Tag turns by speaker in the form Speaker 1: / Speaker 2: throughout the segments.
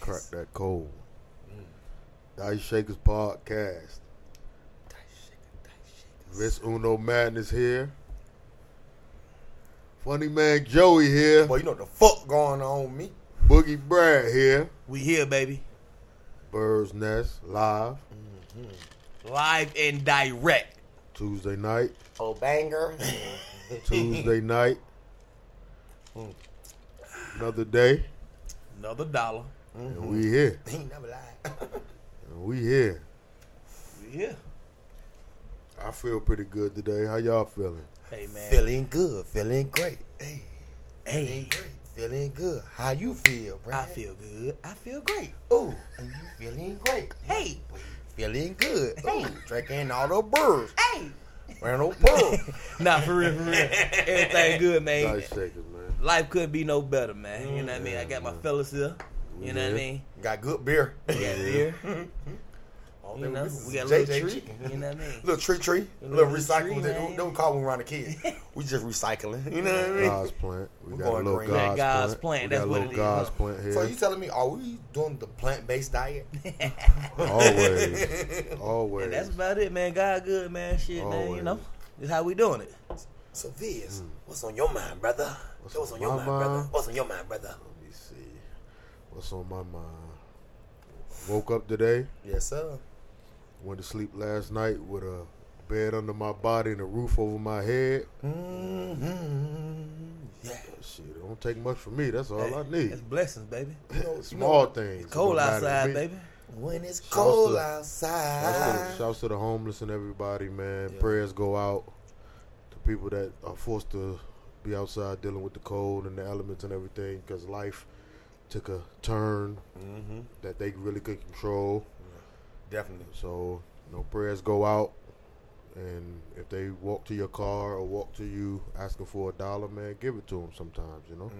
Speaker 1: Crack that code. Dice Shakers podcast. Miss Uno Madness here. Funny man Joey here.
Speaker 2: Boy, you know what the fuck going on with me.
Speaker 1: Boogie Brad here.
Speaker 3: We here, baby.
Speaker 1: Bird's Nest live
Speaker 3: Live and direct.
Speaker 1: Tuesday night.
Speaker 2: Oh, banger.
Speaker 1: Tuesday night. Another day.
Speaker 3: Another dollar.
Speaker 1: And we here.
Speaker 2: he never lied.
Speaker 1: And we here.
Speaker 3: We here.
Speaker 1: I feel pretty good today. How y'all feeling?
Speaker 3: Hey man.
Speaker 2: feeling good, feeling great. Hey,
Speaker 3: Hey.
Speaker 2: great, feeling good. How you feel, bro?
Speaker 3: I feel good. I feel great.
Speaker 2: Ooh, and you feeling great.
Speaker 3: Hey.
Speaker 2: Feeling good. Ooh, drinking all the birds.
Speaker 3: Hey.
Speaker 2: Randall Pearl.
Speaker 3: Nah, for real, for real. Everything good, man.
Speaker 1: Dice Shakers, man.
Speaker 3: Life could be no better, man. You know what I mean? I got my fellas here. You know what I
Speaker 1: Yeah.
Speaker 3: mean?
Speaker 2: Got good beer.
Speaker 3: We got beer.
Speaker 2: All
Speaker 3: You
Speaker 2: them
Speaker 3: know,
Speaker 2: bitches
Speaker 3: we got a
Speaker 2: is
Speaker 3: little
Speaker 2: JJ
Speaker 3: tree.
Speaker 2: chicken.
Speaker 3: You know what I mean?
Speaker 2: Little tree tree.
Speaker 3: Little
Speaker 2: Little, recycling.
Speaker 3: tree,
Speaker 2: They
Speaker 3: man.
Speaker 2: don't, don't call when we around the kids. We just recycling. You know what I mean?
Speaker 1: God's plant. We
Speaker 2: We're
Speaker 1: got a
Speaker 2: going
Speaker 1: little
Speaker 2: green.
Speaker 1: God's,
Speaker 2: That
Speaker 3: God's
Speaker 1: plant.
Speaker 3: plant,
Speaker 1: We
Speaker 3: that's
Speaker 1: got a
Speaker 3: what
Speaker 1: little
Speaker 3: it is,
Speaker 1: God's
Speaker 3: huh?
Speaker 1: plant here.
Speaker 2: So you telling me, are we doing the plant based diet?
Speaker 1: Always. Always.
Speaker 3: And that's about it, man. God good, man. Shit, man. You know,
Speaker 1: Always.
Speaker 3: it's how we doing it.
Speaker 2: So Viz, what's on your mind, brother?
Speaker 1: What's
Speaker 2: What's,
Speaker 1: on
Speaker 2: on your
Speaker 1: my
Speaker 2: mind, brother?
Speaker 1: mind?
Speaker 2: What's on your mind, brother?
Speaker 1: Let me see. What's on my mind? Woke up today,
Speaker 2: Yes, sir.
Speaker 1: went to sleep last night with a bed under my body and a roof over my head.
Speaker 2: Mm-hmm. Yeah.
Speaker 1: Shit, it don't take much for me. That's all I
Speaker 3: It's
Speaker 1: need.
Speaker 3: blessings, baby.
Speaker 1: Small things.
Speaker 3: It's cold
Speaker 1: don't matter to
Speaker 3: outside,
Speaker 1: me.
Speaker 3: baby.
Speaker 2: When it's
Speaker 1: Shouts
Speaker 2: cold
Speaker 1: to- Shouts to,
Speaker 2: outside.
Speaker 1: shouts to the homeless and everybody, man.
Speaker 2: Ah. Yeah.
Speaker 1: Prayers go out to people that are forced to be outside dealing with the cold and the elements and everything because life took a turn
Speaker 2: Mm-hmm.
Speaker 1: that they really couldn't control.
Speaker 2: Definitely.
Speaker 1: So, you know, prayers go out. And if they walk to your car or walk to you asking for a dollar, man, give it to them sometimes, you know?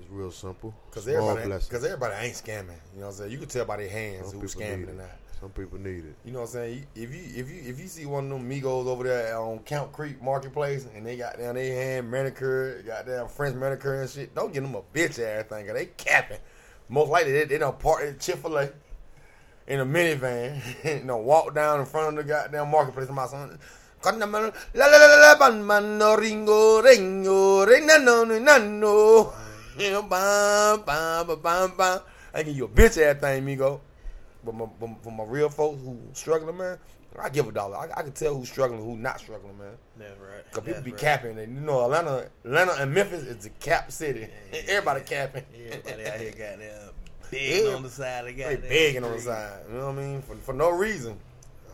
Speaker 1: It's real simple.
Speaker 2: Because
Speaker 1: Small
Speaker 2: everybody,
Speaker 1: blessings.
Speaker 2: Mm-hmm. cause everybody ain't scamming. You know what I'm saying? You can tell by their hands
Speaker 1: Some
Speaker 2: who's
Speaker 1: people need
Speaker 2: scamming
Speaker 1: it.
Speaker 2: or not.
Speaker 1: Some people need it.
Speaker 2: You know what I'm saying? If you if you if you see one of them Migos over there on Camp Creek Marketplace and they got down they hand manicure, got down French manicure and shit, don't give them a bitch ass thing. 'cause they capping. Most likely they, they done parked at Chick Fil A in a minivan and done walk down in front of the goddamn marketplace. My son, la la la la la ringo ringo ringo ringo. Bam bam bam bam bam. I give you a bitch ass thing, Migo. But my, but for my real folks who struggling, man, I give a dollar. I, I can tell who's struggling, who not struggling, man.
Speaker 3: That's right.
Speaker 2: Cause people
Speaker 3: That's
Speaker 2: be
Speaker 3: right.
Speaker 2: capping, and you know Atlanta, Atlanta and Memphis is the cap city.
Speaker 3: Yeah, yeah,
Speaker 2: Everybody
Speaker 3: yeah.
Speaker 2: capping.
Speaker 3: Everybody out here got them begging on the side. They got
Speaker 2: They begging on the side. You know what I mean? For, for no reason.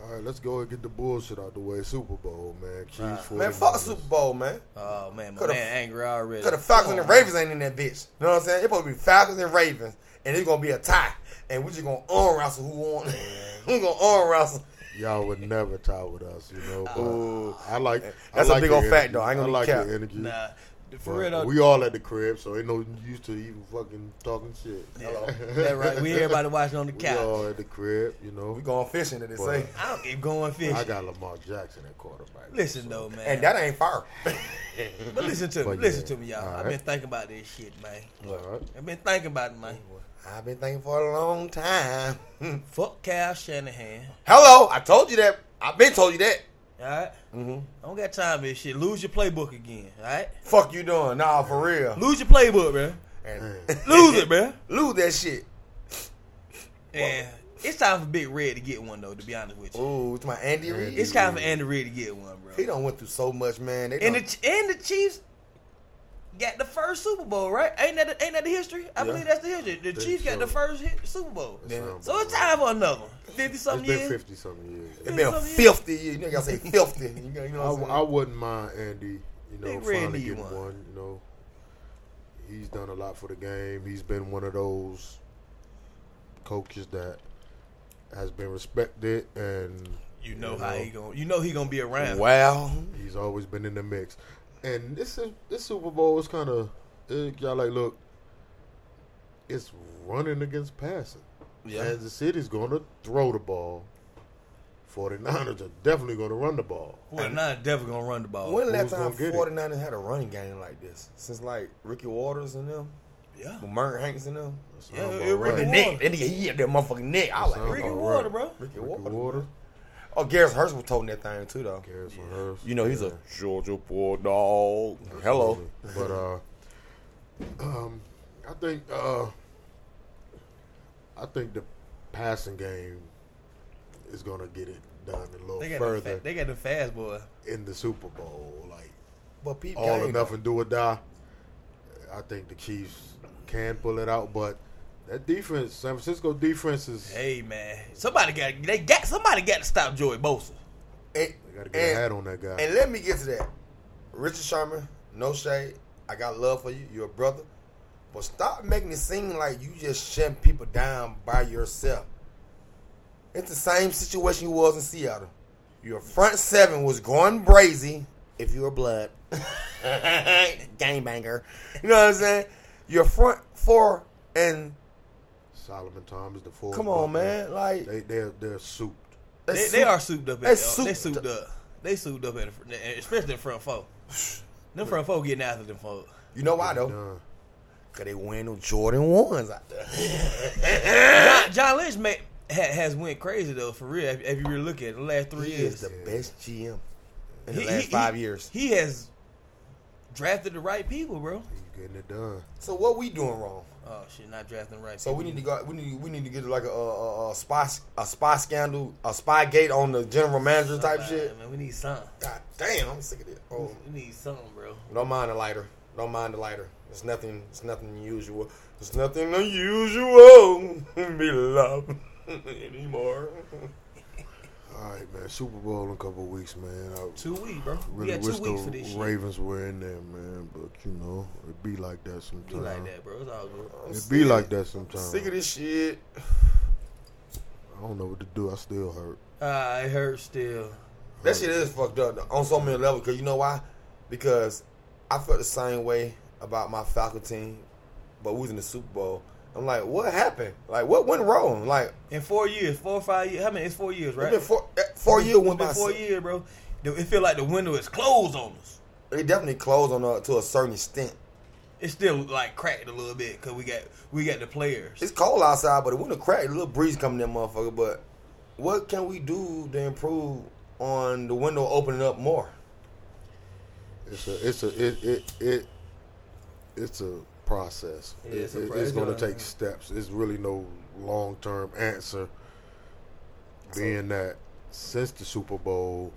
Speaker 1: All right, let's go and get the bullshit out the way. Super Bowl, man. Chiefs,
Speaker 2: Man,
Speaker 1: 49ers.
Speaker 2: fuck Super Bowl, man.
Speaker 3: Oh man, my
Speaker 2: Coulda-
Speaker 3: man angry already. Oh,
Speaker 2: Cause the Falcons
Speaker 3: Come
Speaker 2: and
Speaker 3: on.
Speaker 2: Ravens ain't in that bitch. You know what I'm saying? It's supposed to be Falcons and Ravens, and it's gonna be a tie, and we just gonna arm wrestle who won. we gonna arm wrestle.
Speaker 1: Y'all would never tie with us, you know. But
Speaker 2: Ooh.
Speaker 1: I like
Speaker 2: That's
Speaker 1: I
Speaker 2: a
Speaker 1: like
Speaker 2: big
Speaker 1: your
Speaker 2: old fact,
Speaker 1: energy.
Speaker 2: though. I ain't gonna
Speaker 1: like
Speaker 2: cap.
Speaker 1: your energy.
Speaker 3: Nah, for
Speaker 1: But
Speaker 3: real though.
Speaker 1: we all at the crib, so ain't no use to even fucking talking shit.
Speaker 3: Hello. That right. We everybody watching on the
Speaker 1: We all
Speaker 3: couch.
Speaker 1: at the crib, you know.
Speaker 2: We going fishing, did they
Speaker 1: But-
Speaker 2: say?
Speaker 3: I don't keep going fishing.
Speaker 1: I got Lamar Jackson at quarterback.
Speaker 3: listen though, man.
Speaker 2: And that ain't fire.
Speaker 3: but listen to me.
Speaker 1: But
Speaker 3: Listen
Speaker 1: yeah.
Speaker 3: to me, y'all.
Speaker 1: All
Speaker 3: all I've
Speaker 1: right.
Speaker 3: been thinking about this shit, man.
Speaker 1: All right.
Speaker 3: I've been thinking about it, man.
Speaker 2: I've been thinking for a long time.
Speaker 3: Fuck Cal Shanahan.
Speaker 2: Hello, I told you that. I've been told you that.
Speaker 3: All right? I don't got time for this shit. Lose your playbook again. All right?
Speaker 2: Fuck you doing? Nah, for real.
Speaker 3: Lose your playbook, man.
Speaker 2: And
Speaker 3: Lose it, man.
Speaker 2: lose that shit.
Speaker 3: And it's time for Big Red to get one though. To be honest with you,
Speaker 2: Ooh, to my Andy Reid.
Speaker 3: it's time for Andy Red to get one, bro.
Speaker 2: Oh, He done went through so much, man. They
Speaker 3: And the
Speaker 2: done-
Speaker 3: Ch- and the Chiefs got the first Super Bowl, right? Ain't that ain't that the history? I
Speaker 2: Yeah.
Speaker 3: believe that's the history. The Chiefs got
Speaker 1: so.
Speaker 3: the first hit Super Bowl,
Speaker 1: That sounds
Speaker 3: so it's
Speaker 1: about
Speaker 3: time for another one. Fifty
Speaker 1: right.
Speaker 3: something
Speaker 1: It's been
Speaker 3: years.
Speaker 1: fifty something years.
Speaker 2: It been
Speaker 3: Some years.
Speaker 2: 50 years. You know, you gotta say 50. You know, you
Speaker 1: I,
Speaker 2: know what I'm
Speaker 1: I
Speaker 2: saying?
Speaker 1: wouldn't mind Andy, you know,
Speaker 3: Big Red
Speaker 1: finally
Speaker 3: need
Speaker 1: getting one.
Speaker 3: one.
Speaker 1: You know, he's done a lot for the game. He's been one of those coaches that has been respected, and
Speaker 3: You know how he going You know he gonna be around.
Speaker 2: Wow.
Speaker 1: he's always been in the mix. And this is this Super Bowl is kind of y'all like look, it's running against passing.
Speaker 2: Yeah.
Speaker 1: Kansas City's going to throw the ball. 49ers are definitely going to run the ball.
Speaker 3: Well, now definitely gonna run the ball.
Speaker 2: When
Speaker 1: Who's
Speaker 2: last
Speaker 1: gonna
Speaker 2: time
Speaker 1: get it?
Speaker 2: 49ers had a running game like this? Since like Ricky Waters and them?
Speaker 3: Yeah.
Speaker 2: With Merton Hanks and them.
Speaker 1: That
Speaker 3: Yeah,
Speaker 1: sound
Speaker 3: it
Speaker 1: about
Speaker 3: really
Speaker 2: Right. The
Speaker 3: Ricky
Speaker 2: neck.
Speaker 3: Water.
Speaker 2: That nigga, he had that motherfucking neck. I
Speaker 1: sound
Speaker 2: was like,
Speaker 1: about
Speaker 3: Ricky
Speaker 1: All
Speaker 3: Water,
Speaker 1: right.
Speaker 3: bro.
Speaker 1: Ricky
Speaker 2: Ricky Water.
Speaker 1: Water.
Speaker 2: Oh, Garrison Hurst was toting that thing too, though.
Speaker 1: Garrison Hurst.
Speaker 2: You know, he's a Georgia Bulldog. Hello.
Speaker 1: But uh, um, I think uh, I think the passing game is gonna get it done a little
Speaker 3: They got, the
Speaker 1: further
Speaker 3: fa- they got the fast boy.
Speaker 1: in the Super Bowl. Like
Speaker 2: But Pete
Speaker 1: all or nothing, do or die. I think the Chiefs can pull it out, but that defense, San Francisco defense is
Speaker 3: Hey man, somebody got they got somebody got to stop Joey Bosa.
Speaker 2: And,
Speaker 1: they gotta get a hat
Speaker 2: and,
Speaker 1: on that guy.
Speaker 2: and let me get to that. Richard Sherman, no shade. I got love for you. You're a brother. But stop making it seem like you just shutting people down by yourself. It's the same situation you was in Seattle. Your front seven was going brazy if you're a blood. Game banger. You know what I'm saying? Your front four and
Speaker 1: Solomon Thomas, the four.
Speaker 2: come on, man. Like
Speaker 1: They they're they're souped.
Speaker 3: They, they are souped up.
Speaker 2: They
Speaker 3: At, the- they
Speaker 2: souped
Speaker 3: souped up. They souped up at the, fr- especially the front four. Them front four getting after them four.
Speaker 2: You know why though?
Speaker 1: Done.
Speaker 2: Cause they wearing them Jordan ones out there.
Speaker 3: John, John Lynch made, ha, has went crazy though for real. If, if you really look at it, the last three
Speaker 2: He
Speaker 3: years,
Speaker 2: is the best GM in the
Speaker 3: He-
Speaker 2: last
Speaker 3: he-
Speaker 2: five
Speaker 3: he-
Speaker 2: years.
Speaker 3: he has drafted the right people, bro.
Speaker 1: He's getting it done.
Speaker 2: So what we doing wrong?
Speaker 3: Oh shit, not drafting the right.
Speaker 2: So
Speaker 3: people.
Speaker 2: we need to go. We need. We need to get like a a, a, a spy a spy scandal a spy gate on the general manager type
Speaker 3: Somebody,
Speaker 2: shit.
Speaker 3: Man, we need something.
Speaker 2: God damn, I'm sick of this. Oh,
Speaker 3: We need something, bro.
Speaker 2: don't mind the lighter. Don't mind the lighter. It's nothing. It's nothing unusual. It's nothing unusual. Be love anymore.
Speaker 1: All right, man. Super Bowl in a couple weeks, man. I
Speaker 3: Two weeks, bro.
Speaker 1: really
Speaker 3: we got
Speaker 1: wish
Speaker 3: two weeks for this
Speaker 1: the
Speaker 3: shit.
Speaker 1: Ravens were in there, man. But you know, it be like that
Speaker 3: Be
Speaker 1: sometimes.
Speaker 3: like that, bro. It's all good.
Speaker 1: It be like that sometimes.
Speaker 2: Sick of this shit.
Speaker 1: I don't know what to do. I still hurt.
Speaker 3: Ah, it hurts still.
Speaker 2: That shit is fucked up though, on so many levels. Cause you know why? Because I felt the same way about my Falcon team, but we was in the Super Bowl. I'm like, what happened? Like, what went wrong? Like,
Speaker 3: In four years, four or five years. How many? It's four years,
Speaker 2: it's
Speaker 3: right?
Speaker 2: been four, eh, four years
Speaker 3: It's
Speaker 2: went
Speaker 3: been
Speaker 2: by.
Speaker 3: four
Speaker 2: so-
Speaker 3: years, bro. The- It feel like the window is closed on us.
Speaker 2: It definitely closed on uh, to a certain extent.
Speaker 3: It's still like cracked a little bit because we got we got the players.
Speaker 2: It's cold outside, but it wouldn't crack. A little breeze coming in, that motherfucker. But what can we do to improve on the window opening up more?
Speaker 1: It's a it's a it it, it it's a process.
Speaker 3: Yeah, it's a
Speaker 1: It- it-
Speaker 3: pro-
Speaker 1: it's
Speaker 3: it's
Speaker 1: going
Speaker 3: a-
Speaker 1: to take steps. It's really no long term answer. Being that since the Super Bowl,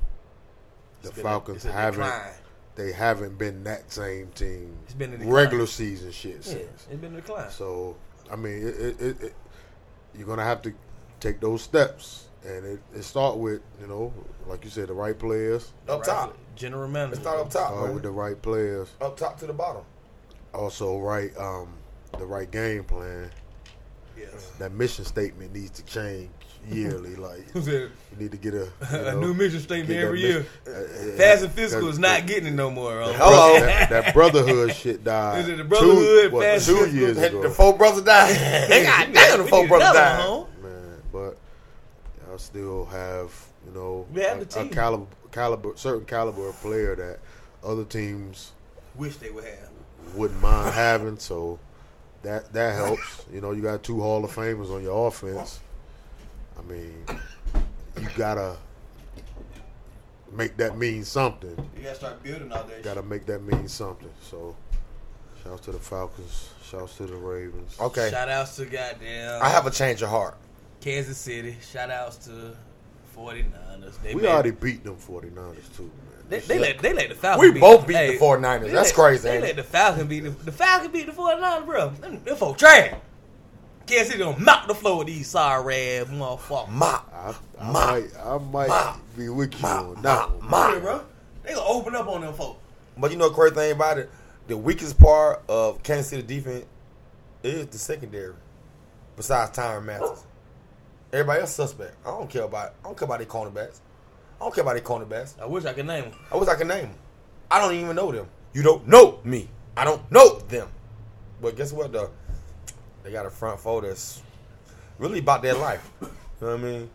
Speaker 1: the
Speaker 3: It's been a-
Speaker 1: Falcons
Speaker 3: it's a
Speaker 1: haven't
Speaker 3: decline.
Speaker 1: they haven't been that same team.
Speaker 3: It's been a decline.
Speaker 1: regular season shit
Speaker 3: Yeah,
Speaker 1: since.
Speaker 3: it's been a decline.
Speaker 1: So I mean, it, it, it, it, you're gonna have to take those steps, and it, it start with you know, like you said, the right players.
Speaker 2: Up
Speaker 3: Right,
Speaker 2: top.
Speaker 3: general manager.
Speaker 2: Let's start up
Speaker 3: Uh,
Speaker 2: top.
Speaker 1: Start with
Speaker 2: man.
Speaker 1: the right players.
Speaker 2: Up top to the bottom.
Speaker 1: Also, right, um, the right game plan. Uh,
Speaker 3: Yes.
Speaker 1: That mission statement needs to change yearly. like
Speaker 3: Who said
Speaker 1: you need to get a, you
Speaker 3: a
Speaker 1: know,
Speaker 3: new mission statement
Speaker 1: get that
Speaker 3: every
Speaker 1: mis-
Speaker 3: year?
Speaker 1: uh, uh,
Speaker 3: Fast and physical
Speaker 1: that-
Speaker 3: is
Speaker 1: that-
Speaker 3: not getting it no more. um,
Speaker 2: hell- Hello.
Speaker 1: That, that brotherhood shit died.
Speaker 3: Is it the
Speaker 1: two,
Speaker 3: brotherhood,
Speaker 1: what,
Speaker 3: fast
Speaker 1: two
Speaker 3: food?
Speaker 1: years
Speaker 2: Hey,
Speaker 1: ago.
Speaker 2: The four brothers died. They got damn the
Speaker 3: We
Speaker 2: four
Speaker 3: need
Speaker 2: brothers
Speaker 3: another
Speaker 2: died.
Speaker 3: one, huh?
Speaker 1: man. But I still have, you know,
Speaker 3: We have
Speaker 1: a,
Speaker 3: the team.
Speaker 1: a caliber, caliber, certain caliber of player that other teams
Speaker 3: Wish they would have.
Speaker 1: wouldn't mind having. So that that helps. You know, you got two Hall of Famers on your offense. I mean, you gotta make that mean something.
Speaker 3: You gotta start building all that.
Speaker 1: Gotta make that mean something. So, shouts to the Falcons. Shouts to the Ravens.
Speaker 2: Okay.
Speaker 3: Shout outs to goddamn.
Speaker 2: I have a change of heart.
Speaker 3: Kansas City. Shout outs to 49ers. They
Speaker 1: We
Speaker 3: made-
Speaker 1: already beat them 49ers too, man.
Speaker 3: They, they, let, they let the Falcons
Speaker 2: We
Speaker 3: beat
Speaker 2: both beat the
Speaker 3: hey,
Speaker 2: 49ers.
Speaker 3: they
Speaker 2: That's
Speaker 3: let-
Speaker 2: crazy,
Speaker 3: They
Speaker 2: ain't it?
Speaker 3: let the Falcons beat the, the Falcons beat the 49ers, bro. Them, them folk trash. Kansas City don't knock the floor with these sorry ass motherfuckers.
Speaker 2: Mop.
Speaker 1: I, I
Speaker 2: Ma.
Speaker 1: might, I might
Speaker 2: Ma.
Speaker 1: be with you
Speaker 2: Mop.
Speaker 1: on that
Speaker 2: Mop.
Speaker 1: one.
Speaker 3: Yeah,
Speaker 2: Mop.
Speaker 3: bro. They gonna open up on them folk.
Speaker 2: But you know the crazy thing about it? The weakest part of Kansas City defense is the secondary. Besides Tyron Mathis. Everybody else suspect. I don't care about I don't care about their cornerbacks. I don't care about their cornerbacks.
Speaker 3: I wish I could name them.
Speaker 2: I wish I could name them. I don't even know them. You don't know me. I don't know them. But guess what though? They got a front four that's really about their life. You know what I mean?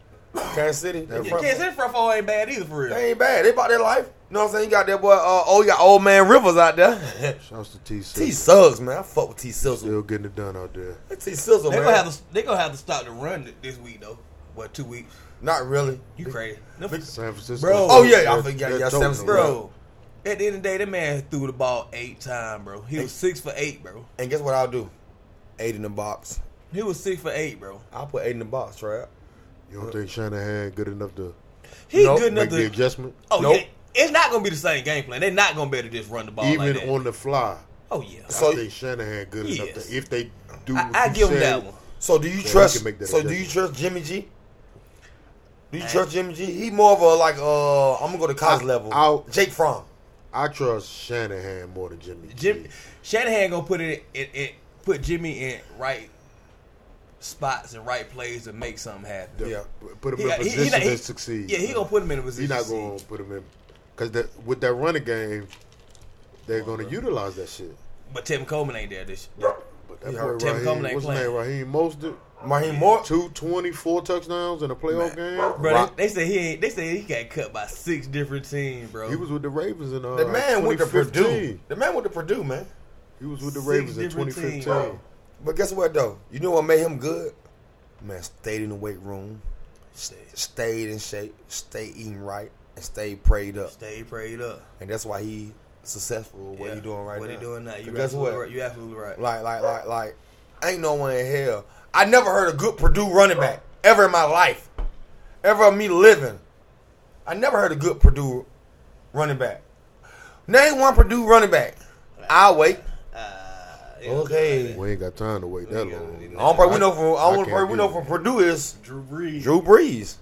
Speaker 2: Kansas City, that
Speaker 3: Yeah,
Speaker 2: front
Speaker 3: Kansas
Speaker 2: four,
Speaker 3: City front four ain't bad either for real.
Speaker 2: they ain't bad. They about their life. You know what I'm saying? You got that boy. Uh, oh, you got old man Rivers out there.
Speaker 1: Shouts to T. Sizzle.
Speaker 2: T Suggs, man. I fuck with T Sizzle.
Speaker 1: Still getting it done out there.
Speaker 2: T Sizzle,
Speaker 3: They
Speaker 2: man.
Speaker 3: gonna have to they gonna have to stop the run th- this week though. What two weeks?
Speaker 2: Not really.
Speaker 3: You crazy, Them-
Speaker 1: San Francisco.
Speaker 3: Bro.
Speaker 2: Oh, yeah, I
Speaker 1: They're-
Speaker 2: forgot.
Speaker 1: they're
Speaker 2: Yeah,
Speaker 1: toting
Speaker 2: San-
Speaker 1: them, right?
Speaker 3: bro? At the end of the day, that man threw the ball eight times, bro. He was six for eight, bro.
Speaker 2: And guess what I'll do? Eight in the box.
Speaker 3: He was six for eight, bro.
Speaker 2: I'll put eight in the box, right?
Speaker 1: You don't think Shanahan good enough to
Speaker 3: He
Speaker 2: Nope,
Speaker 3: good enough
Speaker 1: make the
Speaker 3: to.
Speaker 1: adjustment?
Speaker 3: Oh
Speaker 2: Nope.
Speaker 3: yeah, it's not gonna be the same game plan. They're not gonna be able to just run the ball
Speaker 1: Even
Speaker 3: like that.
Speaker 1: on the fly,
Speaker 3: oh yeah,
Speaker 2: So-
Speaker 1: I think Shanahan good enough
Speaker 3: Yes.
Speaker 1: to if they do.
Speaker 3: I,
Speaker 1: what
Speaker 3: I
Speaker 1: you
Speaker 3: give him
Speaker 1: said,
Speaker 3: that one.
Speaker 2: So do you
Speaker 1: Yeah, we
Speaker 2: trust?
Speaker 1: can make that
Speaker 2: so do you
Speaker 1: adjustment.
Speaker 2: trust Jimmy G? Do you
Speaker 3: Man.
Speaker 2: trust Jimmy G? He more of a like uh I'm gonna go to college
Speaker 1: I-
Speaker 2: level.
Speaker 1: I'll-
Speaker 2: Jake Fromm.
Speaker 1: I trust Shanahan more than Jimmy.
Speaker 3: Jim
Speaker 1: G.
Speaker 3: Shanahan gonna put it, it, it put Jimmy in right spots and right plays to make something happen.
Speaker 1: The-
Speaker 2: Yeah.
Speaker 1: put him
Speaker 3: He-
Speaker 1: in a
Speaker 3: he- he
Speaker 1: position
Speaker 3: not- he-
Speaker 1: to succeed.
Speaker 3: Yeah, he gonna put him in a position.
Speaker 1: He's not
Speaker 3: to succeed.
Speaker 1: going to put him in because that, with that running game, they're going to utilize that shit.
Speaker 3: But Tim Coleman ain't there this year.
Speaker 1: But that
Speaker 2: Yeah,
Speaker 1: boy
Speaker 3: Tim
Speaker 1: Raheem,
Speaker 3: Coleman ain't
Speaker 1: what's his name? Raheem Mostert,
Speaker 2: Raheem Moore.
Speaker 1: two twenty four touchdowns in a playoff game.
Speaker 3: Bro,
Speaker 2: Rock.
Speaker 3: they, they say he ain't. They say he got cut by six different teams, bro.
Speaker 1: He was with the Ravens in uh,
Speaker 2: The man with the
Speaker 1: 2015.
Speaker 2: Purdue. The man with the Purdue, man.
Speaker 1: He was with the
Speaker 3: Six
Speaker 1: Ravens in
Speaker 3: different
Speaker 1: 2015.
Speaker 3: teams.
Speaker 2: But guess what though? You know what made him good? Man, stayed in the weight room, stayed in shape, stayed eating right, and stayed prayed up.
Speaker 3: stay prayed up.
Speaker 2: And that's why he successful with what
Speaker 3: Yeah.
Speaker 2: he doing right
Speaker 3: What
Speaker 2: now.
Speaker 3: he doing now? You
Speaker 2: But guess
Speaker 3: absolutely
Speaker 2: what?
Speaker 3: Right. You absolutely right.
Speaker 2: Like, like, like, like, ain't no one in hell. I never heard a good Purdue running back ever in my life, ever of me living. I never heard a good Purdue running back. Name one Purdue running back. I'll wait.
Speaker 3: Uh, yeah.
Speaker 2: Okay.
Speaker 1: We ain't got time to wait that
Speaker 3: Yeah.
Speaker 1: long.
Speaker 2: I don't probably we know from I
Speaker 1: I
Speaker 2: don't
Speaker 1: can't
Speaker 2: probably we
Speaker 1: do
Speaker 2: know
Speaker 1: it.
Speaker 2: from Purdue is
Speaker 3: Drew Brees.
Speaker 2: Drew Brees.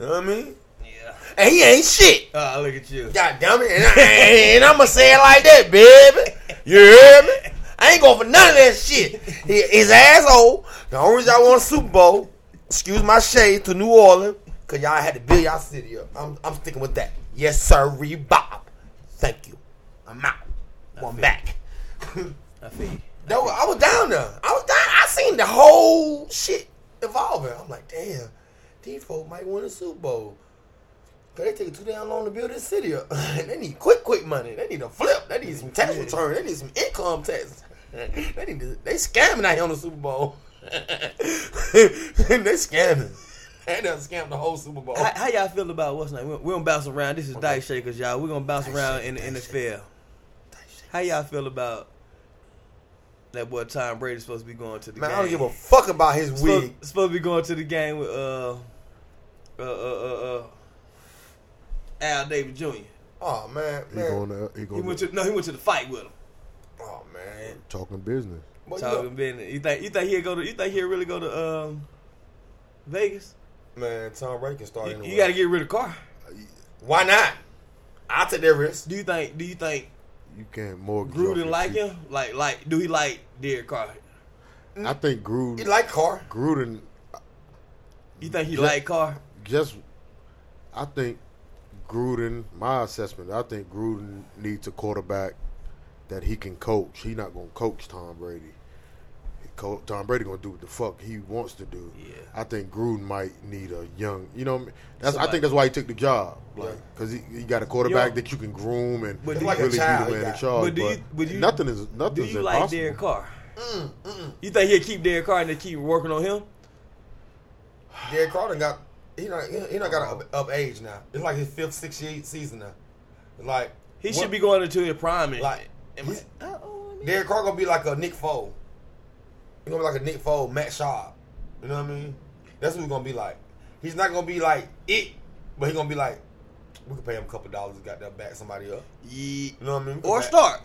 Speaker 2: You know what I mean?
Speaker 3: Yeah.
Speaker 2: And he ain't shit.
Speaker 3: Ah, look at you.
Speaker 2: God damn it. And, I, am going to say it like that, baby. You hear me? I ain't going for none of that shit. He, his asshole. The only reason I won a Super Bowl, excuse my shade, to New Orleans, because y'all had to build y'all city up. I'm, I'm sticking with that. Yes, sir, Bob. Thank you. I'm out. Well, I'm back.
Speaker 3: I feel you.
Speaker 2: That was, I was down there. I was down. I seen the whole shit evolving. I'm like, damn, these folks might win a Super Bowl. Cause they take too damn long to build this city up. they need quick, quick money. They need a flip. They need some tax return. They need some income tax. they need. To, they scamming out here on the Super Bowl. they scamming. They done scammed the whole Super Bowl.
Speaker 3: How, how y'all feel about what's name? We're, we're gonna bounce around. This is Dice Shakers, y'all. We're gonna bounce
Speaker 2: Dice
Speaker 3: around
Speaker 2: Shake-
Speaker 3: in the
Speaker 2: Dice
Speaker 3: NFL. How y'all feel about that boy Tom Brady supposed to be going to the
Speaker 2: Man,
Speaker 3: game?
Speaker 2: I don't give a fuck about his
Speaker 3: supposed,
Speaker 2: wig.
Speaker 3: supposed to be going to the game with uh uh uh uh, uh Al David Jr.
Speaker 2: Oh man,
Speaker 1: He going
Speaker 2: man.
Speaker 1: to he
Speaker 3: He
Speaker 1: going
Speaker 3: went
Speaker 1: to
Speaker 3: to no, he went to the fight with him.
Speaker 2: Oh man.
Speaker 1: talking business.
Speaker 2: Boy, you
Speaker 3: Talking
Speaker 2: know-
Speaker 3: business. You think you think he'll go to you think he'll really go to um Vegas?
Speaker 2: Man, Tom Brady can start.
Speaker 3: You,
Speaker 2: anywhere.
Speaker 3: you got to get rid of Carr.
Speaker 2: Why not? I'll take that risk.
Speaker 3: Do you think do you think
Speaker 1: You can't mortgage. off
Speaker 3: Gruden
Speaker 1: your
Speaker 3: like
Speaker 1: future.
Speaker 3: him? Like like do he like Derek Carr?
Speaker 1: I think
Speaker 2: You
Speaker 1: Gruden.
Speaker 2: like Carr?
Speaker 1: Gruden
Speaker 3: You think he
Speaker 1: Yeah.
Speaker 3: like Carr?
Speaker 1: just. I think Gruden. My assessment. I think Gruden needs a quarterback that he can coach. He not gonna coach Tom Brady. He co- Tom Brady gonna do what the fuck he wants to do.
Speaker 3: Yeah.
Speaker 1: I think Gruden might need a young. You know. what I mean? That's. I
Speaker 3: Somebody-
Speaker 1: think that's why he took the job. Like,
Speaker 2: Yeah.
Speaker 1: cause he, he got a quarterback
Speaker 3: Yeah.
Speaker 1: that you can groom and
Speaker 3: But
Speaker 1: really
Speaker 3: do you- Like a
Speaker 1: be the
Speaker 2: child,
Speaker 1: man
Speaker 2: yeah.
Speaker 1: in charge.
Speaker 3: But do you- but you-
Speaker 1: nothing is nothing
Speaker 3: Do
Speaker 1: is
Speaker 3: you
Speaker 1: impossible.
Speaker 3: like Derek Carr?
Speaker 2: Mm,
Speaker 3: You think he'll keep Derek Carr and they keep working on him?
Speaker 2: Derek Carr done got he not he, he not got up, up age now. It's like his fifth, sixth year- season now. It's Like
Speaker 3: He
Speaker 2: what-
Speaker 3: should be going into his prime. And,
Speaker 2: Like,
Speaker 3: am I-
Speaker 2: he's-
Speaker 3: Uh-oh, I mean-
Speaker 2: Derek Carr gonna be like a Nick Foles. He gonna be like a Nick Foles, Matt Schaub. You know what I mean? That's what he's gonna be like. He's not gonna be like it, but he gonna be like we can pay him a couple dollars to got that back somebody up.
Speaker 3: Ye-
Speaker 2: You know what I mean? We can
Speaker 3: or
Speaker 2: back-
Speaker 3: start.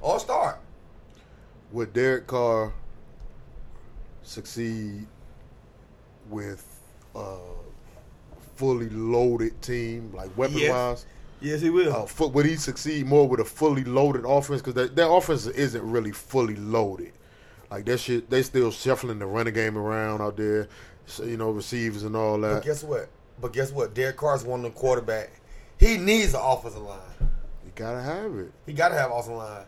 Speaker 2: Or start.
Speaker 1: would Derek Carr succeed with a fully loaded team, like weapon wise?
Speaker 3: Yes, he will.
Speaker 1: Uh, fu- would he succeed more with a fully loaded offense? Because their, their offense isn't really fully loaded. Like that shit, they still shuffling the running game around out there, so, you know, receivers and all
Speaker 2: But
Speaker 1: that.
Speaker 2: guess what? But guess what? Derek Carr's one of the quarterback. He needs an offensive line.
Speaker 1: You gotta have it.
Speaker 2: He gotta have offensive line.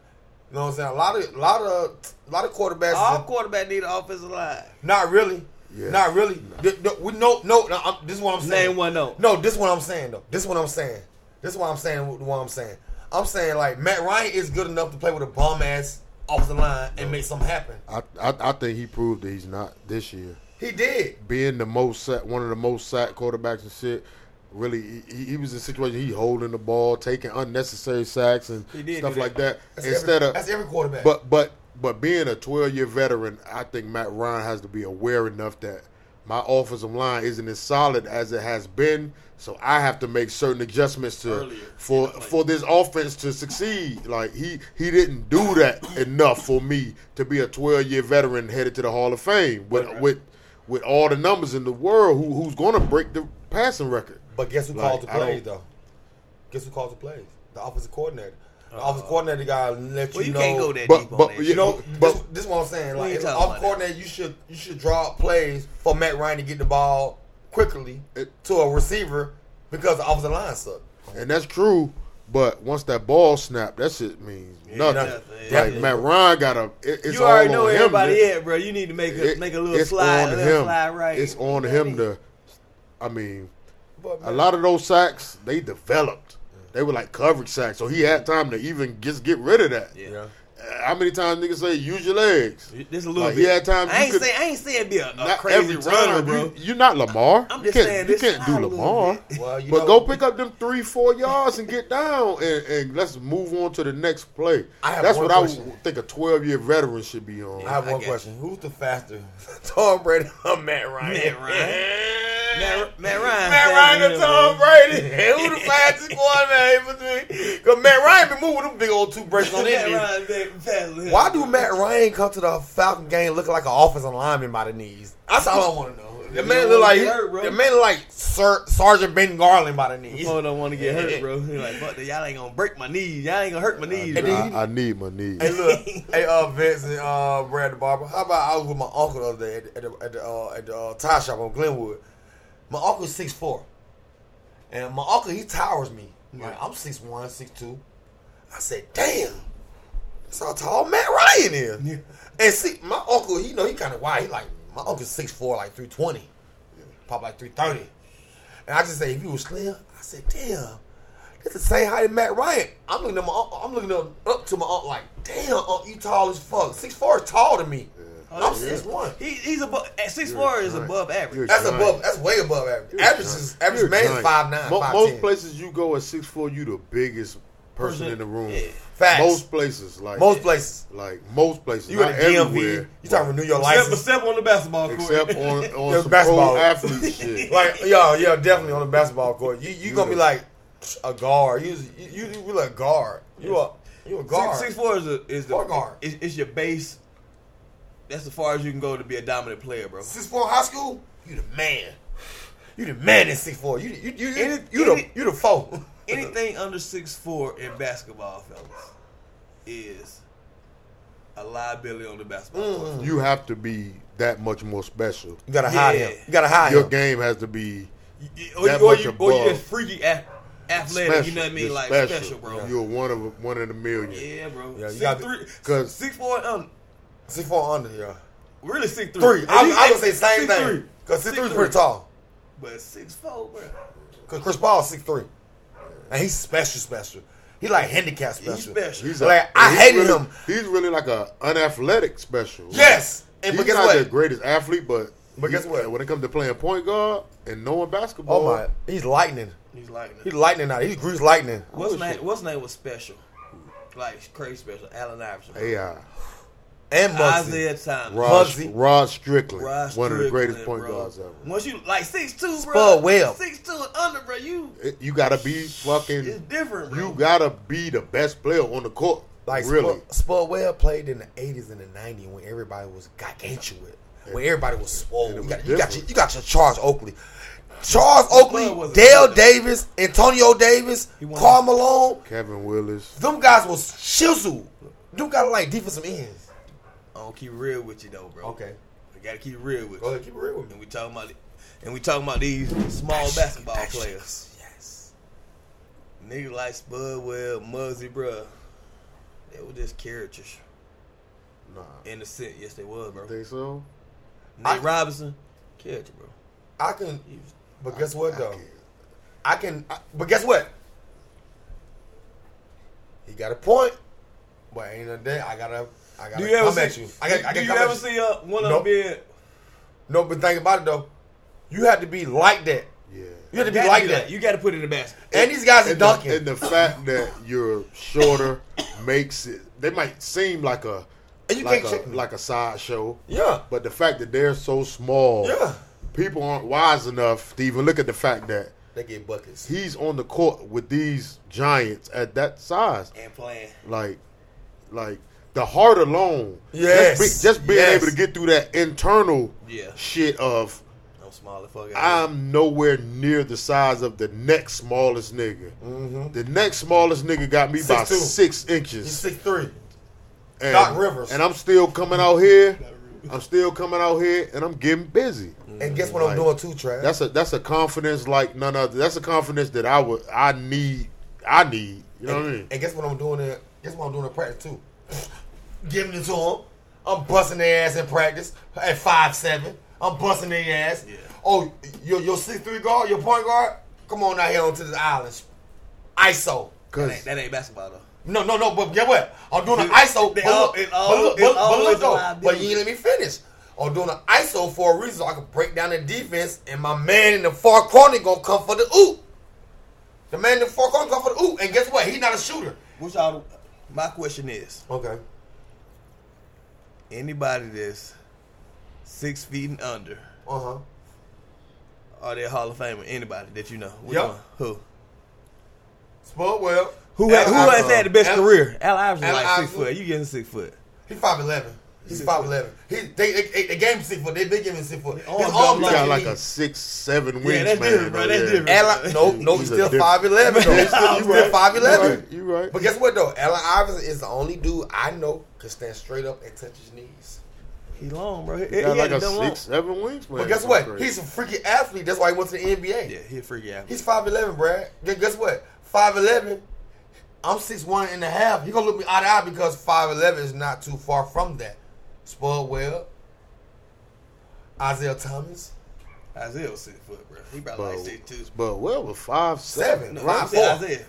Speaker 2: You know what I'm saying? A lot of, lot of, lot of quarterbacks.
Speaker 3: All quarterback need an offensive line.
Speaker 2: not really.
Speaker 1: Yeah.
Speaker 2: Not really. Th- th- we no, no. no, I'm- this is what I'm saying.
Speaker 3: Name one, though.
Speaker 2: No, this is what I'm saying though. This is what I'm saying. This is why I'm saying what I'm saying. I'm saying like Matt Ryan is good enough to play with a bum ass off the line and make something happen.
Speaker 1: I, I I think he proved that he's not this year.
Speaker 2: He did.
Speaker 1: Being the most sack, one of the most sack quarterbacks and shit. Really, he, he was in a situation he holding the ball, taking unnecessary sacks and
Speaker 3: He did
Speaker 1: stuff
Speaker 3: do that.
Speaker 1: like that.
Speaker 2: That's
Speaker 1: Instead
Speaker 2: every,
Speaker 1: of
Speaker 2: that's every quarterback.
Speaker 1: But but but being a 12 year veteran, I think Matt Ryan has to be aware enough that my offensive line isn't as solid as it has been, so I have to make certain adjustments to
Speaker 4: Earlier,
Speaker 1: for
Speaker 4: you know, like-
Speaker 1: for this offense to succeed. Like he he didn't do that enough for me to be a 12 year veteran headed to the Hall of Fame with with with all the numbers in the world who who's going to break the passing record.
Speaker 2: But guess who
Speaker 1: Like,
Speaker 2: called the
Speaker 1: I don't-
Speaker 2: plays though? Guess who calls the plays? The offensive coordinator. The offensive coordinator guy let
Speaker 3: Uh, Well, you,
Speaker 2: you know.
Speaker 3: can't go that
Speaker 1: but-
Speaker 3: deep on
Speaker 1: but,
Speaker 3: that
Speaker 1: you
Speaker 3: shit.
Speaker 2: You know,
Speaker 1: But-
Speaker 2: this, this is what I'm saying.
Speaker 3: We
Speaker 2: Like,
Speaker 3: ain't
Speaker 2: as an
Speaker 3: talking
Speaker 2: offensive
Speaker 3: about that.
Speaker 2: coordinator, you should you should draw up plays for Matt Ryan to get the ball quickly to a receiver because the offensive line suck.
Speaker 1: And that's true, but once that ball snapped, that shit means nothing.
Speaker 3: nothing.
Speaker 1: Like
Speaker 2: Yeah.
Speaker 1: Matt Ryan got to. It, it's
Speaker 3: you already
Speaker 1: all
Speaker 3: know
Speaker 1: on
Speaker 3: where
Speaker 1: him,
Speaker 3: everybody
Speaker 1: man.
Speaker 3: at, bro. You need to make a
Speaker 1: It-
Speaker 3: make a little
Speaker 1: it's
Speaker 3: slide, a
Speaker 1: on
Speaker 3: little
Speaker 1: him.
Speaker 3: slide right.
Speaker 1: It's on
Speaker 3: You know what I
Speaker 1: him
Speaker 3: mean?
Speaker 1: to. I mean,
Speaker 2: But
Speaker 1: a lot of those sacks they developed. They were like coverage sacks, so he had time to even just get rid of that.
Speaker 3: Yeah.
Speaker 2: yeah.
Speaker 1: Uh, How many times niggas say use your legs?
Speaker 3: This a little
Speaker 1: Like,
Speaker 3: bit.
Speaker 1: he had time-
Speaker 3: I
Speaker 1: you
Speaker 3: ain't
Speaker 1: could-
Speaker 3: saying I ain't saying be a, a
Speaker 1: Not
Speaker 3: uh, crazy
Speaker 1: every
Speaker 3: runner,
Speaker 1: time,
Speaker 3: bro.
Speaker 1: You, are not Lamar.
Speaker 3: I'm
Speaker 1: You
Speaker 3: just
Speaker 1: can't-
Speaker 3: saying
Speaker 1: you
Speaker 3: this
Speaker 1: can't
Speaker 3: slide
Speaker 1: do
Speaker 3: a little
Speaker 1: Lamar.
Speaker 3: bit.
Speaker 2: Well, you
Speaker 1: But
Speaker 2: know,
Speaker 1: go pick up them three, four yards and get down, and, and let's move on to the next play.
Speaker 2: I have
Speaker 1: That's
Speaker 2: one
Speaker 1: what I
Speaker 2: question.
Speaker 1: would think a twelve year veteran should be on.
Speaker 2: I have
Speaker 3: I
Speaker 2: one
Speaker 3: guess.
Speaker 2: question: Who's the faster, Tom Brady or Matt Ryan?
Speaker 3: Matt Ryan. Matt- Matt
Speaker 2: Matt
Speaker 3: Ryan faster
Speaker 2: Ryan
Speaker 3: than
Speaker 2: or
Speaker 3: him,
Speaker 2: Tom Brady? Who the fastest quarterback between? Because Matt Ryan been moving them big old two braces on
Speaker 3: Matt
Speaker 2: his knees.
Speaker 3: Ryan back- back- back-
Speaker 2: Why do Matt Ryan come to the Falcon game looking like an offensive lineman by the knees? That's all I want to know. The man
Speaker 3: don't
Speaker 2: look
Speaker 3: wanna
Speaker 2: like
Speaker 3: get hurt, bro. Oh,
Speaker 2: the man look like Sir, Sergeant Ben Garland by the knees.
Speaker 3: Mo don't want to get hurt, bro. He like, fuck that. Y'all ain't gonna break my knees. Y'all ain't gonna hurt my knees.
Speaker 1: I,
Speaker 2: And
Speaker 3: Bro.
Speaker 2: then-
Speaker 1: I- I need my knees.
Speaker 2: Hey, look, hey, uh, Vince and uh, Brad the barber. How about I was with my uncle the other day at the at the, uh, at the uh, tie shop on Glenwood. My uncle's six four, and my uncle he towers me. Like, I'm six one, six two. I said, "Damn, that's how tall Matt Ryan is."
Speaker 3: Yeah.
Speaker 2: And see, my uncle, he know he kind of wide. He like my uncle's six four, like three twenty, pop like three thirty. And I just say, if you was slim, I said, damn, that's the same height as Matt Ryan. I'm looking at my, uncle- I'm looking up, up to my aunt like, damn, aunt, you tall as fuck. Six four is tall to me.
Speaker 1: Oh,
Speaker 2: I'm six one.
Speaker 3: He, he's above. At six four is
Speaker 1: giant.
Speaker 3: above average.
Speaker 1: You're
Speaker 2: That's
Speaker 1: giant.
Speaker 2: above. That's way above average. Average is average
Speaker 1: You're
Speaker 2: man is
Speaker 1: giant.
Speaker 2: five nine,
Speaker 1: Mo-
Speaker 2: five
Speaker 1: most
Speaker 2: ten.
Speaker 1: places you go at six four, you the biggest person in the room.
Speaker 3: Yeah.
Speaker 2: Facts.
Speaker 1: Most places, like
Speaker 2: Most places.
Speaker 1: like most places,
Speaker 2: You
Speaker 1: not
Speaker 2: in the DMV.
Speaker 1: everywhere,
Speaker 2: You talking about New York
Speaker 3: Except,
Speaker 2: license?
Speaker 3: except on the basketball court.
Speaker 1: except on on
Speaker 2: Your
Speaker 1: some
Speaker 2: basketball.
Speaker 1: pro athlete shit.
Speaker 2: Like, yo, yeah, definitely on the basketball court. You you gonna be like a guard. You you you, you like a guard. You a you a guard.
Speaker 3: Six, six four is, a, is the
Speaker 2: Four guard.
Speaker 3: It's, it's your base. That's as far as you can go to be a dominant player, bro.
Speaker 2: six four high school, you the man. You the man in six four. You you you, you,
Speaker 3: Any-
Speaker 2: you the
Speaker 3: any-
Speaker 2: you the four.
Speaker 3: Anything under six four in basketball, fellas, is a liability on the basketball
Speaker 1: Mm.
Speaker 3: court.
Speaker 1: you have to be that much more special.
Speaker 2: You gotta hide
Speaker 3: Yeah.
Speaker 2: him. You gotta hide
Speaker 1: Your
Speaker 2: him.
Speaker 1: game has to be
Speaker 3: You- you- Or,
Speaker 1: That
Speaker 3: you, or,
Speaker 1: much
Speaker 3: you, or you
Speaker 1: above.
Speaker 3: just freaky ath- athletic.
Speaker 1: special.
Speaker 3: You know what I mean?
Speaker 1: You're
Speaker 3: like special, bro.
Speaker 1: You're one of one in a million.
Speaker 3: Yeah, bro.
Speaker 2: Yeah, you
Speaker 3: six,
Speaker 2: gotta be-
Speaker 3: three,
Speaker 1: 'cause-
Speaker 3: six four. Um,
Speaker 2: Six four under, yeah.
Speaker 3: really six three.
Speaker 2: Three.
Speaker 3: At
Speaker 2: I,
Speaker 3: least-
Speaker 2: I would say same
Speaker 3: six
Speaker 2: thing.
Speaker 3: three.
Speaker 2: Cause six
Speaker 3: Six
Speaker 2: three is
Speaker 3: three.
Speaker 2: pretty tall.
Speaker 3: But six four, bro.
Speaker 2: Cause Chris Paul six three, and he's special, special. He like handicap special.
Speaker 3: special.
Speaker 1: He's
Speaker 2: like
Speaker 1: a,
Speaker 2: I
Speaker 1: he's
Speaker 2: hated
Speaker 1: really-
Speaker 2: him.
Speaker 1: He's really like a unathletic special.
Speaker 2: Yes, and
Speaker 1: he's
Speaker 2: but guess
Speaker 1: not the
Speaker 2: what?
Speaker 1: greatest athlete, but
Speaker 2: But guess
Speaker 1: he-
Speaker 2: what?
Speaker 1: When it comes to playing point guard and knowing basketball,
Speaker 2: Oh my, he's lightning.
Speaker 3: He's lightning.
Speaker 2: He's lightning out. He's grease lightning. Oh,
Speaker 3: What's
Speaker 1: Bullshit.
Speaker 3: name? What's name was special? Like crazy special. Allen Iverson. bro.
Speaker 1: AI,
Speaker 2: And Muggsy.
Speaker 3: Isaiah Thomas.
Speaker 1: Rod,
Speaker 2: Muggsy.
Speaker 1: Rod Strickland,
Speaker 3: Rod
Speaker 1: one of the
Speaker 3: Strickland,
Speaker 1: greatest point
Speaker 3: bro.
Speaker 1: guards ever.
Speaker 3: Once you like six two, bro.
Speaker 2: Spud Webb.
Speaker 3: Six two and under, bro. You
Speaker 1: It- you gotta be
Speaker 3: it's
Speaker 1: fucking.
Speaker 3: different, bro.
Speaker 1: You gotta be the best player on the court.
Speaker 2: Like
Speaker 1: really,
Speaker 2: Spud, Spud Webb played in the eighties and the nineties when everybody was gargantuan, when everybody was swole.
Speaker 1: it
Speaker 2: You
Speaker 1: was
Speaker 2: got, you got
Speaker 1: different.
Speaker 2: your, you got your Charles Oakley, Charles Oakley,
Speaker 3: was a
Speaker 2: Dale
Speaker 3: killer.
Speaker 2: Davis, Antonio Davis,
Speaker 3: He won-
Speaker 2: Carl Malone.
Speaker 1: Kevin Willis.
Speaker 2: Them guys was shizzle. Them guys were like defensive ends.
Speaker 3: I don't keep it real with you though, bro.
Speaker 2: Okay.
Speaker 3: I gotta keep it real with
Speaker 2: Go
Speaker 3: you.
Speaker 2: ahead, keep it real with me.
Speaker 3: And we talking about and we talking about these small basketball players.
Speaker 2: Yes.
Speaker 3: Niggas like Spud Webb, Muzzy, bro. They were just characters.
Speaker 1: Nah,
Speaker 3: In the sense, yes, they was, bro.
Speaker 1: think so?
Speaker 3: Nate
Speaker 2: I-
Speaker 3: Robinson, character, bro.
Speaker 2: I can,
Speaker 3: He was-
Speaker 2: but guess what
Speaker 1: I
Speaker 2: though?
Speaker 1: can't.
Speaker 2: I can, I- but guess what? got a point, but ain't a day I gotta I gotta
Speaker 3: Do you ever
Speaker 2: come
Speaker 3: see?
Speaker 2: at you. I got I
Speaker 3: do
Speaker 2: gotta
Speaker 3: you
Speaker 2: come
Speaker 3: ever
Speaker 2: at you.
Speaker 3: see uh, one of
Speaker 2: Nope.
Speaker 3: them being?
Speaker 2: No, but think about it though. You have to be like that.
Speaker 1: Yeah.
Speaker 2: You have to be
Speaker 3: Gotta
Speaker 2: like
Speaker 3: do
Speaker 2: that.
Speaker 3: You got to put it in the basket.
Speaker 2: and these guys are
Speaker 1: and the,
Speaker 2: dunking.
Speaker 1: and the fact that you're shorter makes it. They might seem like a
Speaker 2: And you
Speaker 1: like
Speaker 2: can't
Speaker 1: a
Speaker 2: check-
Speaker 1: like a sideshow,
Speaker 2: yeah.
Speaker 1: but the fact that they're so small,
Speaker 2: Yeah.
Speaker 1: people aren't wise enough to even look at the fact that
Speaker 2: They get buckets.
Speaker 1: he's on the court with these giants at that size.
Speaker 3: And playing.
Speaker 1: Like, like the heart alone.
Speaker 2: Yes.
Speaker 1: Just, be- just being
Speaker 2: Yes.
Speaker 1: able to get through that internal
Speaker 3: Yeah.
Speaker 1: shit of
Speaker 3: I'm small as fuck.
Speaker 1: I'm nowhere near the size of the next smallest nigga.
Speaker 2: Mm-hmm.
Speaker 1: The next smallest nigga got me by
Speaker 2: 6'2".
Speaker 1: six
Speaker 2: He's
Speaker 1: inches.
Speaker 2: six three.
Speaker 1: and,
Speaker 2: Doc Rivers.
Speaker 1: And I'm still coming out here. I'm still coming out here, and I'm getting busy.
Speaker 2: And guess what I'm doing
Speaker 1: Like,
Speaker 2: too, Trav?
Speaker 1: That's a that's a confidence like none other. That's a confidence that I would I need. I need. You know
Speaker 2: and,
Speaker 1: what I mean?
Speaker 2: and guess what I'm doing in guess what I'm doing in practice too? Giving it to them. I'm busting their ass in practice at five seven. I'm busting their ass.
Speaker 3: Yeah.
Speaker 2: Oh, your your six three guard, your point guard, come on out here onto this island. ISO.
Speaker 3: That
Speaker 1: 'Cause
Speaker 3: ain't, that ain't basketball though.
Speaker 2: No, no, no, but get what? I'm doing an ISO.
Speaker 3: They
Speaker 2: But
Speaker 3: all-
Speaker 2: look,
Speaker 3: it
Speaker 2: but
Speaker 3: all-
Speaker 2: look,
Speaker 3: it
Speaker 2: but, but
Speaker 3: always
Speaker 2: look
Speaker 3: a
Speaker 2: though,
Speaker 3: liability.
Speaker 2: but you ain't let me finish. I'm doing an ISO for a reason so I can break down the defense, and my man in the far corner gonna come for the oop. The man in the far corner come for the oop, and guess what? He's not a shooter.
Speaker 3: Which all? My question is:
Speaker 2: Okay.
Speaker 3: anybody that's six feet and under,
Speaker 2: Uh huh.
Speaker 3: are they a Hall of Famer? Anybody that you know? Which
Speaker 2: Yep.
Speaker 3: one? Who?
Speaker 2: Spudwell.
Speaker 3: Who, had, who
Speaker 2: Al-
Speaker 3: has had the best
Speaker 2: Al-
Speaker 3: career? Al Iverson
Speaker 2: Al
Speaker 3: like six
Speaker 2: Iverson.
Speaker 3: foot. You getting six foot?
Speaker 2: He five eleven. He's five eleven. He they they, they, they gave him six foot. They they give him six foot. His
Speaker 1: You
Speaker 2: arm
Speaker 3: arms got
Speaker 2: length
Speaker 1: got like
Speaker 2: is-
Speaker 1: a six seven wingsman.
Speaker 3: Yeah, that's different, bro.
Speaker 1: over
Speaker 3: That's
Speaker 1: there.
Speaker 3: different.
Speaker 2: Allen, no, no, he's
Speaker 1: He's a
Speaker 2: still
Speaker 1: different-
Speaker 2: five eleven.
Speaker 1: Yeah, you
Speaker 2: Though. he's still
Speaker 1: right.
Speaker 2: five
Speaker 1: You
Speaker 2: eleven.
Speaker 1: right. You right.
Speaker 2: But guess what though? Allen Iverson is the only dude I know can stand straight up and touch his knees.
Speaker 3: He long, bro. He, he
Speaker 1: You got
Speaker 3: had
Speaker 1: like
Speaker 3: it
Speaker 1: a
Speaker 3: done long.
Speaker 1: six seven wingsman.
Speaker 2: But guess
Speaker 1: That's
Speaker 2: what?
Speaker 1: crazy.
Speaker 2: He's a freaking athlete. That's why he went to the NBA.
Speaker 3: Yeah, he a freaky athlete.
Speaker 2: He's five eleven, Brad. Gu- Guess what? Five eleven. I'm six one and a half. He gonna look me eye to eye because five eleven is not too far from that. Spud Webb, Isaiah Thomas,
Speaker 3: Isaiah was six foot, bro. He probably like
Speaker 1: but,
Speaker 3: six two.
Speaker 1: but well, with five
Speaker 2: seven,
Speaker 1: seven.
Speaker 3: No,
Speaker 2: five
Speaker 3: I'm saying
Speaker 2: four.
Speaker 3: Isaiah.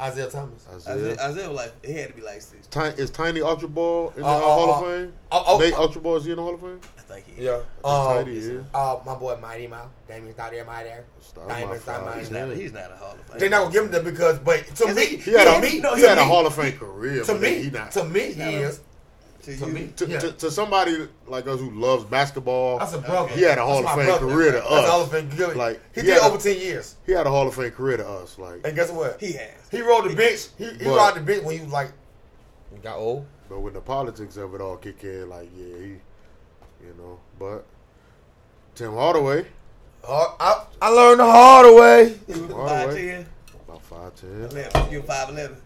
Speaker 2: Isaiah Thomas.
Speaker 3: Isaiah,
Speaker 1: Isaiah.
Speaker 3: Isaiah was like he had to be like six.
Speaker 1: Tiny, is Tiny Ultra Ball in the
Speaker 2: Oh, oh,
Speaker 1: Hall
Speaker 2: oh.
Speaker 1: of Fame?
Speaker 2: Oh, oh,
Speaker 1: Nate
Speaker 2: oh.
Speaker 1: Ultra Ball is he in the Hall of Fame?
Speaker 3: I think he.
Speaker 2: Yeah.
Speaker 1: Uh,
Speaker 2: Um,
Speaker 1: Tidy, yeah.
Speaker 2: uh, my boy Mighty Mouth. Damien's not there, Mighty there.
Speaker 1: Stop my
Speaker 2: Damien's not
Speaker 1: five.
Speaker 2: Mighty
Speaker 3: He's
Speaker 2: there.
Speaker 3: not, he's not a Hall of Famer.
Speaker 2: They're not gonna give him that because, but to
Speaker 3: Is
Speaker 2: me,
Speaker 3: he-
Speaker 1: He had,
Speaker 2: to
Speaker 1: a,
Speaker 2: me,
Speaker 1: he
Speaker 2: to
Speaker 1: had
Speaker 2: me,
Speaker 1: a Hall of Fame career,
Speaker 2: To
Speaker 1: but
Speaker 2: me,
Speaker 1: he not.
Speaker 2: to me, he
Speaker 3: not a-
Speaker 2: is.
Speaker 3: To
Speaker 2: To
Speaker 3: you.
Speaker 2: me,
Speaker 1: to,
Speaker 2: yeah.
Speaker 1: to, to somebody like us who loves basketball,
Speaker 2: That's a brother.
Speaker 1: he had a Hall
Speaker 2: That's
Speaker 1: of
Speaker 2: my
Speaker 1: Fame
Speaker 2: brother.
Speaker 1: career to
Speaker 2: That's
Speaker 1: us.
Speaker 2: a Hall of Fame career.
Speaker 1: Like,
Speaker 2: he
Speaker 1: he
Speaker 2: did
Speaker 1: had a-
Speaker 2: over ten years,
Speaker 1: he had a Hall of Fame career to us. Like,
Speaker 2: and guess what?
Speaker 3: He has.
Speaker 2: He rode the bench. He, he
Speaker 1: But-
Speaker 2: rode the bench when he was like, he got old.
Speaker 1: but when the politics of it all kick in, like, yeah, he, you know. But Tim Hardaway,
Speaker 2: Uh, I, I learned the hard way.
Speaker 3: He was
Speaker 1: All
Speaker 3: five
Speaker 1: the
Speaker 3: ten.
Speaker 1: about five ten,
Speaker 3: Eleven. You five eleven.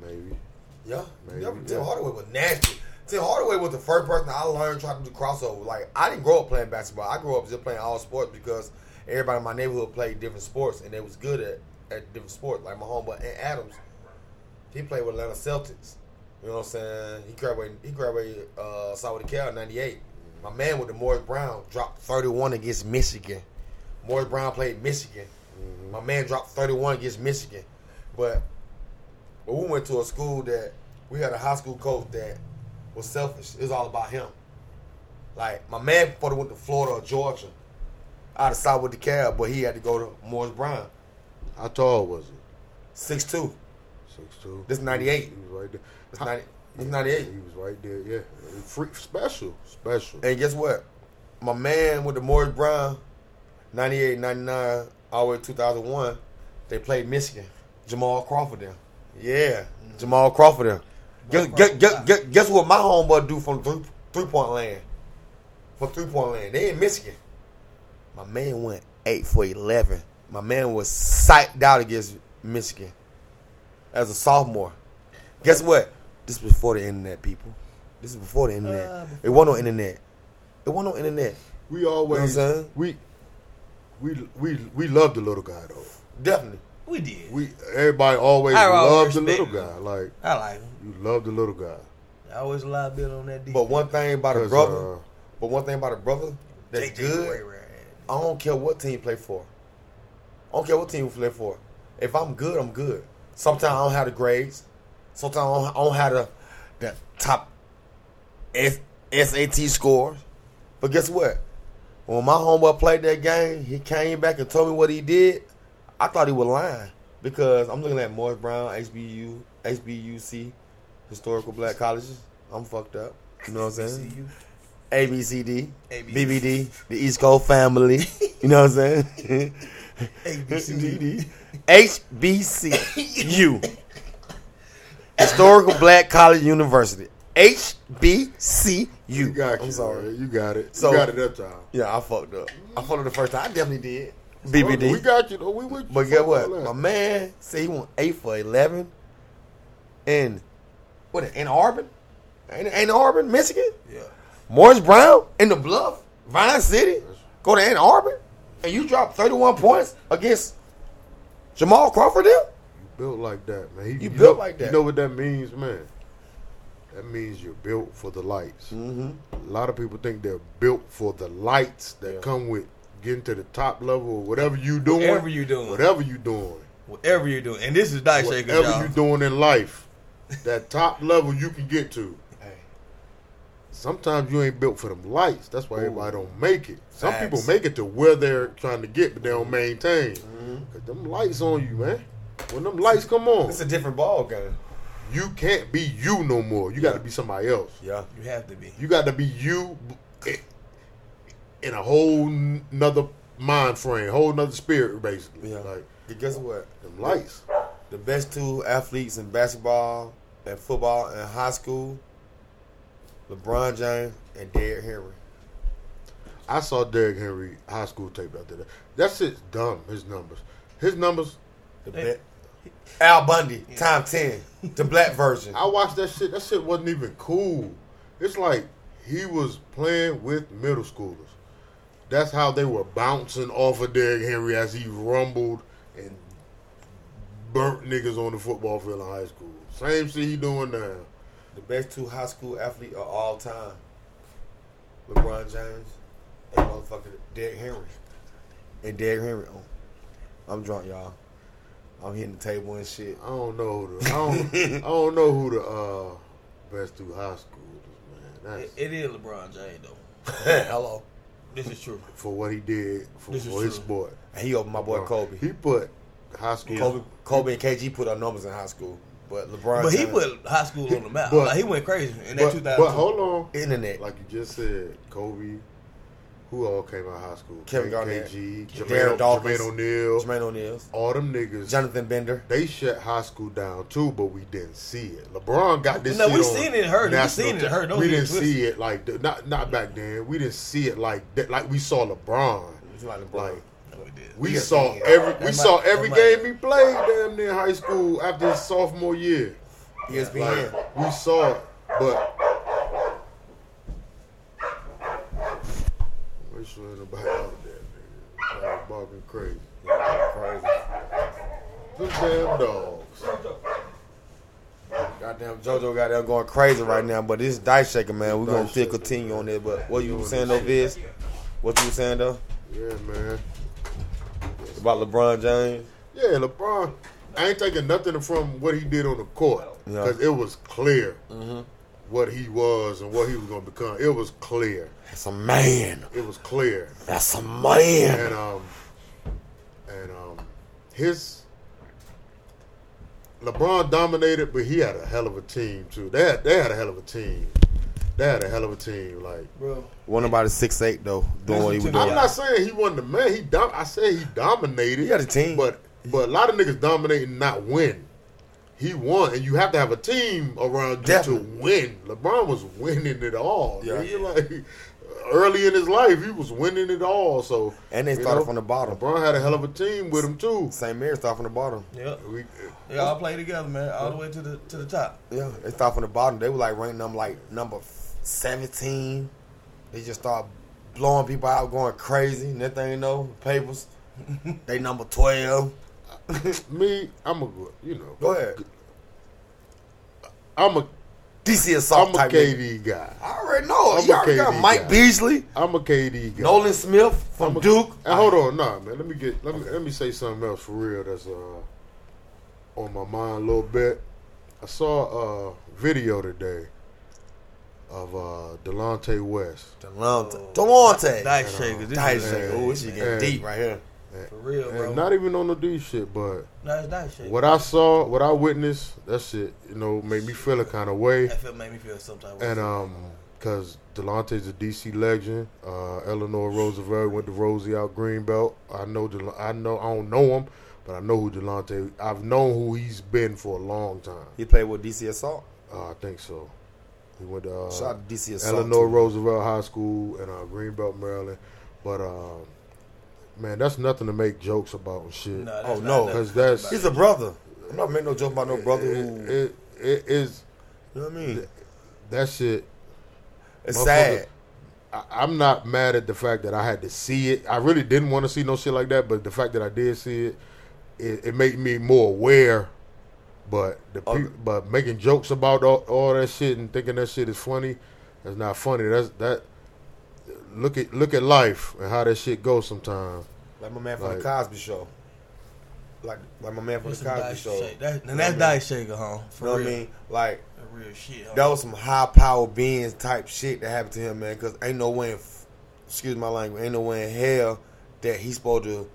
Speaker 1: maybe.
Speaker 2: Yeah,
Speaker 1: Maybe,
Speaker 2: yeah. Tim
Speaker 1: yeah.
Speaker 2: Hardaway was nasty. Tim Hardaway was the first person I learned trying to do crossover. Like I didn't grow up playing basketball. I grew up just playing all sports because everybody in my neighborhood played different sports and they was good at, at different sports. Like my homeboy Ant Adams, he played with Atlanta Celtics. You know what I'm saying? He graduated. He graduated uh, South Cal in '98. My man with the Morris Brown dropped 31 against Michigan. Morris Brown played Michigan.
Speaker 1: Mm-hmm.
Speaker 2: My man dropped 31 against Michigan, but but we went to a school that we had a high school coach that was selfish. It was all about him. Like my man before he went to Florida or Georgia, I decided with the cab, but he had to go to Morris Brown,
Speaker 1: How tall was he?
Speaker 2: six two.
Speaker 1: Six two.
Speaker 2: This 98.
Speaker 1: He was right there.
Speaker 2: It's
Speaker 1: How-
Speaker 2: ninety, it's ninety eight.
Speaker 1: He was right there. Yeah, Freak, special, special.
Speaker 2: And guess what? My man with the Morris Brown, 98, 99, all the way to 2001, they played Michigan. Jamal Crawford there. Yeah, Jamal Crawford there. Guess, guess, guess, guess, guess what my homeboy do from three, three-point land? From three-point land. They in Michigan. My man went 8 for 11. My man was psyched out against Michigan as a sophomore. Guess what? This was before the internet, people. This is before the internet.
Speaker 3: Uh,
Speaker 2: it wasn't on internet. It wasn't on internet.
Speaker 1: We always
Speaker 2: You know what I'm saying?
Speaker 1: we we we we love the little guy though.
Speaker 2: Definitely.
Speaker 3: We did.
Speaker 1: We everybody always
Speaker 3: I
Speaker 1: loved
Speaker 3: always
Speaker 1: the little
Speaker 3: respect him.
Speaker 1: guy. Like
Speaker 3: I like him.
Speaker 1: you love the little guy.
Speaker 3: I always lie bit on that defense.
Speaker 2: But one thing about a
Speaker 1: 'Cause,
Speaker 2: brother,
Speaker 1: uh,
Speaker 2: but one thing about a brother that's
Speaker 3: JJ
Speaker 2: good.
Speaker 3: Warrior.
Speaker 2: I don't care what team you play for. I don't care what team you play for. If I'm good, I'm good. Sometimes I don't have the grades. Sometimes I don't- I don't have the, the top S- SAT scores. But guess what? When my homeboy played that game, he came back and told me what he did. I thought he was lying because I'm looking at Morris Brown, HBU, HBUC, historical black colleges. I'm fucked up. You know what I'm saying?
Speaker 3: HBCU.
Speaker 2: A B C D,
Speaker 3: A, B,
Speaker 2: BBD, the East Coast family. You know what I'm saying?
Speaker 3: ABCD.
Speaker 2: HBCU, Historical Black College University. HBCU.
Speaker 1: You got
Speaker 2: I'm
Speaker 1: it.
Speaker 2: sorry.
Speaker 1: You got it.
Speaker 2: So-
Speaker 1: you got it that time.
Speaker 2: Yeah, I fucked up. I fucked up the first time. I definitely did.
Speaker 1: We
Speaker 2: BBD.
Speaker 1: got you though. We with you.
Speaker 2: But guess
Speaker 1: Fuck
Speaker 2: what?
Speaker 1: all that.
Speaker 2: My man said he went eight for eleven. In what? In Auburn? In, in Auburn, Michigan.
Speaker 3: Yeah.
Speaker 2: Morris Brown in the bluff, Vine City, go to Ann Arbor, and you drop 31 points against Jamal Crawford there?
Speaker 1: built like that, man. He-
Speaker 2: You built
Speaker 1: know-
Speaker 2: like
Speaker 1: You
Speaker 2: that.
Speaker 1: know what that means, man? That means you're built for the lights.
Speaker 2: Mm-hmm.
Speaker 1: A lot of people think they're built for the lights that
Speaker 2: Yeah.
Speaker 1: come with getting to the top level or whatever you doing.
Speaker 3: Whatever you doing.
Speaker 1: Whatever you doing.
Speaker 3: Whatever you're doing. And this is Dice Shaker,
Speaker 1: Whatever
Speaker 3: y'all.
Speaker 1: you doing in life. That top level you can get to.
Speaker 2: Hey,
Speaker 1: Sometimes you ain't built for them lights. That's why everybody don't make it. Some
Speaker 2: Facts.
Speaker 1: people make it to where they're trying to get, but they don't maintain.
Speaker 2: Mm-hmm.
Speaker 1: Cause them lights on you, man. When them lights come on,
Speaker 2: it's a different ball game.
Speaker 1: you can't be you no more. You got to be somebody else.
Speaker 2: Yeah.
Speaker 3: You have to be.
Speaker 1: You got to be you b- eh, in a whole n- nother mind frame, whole nother spirit, basically.
Speaker 2: Yeah.
Speaker 1: Like
Speaker 2: But guess what?
Speaker 1: them lights.
Speaker 2: The best two athletes in basketball and football in high school, LeBron James and Derrick Henry.
Speaker 1: I saw Derrick Henry high school tape out there. That shit's dumb. His numbers. His numbers.
Speaker 2: The
Speaker 3: Hey.
Speaker 2: best. Al Bundy, time 10, the black version.
Speaker 1: I watched that shit. That shit wasn't even cool. It's like he was playing with middle schoolers. That's how they were bouncing off of Derrick Henry as he rumbled and burnt niggas on the football field in high school. Same shit he doing now.
Speaker 2: The best two high school athlete of all time. LeBron James and motherfucker Derrick Henry. And Derrick Henry. Oh, I'm drunk, y'all. I'm hitting the table and shit.
Speaker 1: I don't know who the I don't, I don't know who the uh, best through high school is, man.
Speaker 3: It,
Speaker 1: That's
Speaker 3: it is LeBron James, though.
Speaker 2: Hello.
Speaker 3: This is true.
Speaker 1: for what he did for,
Speaker 3: This is
Speaker 1: for his
Speaker 3: true.
Speaker 1: sport.
Speaker 2: And he opened my boy
Speaker 1: Bro,
Speaker 2: Kobe.
Speaker 1: Oh. He put high school.
Speaker 2: Kobe, Kobe and KG put up numbers in high school, but LeBron.
Speaker 3: But he
Speaker 2: James-
Speaker 3: put high school on the map.
Speaker 1: But-
Speaker 3: like, he went crazy in that
Speaker 1: But,
Speaker 3: 2000.
Speaker 1: but hold on.
Speaker 2: internet. Like
Speaker 1: Like you just said, Kobe, who all came out of high school?
Speaker 2: Kevin
Speaker 1: K-
Speaker 2: Garnett,
Speaker 1: KG,
Speaker 2: Darryl
Speaker 1: Jermaine,
Speaker 2: Dawkins,
Speaker 1: Jermaine O'Neal,
Speaker 2: Jermaine O'Neal's,
Speaker 1: all them niggas.
Speaker 2: Jonathan Bender.
Speaker 1: They shut high school down too, but we didn't see it. LeBron got this.
Speaker 3: No,
Speaker 1: shit
Speaker 3: we
Speaker 1: on
Speaker 3: seen it and heard it. We
Speaker 1: national
Speaker 3: seen it and
Speaker 1: te-
Speaker 3: heard it. Don't
Speaker 1: we
Speaker 3: get it
Speaker 1: didn't
Speaker 3: twisted.
Speaker 1: see it like th- not not back then. We didn't see it like that. Like we saw LeBron.
Speaker 2: It's like LeBron.
Speaker 1: Like
Speaker 3: No, it did.
Speaker 1: we
Speaker 2: Yeah,
Speaker 1: saw
Speaker 2: yeah.
Speaker 1: every we
Speaker 3: That
Speaker 1: saw
Speaker 3: might-
Speaker 1: every
Speaker 3: that
Speaker 1: game
Speaker 3: might-
Speaker 1: he played damn near high school after his sophomore year.
Speaker 2: E ESPN.
Speaker 1: We saw it, but make sure ain't nobody out there, nigga. I was barking crazy.
Speaker 2: Yeah, crazy.
Speaker 1: Them damn dogs.
Speaker 2: Goddamn, JoJo got them going crazy right now, but this dice shaker, man, we're
Speaker 1: Dice
Speaker 2: gonna still
Speaker 1: shaker.
Speaker 2: continue on this. But what you were saying though, Viz? What you were saying though
Speaker 1: Yeah, man.
Speaker 2: about LeBron James?
Speaker 1: Yeah, LeBron. I ain't taking nothing from what he did on the court
Speaker 2: Yeah.
Speaker 1: because it was clear what he was and what he was gonna become. It was clear.
Speaker 2: That's a man.
Speaker 1: It was clear.
Speaker 2: That's a man.
Speaker 1: and um and um his LeBron dominated, but he had a hell of a team too. They had, they had a hell of a team. They had a hell of a team. Like
Speaker 3: Bro.
Speaker 2: One about a six eight though, doing what he was
Speaker 3: Listen
Speaker 2: doing.
Speaker 3: to
Speaker 1: I'm not saying he wasn't the man. He dom- I said he dominated.
Speaker 2: He had a team.
Speaker 1: but but a lot of niggas dominate and not win. He won, and you have to have a team around you
Speaker 2: Definitely.
Speaker 1: to win. LeBron was winning it all.
Speaker 2: Yeah.
Speaker 1: nigga. Like, early in his life, he was winning it all. So
Speaker 2: And they
Speaker 1: you
Speaker 2: started
Speaker 1: know,
Speaker 2: from the bottom.
Speaker 1: LeBron had a hell of a team with him too.
Speaker 2: St. Mary started from the bottom.
Speaker 3: Yep.
Speaker 1: We,
Speaker 3: They all play together, man, all the way to the to the top.
Speaker 2: Yeah, they started from the bottom. They were like ranked number like number seventeen. They just start blowing people out, going crazy. Next thing you know, papers. they number twelve.
Speaker 1: me, I'm a good, you know,
Speaker 2: Go ahead.
Speaker 1: I'm a
Speaker 2: DC
Speaker 1: I'm
Speaker 2: assault
Speaker 1: a
Speaker 2: type. nigga.
Speaker 1: KD guy.
Speaker 2: I already know.
Speaker 1: I'm
Speaker 2: you
Speaker 1: a
Speaker 2: already got
Speaker 1: KD
Speaker 2: Mike
Speaker 1: guy.
Speaker 2: Beasley,
Speaker 1: I'm a KD guy.
Speaker 2: Nolan Smith from
Speaker 1: I'm a-
Speaker 2: Duke.
Speaker 1: And hold on, nah, man. Let me get let me let me say something else for real. That's uh on my mind a little bit. I saw a video today of uh, Delonte West.
Speaker 2: Delonte. Delonte.
Speaker 3: Dice shaker. This
Speaker 2: Dice
Speaker 3: is
Speaker 2: shaker. Oh, this shit
Speaker 1: Yeah.
Speaker 2: getting deep right here.
Speaker 3: For real, bro.
Speaker 1: And not even on the D shit, but
Speaker 3: no, it's dice shaker.
Speaker 1: what I saw, what I witnessed, that shit, you know, made me feel a kind of way.
Speaker 3: That feel made me feel some type of way.
Speaker 1: And um, cause Delonte's a DC legend. Uh, Eleanor Roosevelt went to Rosie out Greenbelt. I know, Del- I know, I don't know him, but I know who Delonte. I've known who he's been for a long time.
Speaker 2: He played with DC Assault.
Speaker 1: Uh, I think so. He went to uh,
Speaker 2: Shout out to DC Assault.
Speaker 1: Eleanor
Speaker 2: too.
Speaker 1: Roosevelt High School in uh, Greenbelt, Maryland. But um, man, that's nothing to make jokes about and shit.
Speaker 3: No, that's
Speaker 2: Oh,
Speaker 3: not
Speaker 2: no.
Speaker 3: nothing.
Speaker 1: Cause that's
Speaker 2: He's a brother. I'm not making no joke about no brother
Speaker 1: it,
Speaker 2: who.
Speaker 1: it, it is
Speaker 2: you know what I mean?
Speaker 1: that shit.
Speaker 2: It's
Speaker 1: Motherfucker-
Speaker 2: sad.
Speaker 1: I, I'm not mad at the fact that I had to see it. I really didn't want to see no shit like that, but the fact that I did see it, it, it made me more aware. But the
Speaker 2: Oh.
Speaker 1: peop but making jokes about all, all that shit and thinking that shit is funny, that's not funny. That's that. Look at look at life and how that shit goes sometimes.
Speaker 2: Like my man from
Speaker 1: Like-
Speaker 2: the Cosby Show. Like like my man from
Speaker 3: That's
Speaker 2: the
Speaker 3: some
Speaker 2: Cosby
Speaker 3: dice
Speaker 2: Show.
Speaker 3: shaker. That,
Speaker 2: You know
Speaker 3: and that's
Speaker 2: what I mean?
Speaker 3: dice shaker, huh?
Speaker 2: You
Speaker 3: For
Speaker 2: know what I
Speaker 3: real.
Speaker 2: mean? Like
Speaker 3: That real shit. Huh?
Speaker 2: that was some high power beings type shit that happened to him, man. Because ain't no way, in, f- excuse my language, ain't no way in hell that he's supposed to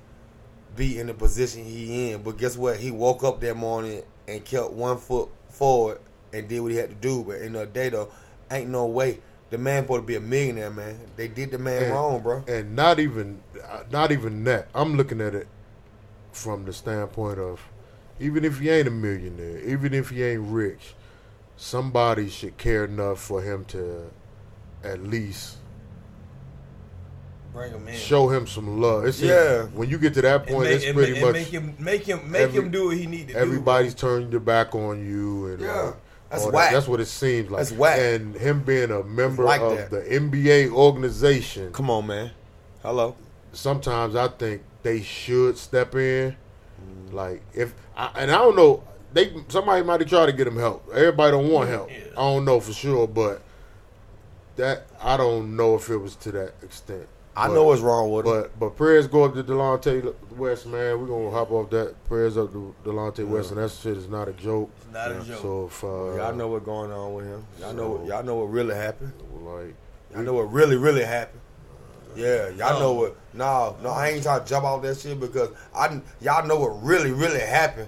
Speaker 2: be in the position he in. But guess what? He woke up that morning and kept one foot forward and did what he had to do. But in the day though, ain't no way. The man supposed to be a millionaire, man. They did the man
Speaker 1: And-
Speaker 2: wrong, bro.
Speaker 1: and not even uh, not even that. I'm looking at it from the standpoint of even if you ain't a millionaire, even if you ain't rich, somebody should care enough for him to at least
Speaker 3: Bring him in.
Speaker 1: show him some love. It's
Speaker 2: Yeah.
Speaker 1: when you get to that
Speaker 3: and
Speaker 1: point,
Speaker 3: make,
Speaker 1: it's
Speaker 3: and
Speaker 1: pretty
Speaker 3: make,
Speaker 1: much
Speaker 3: and make him make him make
Speaker 1: every-
Speaker 3: him do what he need to
Speaker 1: everybody's turning their back on you and
Speaker 2: Yeah.
Speaker 1: like,
Speaker 2: That's
Speaker 1: all
Speaker 2: whack.
Speaker 1: That's what it seems like.
Speaker 2: That's whack.
Speaker 1: And him being a member
Speaker 2: like
Speaker 1: of
Speaker 2: that.
Speaker 1: the NBA organization,
Speaker 2: Come on, man. Hello.
Speaker 1: sometimes I think they should step in. Like if I, and I don't know, they somebody might have tried to get him help. Everybody don't want help.
Speaker 3: Yeah.
Speaker 1: I don't know for sure, but that I don't know if it was to that extent.
Speaker 2: I
Speaker 1: But-
Speaker 2: know what's wrong with him.
Speaker 1: But but prayers go up to Delonte West, man. We're gonna hop off that prayers up to Delonte West, and that shit is not a joke.
Speaker 3: do. Not a joke.
Speaker 1: So if uh,
Speaker 2: y'all know what's going on with him. Y'all know
Speaker 1: So-
Speaker 2: what y'all know what really happened.
Speaker 1: like
Speaker 2: Y'all know what really, really happened. Yeah, y'all
Speaker 3: No.
Speaker 1: Oh.
Speaker 2: know what. No, no, I ain't trying to jump off that shit because I y'all know what really, really happened.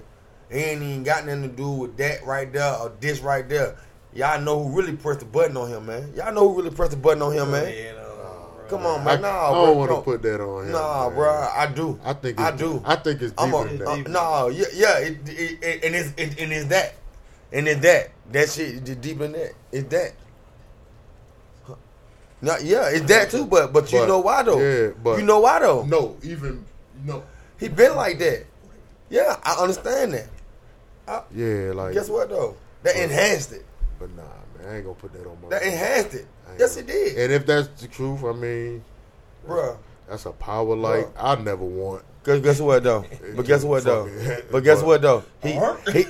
Speaker 2: It ain't even got nothing to do with that right there or this right there. Y'all know who really pressed the button on him, man. Y'all know who really pressed the button on him, man.
Speaker 3: Yeah, no,
Speaker 1: Oh,
Speaker 3: bro.
Speaker 2: Come on,
Speaker 1: I,
Speaker 2: man. Nah,
Speaker 1: I
Speaker 2: bro,
Speaker 1: don't want to
Speaker 2: no.
Speaker 1: put that on him.
Speaker 2: Nah,
Speaker 1: man.
Speaker 2: bro, I do.
Speaker 1: I think it's,
Speaker 2: I do.
Speaker 1: I think it's
Speaker 2: I'm
Speaker 1: deeper
Speaker 2: a,
Speaker 1: than that.
Speaker 2: uh, no, yeah, yeah, it, it, it, and it's it, and it's that, and it's that. That shit is deep in that. It's that. No, yeah, it's that too. But but you
Speaker 1: But,
Speaker 2: know why though?
Speaker 1: yeah, but-
Speaker 2: you know why though?
Speaker 1: No, even no.
Speaker 2: He been like that. Yeah, I understand that.
Speaker 1: Yeah, like
Speaker 2: Guess what though? That enhanced it.
Speaker 1: But nah, man, I ain't gonna put that on my.
Speaker 2: That enhanced it.
Speaker 1: I ain't
Speaker 2: Yes, it
Speaker 1: gonna-
Speaker 2: did,
Speaker 1: And if that's the truth, I mean,
Speaker 2: Bruh.
Speaker 1: that's a power like I never want.
Speaker 2: Guess, guess what though? But guess what though? But guess what though? He he,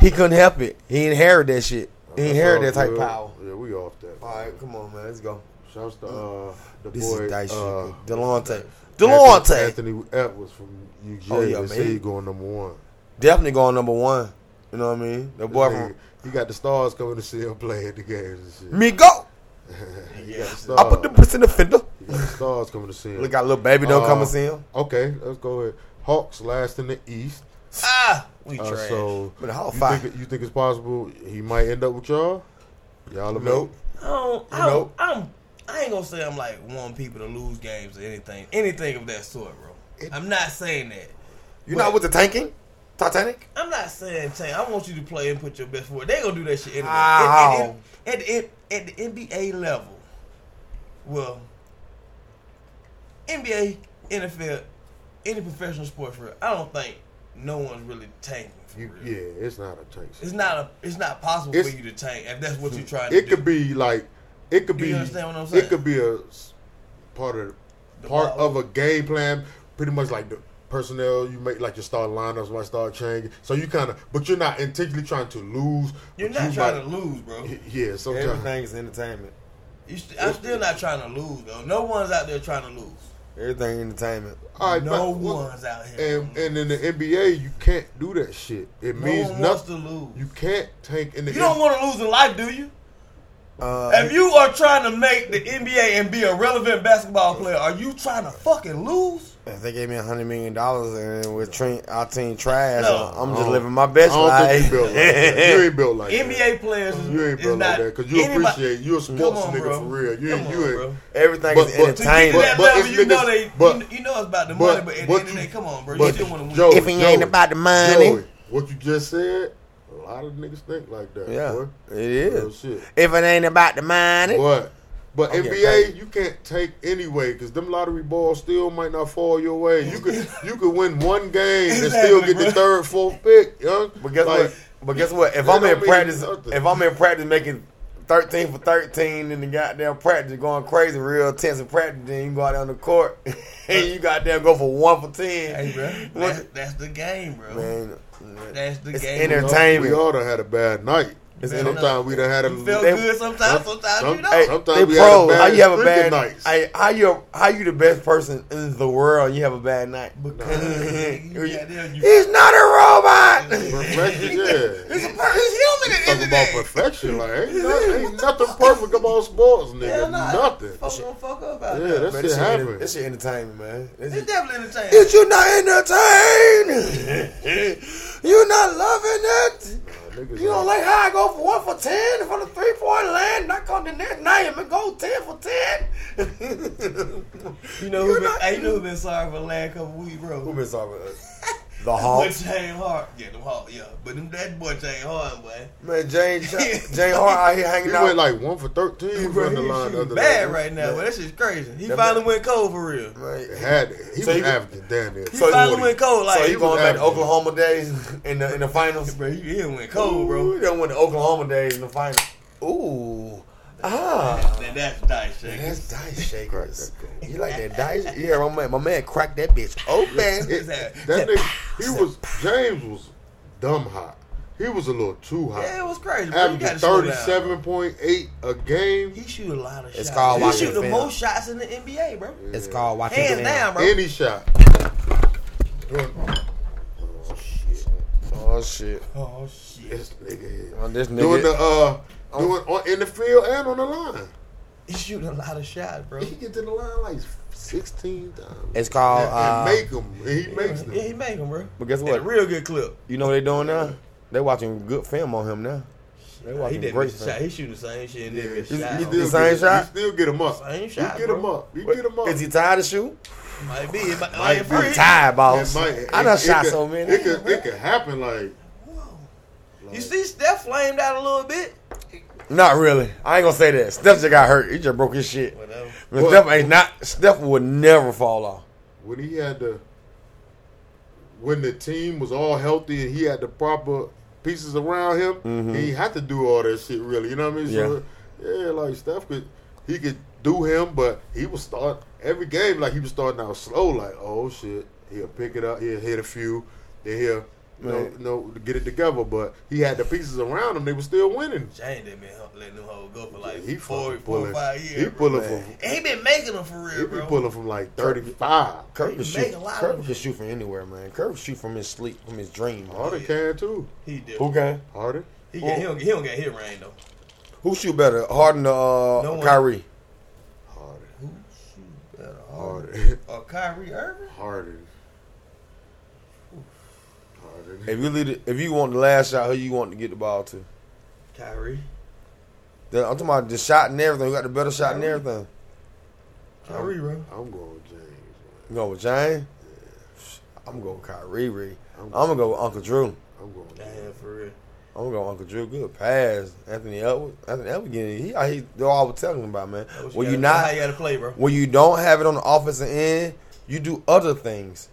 Speaker 2: he couldn't help it. He inherited that shit. He inherited that
Speaker 1: That's all
Speaker 2: type of
Speaker 1: good.
Speaker 2: power.
Speaker 1: Yeah, we off that.
Speaker 2: All right, come on, man, let's go.
Speaker 1: Shouts to uh, the
Speaker 2: This
Speaker 1: boy
Speaker 2: is dice
Speaker 1: uh,
Speaker 2: shit. Delonte.
Speaker 1: Anthony,
Speaker 2: Delonte.
Speaker 1: Anthony Edwards from UJ.
Speaker 2: Oh, yeah,
Speaker 1: they
Speaker 2: man.
Speaker 1: say he going number one.
Speaker 2: Definitely going number one. You know what I mean? The boy
Speaker 1: This
Speaker 2: from
Speaker 1: nigga, he got the stars coming to see him play at the games and shit.
Speaker 2: Me go.
Speaker 1: He got the stars.
Speaker 2: Mm. I put the piss in the fender.
Speaker 1: He got the stars coming to see him.
Speaker 2: Look out, little baby don't
Speaker 1: Uh,
Speaker 2: come and see him.
Speaker 1: Okay, let's go ahead. Hawks last in the East.
Speaker 3: Ah, we
Speaker 1: Uh,
Speaker 3: trash.
Speaker 1: so
Speaker 2: But how
Speaker 1: you
Speaker 2: far?
Speaker 1: think, you think it's possible he might end up with y'all? Y'all
Speaker 2: Nope.
Speaker 3: I don't. I
Speaker 2: Nope.
Speaker 3: don't I'm. I ain't gonna say I'm like wanting people to lose games or anything, anything of that sort, bro. I'm not saying that.
Speaker 2: You not with the tanking? Titanic?
Speaker 3: I'm not saying change. I want you to play and put your best foot. They gonna do that shit anyway.
Speaker 2: Ow.
Speaker 3: At, at, at, at the NBA level, well, NBA, NFL, any professional sport for real, I don't think no one's really tanking for
Speaker 1: You,
Speaker 3: real.
Speaker 1: yeah, it's not a tank.
Speaker 3: It's not a. It's not possible
Speaker 1: It's-
Speaker 3: for you to tank if that's what you're trying to
Speaker 1: It
Speaker 3: do.
Speaker 1: could be like it could
Speaker 3: Do
Speaker 1: be.
Speaker 3: you understand what I'm saying?
Speaker 1: It could be a s- part of
Speaker 3: The
Speaker 1: part
Speaker 3: ball-
Speaker 1: of a game plan, pretty much like the personnel you make, like your start lineups might start changing. So you kind of, but you're not intentionally trying to lose.
Speaker 3: You're
Speaker 1: but
Speaker 3: not
Speaker 1: you
Speaker 3: trying
Speaker 1: might-
Speaker 3: to lose, bro.
Speaker 1: Yeah, sometimes
Speaker 2: Everything is entertainment.
Speaker 3: You st- I'm still not trying to lose, though. No one's out there trying to lose.
Speaker 2: Everything entertainment.
Speaker 1: All right,
Speaker 3: no
Speaker 1: but what-
Speaker 3: one's out here.
Speaker 1: And and in the NBA, you can't do that shit. It
Speaker 3: no
Speaker 1: means
Speaker 3: one wants to
Speaker 1: nothing.
Speaker 3: lose.
Speaker 1: You can't take in the.
Speaker 3: You don't want to lose in life, do you?
Speaker 2: Uh,
Speaker 3: If you are trying to make the NBA and be a relevant basketball player, are you trying to fucking lose?
Speaker 2: if they gave me a hundred million dollars and with train, our team trash,
Speaker 3: No.
Speaker 2: I'm
Speaker 1: I
Speaker 2: just
Speaker 1: don't-
Speaker 2: living my best
Speaker 1: I don't
Speaker 2: life.
Speaker 1: think you built like that. You ain't built like that.
Speaker 3: NBA players is,
Speaker 1: You ain't
Speaker 3: is
Speaker 1: built like
Speaker 3: not
Speaker 1: that because you
Speaker 3: anybody-
Speaker 1: appreciate you a sports
Speaker 3: Come on,
Speaker 1: nigga
Speaker 3: bro.
Speaker 1: for real. You ain't
Speaker 3: Come
Speaker 1: you
Speaker 3: on,
Speaker 1: ain't.
Speaker 3: bro.
Speaker 2: Everything
Speaker 1: But- but-
Speaker 2: is
Speaker 3: To get to
Speaker 2: entertainment.
Speaker 3: that
Speaker 1: But-
Speaker 3: level,
Speaker 1: but
Speaker 3: you know
Speaker 1: it's niggas-
Speaker 3: they,
Speaker 1: but-
Speaker 3: you, you know it's about the money,
Speaker 1: But
Speaker 3: but at the
Speaker 1: what
Speaker 3: end of the
Speaker 1: you-
Speaker 3: day, come on, bro, you
Speaker 1: but
Speaker 3: still want to win.
Speaker 1: Joey,
Speaker 2: If he ain't
Speaker 1: Joey,
Speaker 2: about the money.
Speaker 1: Joey, what you just said, a lot of niggas think like that.
Speaker 2: Yeah,
Speaker 1: boy.
Speaker 2: it
Speaker 1: Real
Speaker 2: is.
Speaker 1: shit.
Speaker 2: If it ain't about the money,
Speaker 1: But but
Speaker 2: Okay,
Speaker 1: NBA,
Speaker 2: thank
Speaker 1: you can't take anyway because them lottery balls still might not fall your way. You could you could win one game and still
Speaker 3: Exactly,
Speaker 1: get
Speaker 3: bro.
Speaker 1: the third, fourth pick. Young,
Speaker 2: But guess
Speaker 1: Like,
Speaker 2: what? But guess what? If
Speaker 1: that
Speaker 2: I'm
Speaker 1: don't
Speaker 2: in
Speaker 1: mean
Speaker 2: practice,
Speaker 1: nothing.
Speaker 2: if I'm in practice making thirteen for thirteen in the goddamn practice, going crazy, real tense in practice, then you go out there on the court and you goddamn go for one for ten.
Speaker 3: Hey, bro,
Speaker 2: What-
Speaker 3: that's, that's the game, bro.
Speaker 2: man,
Speaker 3: That's the
Speaker 2: It's
Speaker 3: game.
Speaker 1: you
Speaker 2: inter-
Speaker 1: know,
Speaker 2: entertainment.
Speaker 1: We all done had a bad night.
Speaker 2: It's enter-
Speaker 1: Sometimes we done had a
Speaker 3: you feel
Speaker 2: they-
Speaker 3: good sometimes, sometimes
Speaker 1: some-
Speaker 3: you don't.
Speaker 2: Hey,
Speaker 1: Sometimes
Speaker 2: they
Speaker 1: we have
Speaker 2: pro.
Speaker 1: bad
Speaker 2: How you have a
Speaker 1: freaking
Speaker 2: bad night?
Speaker 1: nights.
Speaker 2: Hey, how you how you the best person in the world? and You have a bad night.
Speaker 3: Because you got there, you-
Speaker 2: He's not a robot.
Speaker 1: perfection. Yeah,
Speaker 3: It's, a per- it's human at the end
Speaker 1: talking about
Speaker 3: of the day.
Speaker 1: perfection. Like ain't, not, ain't nothing perfect about sports,
Speaker 3: Hell
Speaker 1: nigga.
Speaker 3: nah.
Speaker 1: Nothing.
Speaker 3: Fuck, don't fuck up out
Speaker 1: Yeah,
Speaker 3: there.
Speaker 1: that's- shit
Speaker 2: Man, this, shit enter-
Speaker 1: happened.
Speaker 2: this shit entertainment, man. This shit-
Speaker 3: It's definitely entertaining.
Speaker 2: Is you not entertained? you not loving
Speaker 1: Nah,
Speaker 2: it?
Speaker 1: niggas
Speaker 2: You don't
Speaker 1: out-
Speaker 2: like how I go for one for ten from the three point land, knock on the net, now you may go ten for ten.
Speaker 3: you know who
Speaker 2: You're
Speaker 3: been,
Speaker 2: not-
Speaker 3: hey, you know who been sorry for the last couple weeks, bro?
Speaker 2: Who been sorry about us? The
Speaker 3: Boy
Speaker 2: Hawks.
Speaker 3: James Hart. Yeah, them Hawks, yeah. But them, that boy James Hart, boy.
Speaker 2: Man, Jane, Jane Hart out here
Speaker 1: He
Speaker 2: hanging
Speaker 1: went
Speaker 2: out.
Speaker 1: like one for thirteen
Speaker 3: Bro,
Speaker 1: from the
Speaker 3: he
Speaker 1: line the
Speaker 3: shooting
Speaker 1: other
Speaker 3: bad
Speaker 1: day.
Speaker 3: right now, but that shit's crazy. He
Speaker 2: That
Speaker 3: finally
Speaker 2: man-
Speaker 3: went cold for real.
Speaker 1: It
Speaker 2: Man,
Speaker 1: had it. He
Speaker 2: So
Speaker 1: was
Speaker 2: you could-
Speaker 1: averaging down there.
Speaker 3: He
Speaker 2: So he
Speaker 3: finally
Speaker 2: was-
Speaker 3: went cold like
Speaker 2: so you
Speaker 1: was
Speaker 2: going back to
Speaker 1: average.
Speaker 2: Oklahoma days in the in the finals?
Speaker 3: bro, he, he went cold,
Speaker 2: Ooh,
Speaker 3: bro.
Speaker 2: They went to Oklahoma days in the finals. Ooh, ah.
Speaker 3: That, that's dice shaking.
Speaker 2: That's dice shakers.
Speaker 1: Crack that
Speaker 2: You like that dice? Yeah, my man, my man cracked that bitch open.
Speaker 1: It- that nigga, he was James was dumb hot. He was a little too hot.
Speaker 3: yeah, it was crazy, bro. You
Speaker 1: Averaging
Speaker 3: gotta slow down.
Speaker 1: thirty-seven point eight a game.
Speaker 3: He shoot a lot of shots.
Speaker 2: It's called
Speaker 3: he
Speaker 2: watching
Speaker 3: shoot the
Speaker 2: film.
Speaker 3: most shots in the NBA, bro.
Speaker 2: It's called watching
Speaker 3: Hands down, bro.
Speaker 1: Any shot.
Speaker 2: Oh shit!
Speaker 3: oh shit.
Speaker 1: This nigga.
Speaker 2: On this nigga.
Speaker 1: Doing the uh, doing on, in the field and on the line.
Speaker 3: He shooting a lot of shots, bro.
Speaker 1: He gets in the line like sixteen times.
Speaker 2: It's called.
Speaker 1: and, and
Speaker 2: uh,
Speaker 1: make them. And he makes them.
Speaker 3: Yeah, he made him, bro.
Speaker 2: But guess
Speaker 3: That's a
Speaker 2: what?
Speaker 3: real good clip.
Speaker 2: You know what they doing now? They watching good film on him now. They
Speaker 3: He
Speaker 2: watching
Speaker 3: didn't
Speaker 2: great
Speaker 3: miss a
Speaker 2: film.
Speaker 3: shot. He shooting the same shit and didn't miss
Speaker 1: You-
Speaker 3: a
Speaker 1: you
Speaker 3: shot.
Speaker 1: still
Speaker 2: The
Speaker 1: get
Speaker 2: same
Speaker 1: him-
Speaker 2: shot?
Speaker 1: You still get him up.
Speaker 3: Same
Speaker 1: you
Speaker 3: shot,
Speaker 1: get
Speaker 3: bro.
Speaker 1: him up. You
Speaker 2: Wait,
Speaker 1: get him up.
Speaker 2: Is he tired of shoot?
Speaker 3: Might be. It might,
Speaker 1: Might
Speaker 3: like,
Speaker 1: be.
Speaker 3: free.
Speaker 1: He-
Speaker 2: Tired, boss.
Speaker 1: It might-
Speaker 2: I done
Speaker 1: it- it
Speaker 2: shot
Speaker 1: could-
Speaker 2: so many.
Speaker 1: It could, it could happen like.
Speaker 3: Whoa.
Speaker 1: like
Speaker 3: You see, Steph flamed out a little bit.
Speaker 2: Not really. I ain't gonna say that. Steph just got hurt. He just broke his shit.
Speaker 3: Whatever.
Speaker 2: But
Speaker 1: Well-
Speaker 2: Steph ain't not. Steph would never fall off.
Speaker 1: when he had the when the team was all healthy and he had the proper pieces around him, he had to do all that shit really. You know what I mean? So, yeah, like Steph could he could do him, but he was start every game like he was starting out slow. Like oh shit, he'll pick it up, he'll hit a few, then he'll. You know,
Speaker 2: Right.
Speaker 1: you know, get it together, but he had the pieces around him. They were still winning.
Speaker 3: James didn't been letting them hoes go for like
Speaker 1: he
Speaker 3: four,
Speaker 1: fucking
Speaker 3: four
Speaker 1: pulling.
Speaker 3: or five
Speaker 1: he
Speaker 3: years. bro.
Speaker 1: pulling
Speaker 2: Man.
Speaker 1: from.
Speaker 3: And he been making them for
Speaker 1: He
Speaker 3: real,
Speaker 1: be
Speaker 3: bro.
Speaker 1: pulling from like thirty-five.
Speaker 2: Kirk can
Speaker 3: He make
Speaker 2: shoot.
Speaker 3: a lot
Speaker 2: Kirk
Speaker 3: of-
Speaker 2: can shoot from anywhere, man. Kirk can shoot from his sleep, from his dream. man.
Speaker 1: Harder can too.
Speaker 3: He did.
Speaker 2: Who can?
Speaker 1: Harder.
Speaker 3: He, get, he, don't, he don't get hit rain though.
Speaker 2: Who shoot better, Harden or uh,
Speaker 3: No one.
Speaker 2: Kyrie?
Speaker 1: Harder.
Speaker 3: Who shoot better, Harden
Speaker 1: Harder.
Speaker 3: or Oh, Kyrie Irving?
Speaker 1: Harden. Harden.
Speaker 2: If you lead it, if you want the last shot, who you want to get the ball to?
Speaker 3: Kyrie.
Speaker 2: The- I'm talking about the shot and everything. You got the better shot and everything.
Speaker 3: Kyrie, bro.
Speaker 1: I'm going with James. Man.
Speaker 2: You go with Jane. I'm going with Kyrie. Ree. I'm
Speaker 1: I'm-
Speaker 2: gonna go with Uncle Drew.
Speaker 1: I'm going. With
Speaker 3: Damn,
Speaker 1: James.
Speaker 3: for real.
Speaker 2: I'm gonna go with Uncle Drew. Good pass, Anthony Edwards. Anthony Edwards getting he, he do all I was telling him about man.
Speaker 3: That's what
Speaker 2: When you
Speaker 3: gotta- that's
Speaker 2: not
Speaker 3: how you gotta play, bro.
Speaker 2: when you don't have it on the offensive end, you do other things.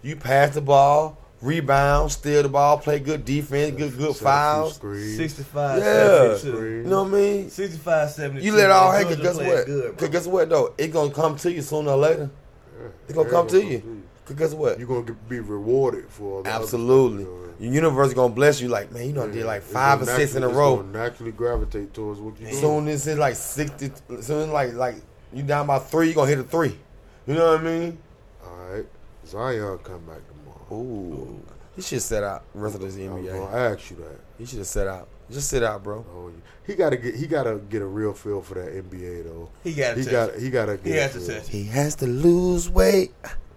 Speaker 2: You pass the ball, rebound, steal the ball, play good defense, good
Speaker 1: Set a few
Speaker 2: good fouls.
Speaker 1: screens.
Speaker 3: Sixty-five,
Speaker 2: Yeah.
Speaker 3: seventy-two.
Speaker 2: You know what I mean?
Speaker 3: 65, 72.
Speaker 2: You let it all hang.
Speaker 3: Georgia
Speaker 2: 'cause Guess
Speaker 3: playing
Speaker 2: what?
Speaker 3: Good,
Speaker 2: 'Cause
Speaker 3: bro.
Speaker 2: guess what though? It's gonna come to you sooner or later.
Speaker 1: Yeah.
Speaker 2: It's gonna
Speaker 1: Yeah,
Speaker 2: come to
Speaker 1: come
Speaker 2: you. 'Cause guess what?
Speaker 1: You're gonna get, be rewarded for all the other-
Speaker 2: Absolutely.
Speaker 1: Yeah.
Speaker 2: Your universe gonna bless you. Like man, you know, I did like
Speaker 1: It's
Speaker 2: five or
Speaker 1: gonna
Speaker 2: six in a
Speaker 1: naturally-
Speaker 2: row.
Speaker 1: It's gonna naturally gravitate towards what you doing.
Speaker 2: Soon as it's like sixty. Soon as like like you down by three, you gonna hit a three. You know what I mean?
Speaker 1: All right, Zion come back tomorrow.
Speaker 2: Ooh. He should set out rest of this
Speaker 1: I was
Speaker 2: NBA.
Speaker 1: gonna ask you that.
Speaker 2: He should have set out. Just sit out, bro.
Speaker 1: Oh, you- he gotta get he gotta get a real feel for that NBA though.
Speaker 3: He got
Speaker 1: He
Speaker 3: to
Speaker 1: got he gotta get.
Speaker 3: He
Speaker 1: a
Speaker 3: has to
Speaker 1: feel.
Speaker 3: touch.
Speaker 2: He has to lose weight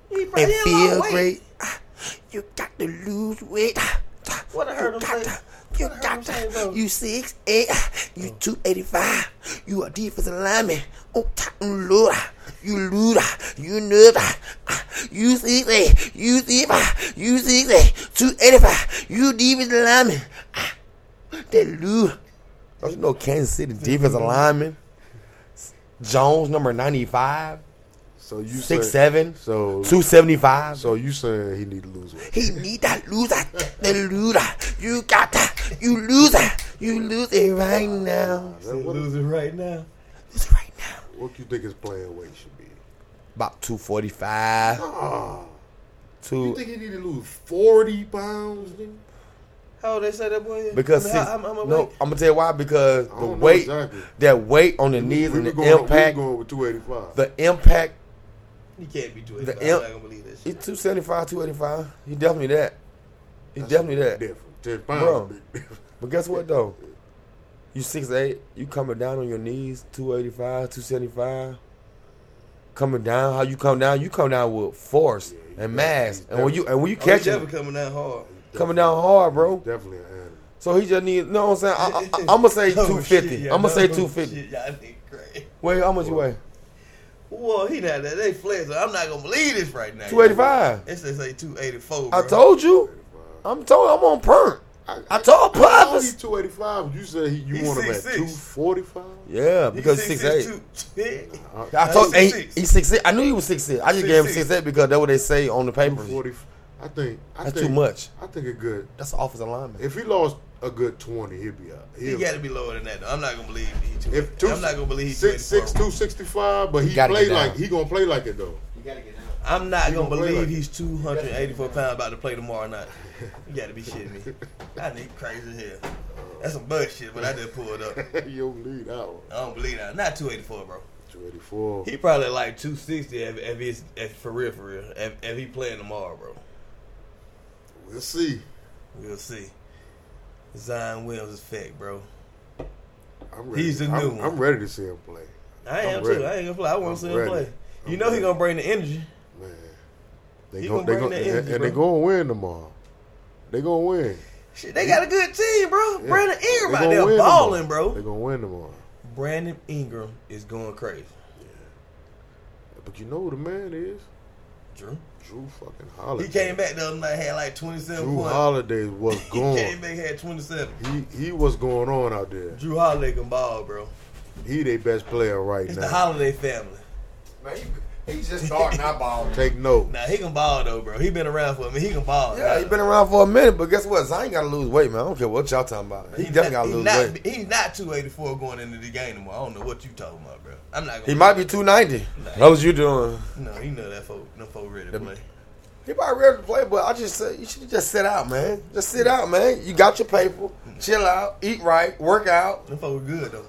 Speaker 3: He probably
Speaker 2: and
Speaker 3: did a lot of
Speaker 2: feel
Speaker 3: weight.
Speaker 2: great. You got to lose weight.
Speaker 3: What I heard him say.
Speaker 2: You
Speaker 3: What I heard him
Speaker 2: got
Speaker 3: say, bro.
Speaker 2: to. You six eight. You two eighty five. You a defensive lineman. Oh, top and low. You lose. You nerd. You six eight. You six five. You six eight. Two eighty five. You defensive lineman. They lose. Don't Oh, you know Kansas City defensive lineman? Jones number ninety five.
Speaker 1: So you
Speaker 2: Six
Speaker 1: saying-
Speaker 2: seven.
Speaker 1: So
Speaker 2: Two seventy five.
Speaker 1: so you saying he need to lose weight?
Speaker 2: He need that loser, the loser. You got that, you loser. You lose it right now.
Speaker 1: That- What,
Speaker 3: Lose it right now.
Speaker 2: Lose it right now.
Speaker 1: what you think his playing weight should be?
Speaker 2: About two forty five.
Speaker 1: Oh, you
Speaker 2: Two
Speaker 1: think he need to lose forty pounds? Nigga?
Speaker 3: How old they say that boy? is?
Speaker 2: because
Speaker 3: I
Speaker 2: six,
Speaker 3: mean, how- how- how much
Speaker 2: no,
Speaker 3: weight?
Speaker 2: I'm gonna tell you why. Because
Speaker 1: I don't
Speaker 2: the
Speaker 1: know
Speaker 2: weight,
Speaker 1: exactly.
Speaker 2: that weight on the knees
Speaker 1: We
Speaker 2: and
Speaker 1: were
Speaker 2: the
Speaker 1: going,
Speaker 2: impact,
Speaker 1: We were going with two eighty five.
Speaker 2: the impact.
Speaker 3: You can't be doing
Speaker 2: The
Speaker 3: it.
Speaker 2: imp-
Speaker 3: I'm not gonna believe this. Shit.
Speaker 2: It's two seventy five, two eighty five. He definitely that. He definitely that.
Speaker 1: different. Ten pounds.
Speaker 2: Bro.
Speaker 1: big difference.
Speaker 2: But guess what though? You six eight, you coming down on your knees, 285, 275. Coming down, how you come down? You come down with force
Speaker 1: Yeah, he's
Speaker 2: and
Speaker 1: def-
Speaker 2: mass,
Speaker 1: he's
Speaker 2: and when you and when you
Speaker 3: Oh, he
Speaker 2: catch
Speaker 3: definitely
Speaker 2: it,
Speaker 3: coming down hard.
Speaker 2: coming down hard, bro.
Speaker 1: Definitely an animal.
Speaker 2: So he just needs. No, I'm saying I, I, I'm gonna say
Speaker 3: Oh,
Speaker 2: 250.
Speaker 3: shit, yeah,
Speaker 2: I'm gonna say
Speaker 3: no,
Speaker 2: 250.
Speaker 3: shit, y'all think great.
Speaker 2: Wait, how much you weigh?
Speaker 3: Well, he not that. They flex. I'm not gonna believe this right now.
Speaker 2: 285.
Speaker 3: It's just say 284.
Speaker 2: I
Speaker 3: bro.
Speaker 2: told you. I'm told. I'm on perm. I told
Speaker 1: Only
Speaker 2: Purvis.
Speaker 1: two eighty five. You said he, you
Speaker 3: He's
Speaker 1: want him at
Speaker 3: 6'6".
Speaker 1: two forty five.
Speaker 2: Yeah,
Speaker 3: He
Speaker 2: because
Speaker 3: six,
Speaker 2: six
Speaker 3: six,
Speaker 2: eight.
Speaker 3: two-
Speaker 2: I told
Speaker 3: He's
Speaker 2: and he,
Speaker 3: 6'6".
Speaker 2: he's six eight. I knew he was six six. I just
Speaker 3: Six,
Speaker 2: gave him
Speaker 3: six.
Speaker 2: six eight because that's what they say on the
Speaker 1: Two
Speaker 2: papers.
Speaker 1: forty. I think. I
Speaker 2: That's
Speaker 1: think,
Speaker 2: too much.
Speaker 1: I think a good.
Speaker 2: That's an offensive lineman.
Speaker 1: If he lost a good twenty, he'd be out.
Speaker 3: He
Speaker 1: He'll,
Speaker 3: got to be lower than that. Though. I'm not gonna believe he. Two,
Speaker 1: if two,
Speaker 3: I'm not gonna believe he.
Speaker 1: six six
Speaker 3: 284.
Speaker 1: two sixty five, but he,
Speaker 2: gotta
Speaker 1: play
Speaker 2: get down.
Speaker 1: like he gonna play like it though.
Speaker 4: You gotta get out.
Speaker 3: I'm not
Speaker 1: He
Speaker 3: gonna,
Speaker 1: gonna play
Speaker 3: believe
Speaker 1: like
Speaker 3: he's 284 pounds about to play tomorrow night. You got to be shitting me. I need crazy here. That's some bullshit, but I just pulled up. I
Speaker 1: You'll lead out
Speaker 3: don't believe that. Not 284, bro.
Speaker 1: two eighty four.
Speaker 3: He probably like 260 if, if he's if for real, for real. If, if he playing tomorrow, bro.
Speaker 1: We'll see.
Speaker 3: We'll see. Zion Williams effect, bro.
Speaker 1: I'm ready.
Speaker 3: He's the
Speaker 1: I'm-
Speaker 3: new one.
Speaker 1: I'm ready to see him play.
Speaker 3: I
Speaker 1: I'm
Speaker 3: am
Speaker 1: ready.
Speaker 3: too. I ain't gonna play. I
Speaker 1: I'm
Speaker 3: want to see him
Speaker 1: ready.
Speaker 3: play. You
Speaker 1: I'm
Speaker 3: know he
Speaker 1: ready.
Speaker 3: gonna bring the energy.
Speaker 1: Man, they
Speaker 3: He
Speaker 1: go,
Speaker 3: gonna
Speaker 1: they
Speaker 3: bring
Speaker 1: go,
Speaker 3: that
Speaker 1: and,
Speaker 3: energy,
Speaker 1: and they
Speaker 3: bro.
Speaker 1: gonna win tomorrow. They gonna win.
Speaker 3: Shit, they got a good team, bro.
Speaker 1: Yeah.
Speaker 3: Brandon
Speaker 1: They
Speaker 3: Ingram
Speaker 1: gonna
Speaker 3: out there
Speaker 1: win
Speaker 3: balling,
Speaker 1: tomorrow. They
Speaker 3: bro.
Speaker 1: gonna win tomorrow.
Speaker 3: Brandon Ingram is going crazy.
Speaker 1: But you know who the man is?
Speaker 3: Drew.
Speaker 1: Drew fucking Holiday.
Speaker 3: He came back the other night, had like 27
Speaker 1: Drew
Speaker 3: points.
Speaker 1: Holiday was
Speaker 3: he
Speaker 1: going.
Speaker 3: came back, had 27.
Speaker 1: he he was going on out there.
Speaker 3: Drew Holiday can ball, bro.
Speaker 1: He their best player right
Speaker 3: It's
Speaker 1: now.
Speaker 3: the Holiday family.
Speaker 4: Man, he, he's just starting out ball.
Speaker 1: Take note.
Speaker 3: Now, he can ball, though, bro. He been around for me. He can ball.
Speaker 2: Yeah, he been around for a minute, but guess what? Zion got to lose weight, man. I don't care what y'all talking about. He, definitely got to lose
Speaker 3: not,
Speaker 2: weight.
Speaker 3: He's not 284 going into the game anymore. I don't know what you talking about, bro. I'm not gonna.
Speaker 2: He might be 290. That's what you doing.
Speaker 3: No, he know that folk, no folk ready to play.
Speaker 2: He probably ready to play, but I just said you should just sit out, man. Just sit out, man. You got your paper, chill out, eat right, work out.
Speaker 3: Them folk good though,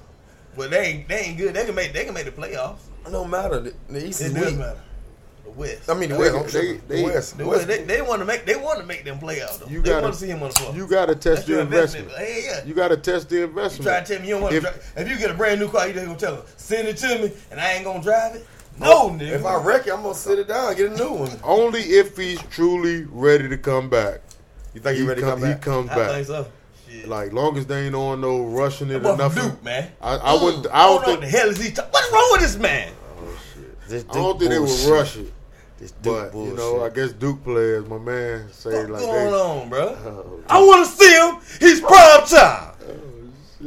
Speaker 3: but they ain't they ain't good. They can make they can make the playoffs.
Speaker 2: It don't matter. The, the East
Speaker 3: It
Speaker 2: is
Speaker 3: doesn't
Speaker 2: weak.
Speaker 3: matter. The West.
Speaker 2: I mean, the
Speaker 1: They-
Speaker 2: West. I'm
Speaker 1: they-
Speaker 2: tripping.
Speaker 1: they-
Speaker 2: the West.
Speaker 3: The
Speaker 2: The
Speaker 3: West,
Speaker 2: West.
Speaker 3: they, they want to make they want to make them playoffs. Though.
Speaker 1: You
Speaker 3: they
Speaker 1: gotta-
Speaker 3: want to see him on the floor.
Speaker 1: You gotta test
Speaker 3: That's your
Speaker 1: your
Speaker 3: investment.
Speaker 1: investment.
Speaker 3: Hey, yeah.
Speaker 1: You gotta test the
Speaker 3: You
Speaker 1: investment.
Speaker 3: try to tell me you don't want to
Speaker 1: If-
Speaker 3: drive. If you get a brand new car, you just gonna tell them send it to me, and I ain't gonna drive it. No, nigga.
Speaker 2: If I wreck it, I'm gonna sit it down, get a new one.
Speaker 1: Only if he's truly ready to come back.
Speaker 2: You think
Speaker 1: he
Speaker 2: you ready to
Speaker 1: come-
Speaker 2: come back?
Speaker 1: He comes
Speaker 3: I
Speaker 1: back.
Speaker 3: think so. Shit.
Speaker 1: Like long as they ain't on no rushing it
Speaker 3: That
Speaker 1: or
Speaker 3: boy from
Speaker 1: nothing.
Speaker 3: Duke, man. Mm.
Speaker 1: I, I wouldn't.
Speaker 3: I
Speaker 1: I
Speaker 3: don't know
Speaker 1: don't
Speaker 3: what the
Speaker 1: think.
Speaker 3: hell is he talking. What's wrong with this man?
Speaker 2: This
Speaker 1: I don't
Speaker 2: Duke
Speaker 1: think they would
Speaker 2: bullshit.
Speaker 1: rush it.
Speaker 2: This Duke
Speaker 1: But you know, I
Speaker 2: bullshit.
Speaker 1: guess Duke players, my man, say
Speaker 3: What's
Speaker 1: like
Speaker 3: going
Speaker 1: they.
Speaker 3: on, bro?
Speaker 1: Oh,
Speaker 3: I want to see him. He's prime time.
Speaker 1: shit.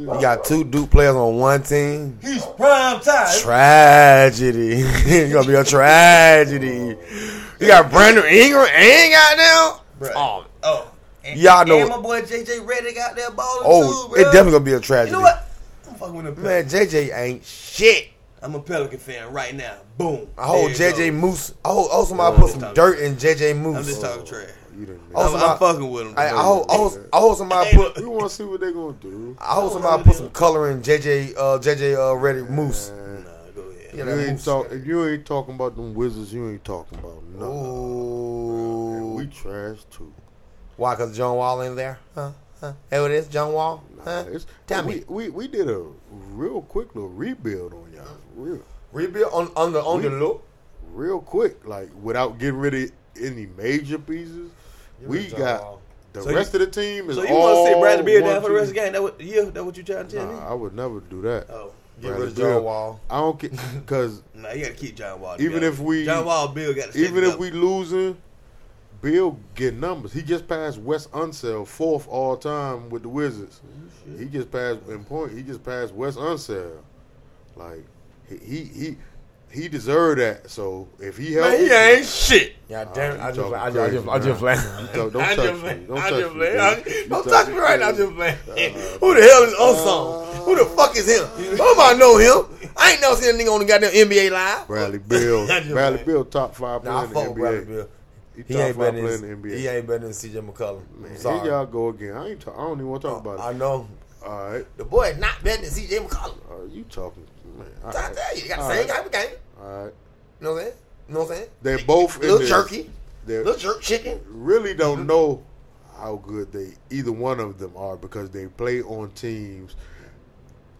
Speaker 2: We got two Duke players on one team.
Speaker 3: He's prime time.
Speaker 2: Tragedy. it's gonna be a tragedy. You got Brandon Ingram and got down.
Speaker 3: Bruh.
Speaker 2: Oh,
Speaker 3: Oh, and,
Speaker 2: Y'all know-
Speaker 3: and my boy JJ Reddick out there balling
Speaker 2: oh
Speaker 3: too,
Speaker 2: it
Speaker 3: bro.
Speaker 2: definitely gonna be a tragedy.
Speaker 3: You know what? I'm fucking with him.
Speaker 2: Man, JJ ain't shit.
Speaker 3: I'm a Pelican fan right now. Boom.
Speaker 2: I hope
Speaker 3: There you
Speaker 2: JJ
Speaker 3: go.
Speaker 2: Moose. I hope, I hope somebody put
Speaker 3: just
Speaker 2: some
Speaker 3: talking-
Speaker 2: dirt in JJ Moose.
Speaker 3: I'm just talking trash.
Speaker 1: You didn't.
Speaker 2: Oh,
Speaker 1: know.
Speaker 3: I'm, I'm
Speaker 2: somebody-
Speaker 3: fucking with him.
Speaker 2: I, I,
Speaker 3: bro.
Speaker 2: hope, I, hope, I hope somebody put.
Speaker 1: we want to see what they gonna do.
Speaker 2: I hope somebody put some color in JJ. Uh, JJ uh, Reddick Moose.
Speaker 1: Man,
Speaker 3: Nah, go ahead.
Speaker 2: Yeah,
Speaker 1: You
Speaker 2: that
Speaker 1: ain't
Speaker 2: moose.
Speaker 1: talk. If you ain't talking about them Wizards, you ain't talking about no.
Speaker 2: Ooh.
Speaker 1: We trash too.
Speaker 2: Why? Because John Wall in there? Huh? Huh? Hey, what is John Wall?
Speaker 1: Nah,
Speaker 2: Huh?
Speaker 1: it's-
Speaker 2: Tell
Speaker 1: we,
Speaker 2: me.
Speaker 1: we we did a real quick little rebuild on y'all, real
Speaker 2: Rebuild on, on the on the
Speaker 1: We-
Speaker 2: look.
Speaker 1: real quick, like without getting rid of any major pieces.
Speaker 2: Give
Speaker 1: we
Speaker 2: it to John
Speaker 1: got
Speaker 2: Wall.
Speaker 1: the
Speaker 3: So you-
Speaker 1: rest of the team is
Speaker 3: So you
Speaker 1: all
Speaker 3: want to sit Bradley Beal down
Speaker 1: one
Speaker 3: for the rest of
Speaker 1: team.
Speaker 3: the game? That what you that what you trying to tell me?
Speaker 1: Nah, I would never do that.
Speaker 3: Oh,
Speaker 2: Get rid
Speaker 1: Bradley
Speaker 2: of John
Speaker 1: Beal.
Speaker 2: Wall.
Speaker 1: I don't get because
Speaker 3: no, you got to keep John Wall.
Speaker 1: Even
Speaker 3: together.
Speaker 1: if we-
Speaker 3: John Wall, Bill got to.
Speaker 1: even if we losing, Bill get numbers. He just passed Wes Unsell fourth all time with the Wizards.
Speaker 2: Oh,
Speaker 1: He just passed in point. He just passed Wes Unsell. Like he he he, he deserved that. So if he helped,
Speaker 3: man, he ain't shit.
Speaker 2: Yeah, damn it.
Speaker 1: you
Speaker 2: I just,
Speaker 1: talking
Speaker 2: I just, I just, I
Speaker 1: crazy,
Speaker 2: just,
Speaker 1: man.
Speaker 2: laugh.
Speaker 1: don't, don't
Speaker 3: I
Speaker 1: touch
Speaker 3: just-
Speaker 1: me. Don't
Speaker 3: I
Speaker 1: touch
Speaker 3: just-
Speaker 1: me.
Speaker 3: I-
Speaker 1: baby. You
Speaker 2: Don't touch me Uh, right now,
Speaker 1: baby.
Speaker 2: just man. Who the hell is Unsung? Who the fuck is him? Nobody know him. I ain't never seen a nigga on the goddamn NBA live.
Speaker 1: Bradley Bill.
Speaker 3: I just-
Speaker 1: Bradley Bill top five player
Speaker 2: Nah, I
Speaker 1: in the
Speaker 2: fuck with Bradley
Speaker 1: NBA.
Speaker 2: Bill.
Speaker 1: He
Speaker 2: He
Speaker 1: top
Speaker 2: ain't
Speaker 1: five
Speaker 2: better
Speaker 1: player in the
Speaker 2: than he
Speaker 1: NBA.
Speaker 2: ain't better than CJ McCollum.
Speaker 1: Man,
Speaker 2: I'm
Speaker 1: Here y'all
Speaker 2: sorry.
Speaker 1: go again. I ain't. ta- I don't even want to talk about
Speaker 2: I
Speaker 1: it.
Speaker 2: know
Speaker 1: All right.
Speaker 2: the boy is not better than CJ McCollum.
Speaker 1: Are you talking? Man, all
Speaker 2: I
Speaker 1: right.
Speaker 2: tell you, you got the
Speaker 1: All
Speaker 2: same
Speaker 1: right.
Speaker 2: type of game.
Speaker 1: All right.
Speaker 2: You know what I'm saying? You know what I'm saying?
Speaker 1: They both in
Speaker 2: Little
Speaker 1: the-
Speaker 2: jerky,
Speaker 1: They
Speaker 2: little jerk chicken.
Speaker 1: really
Speaker 2: Mm-hmm.
Speaker 1: don't know how good they either one of them are because they play on teams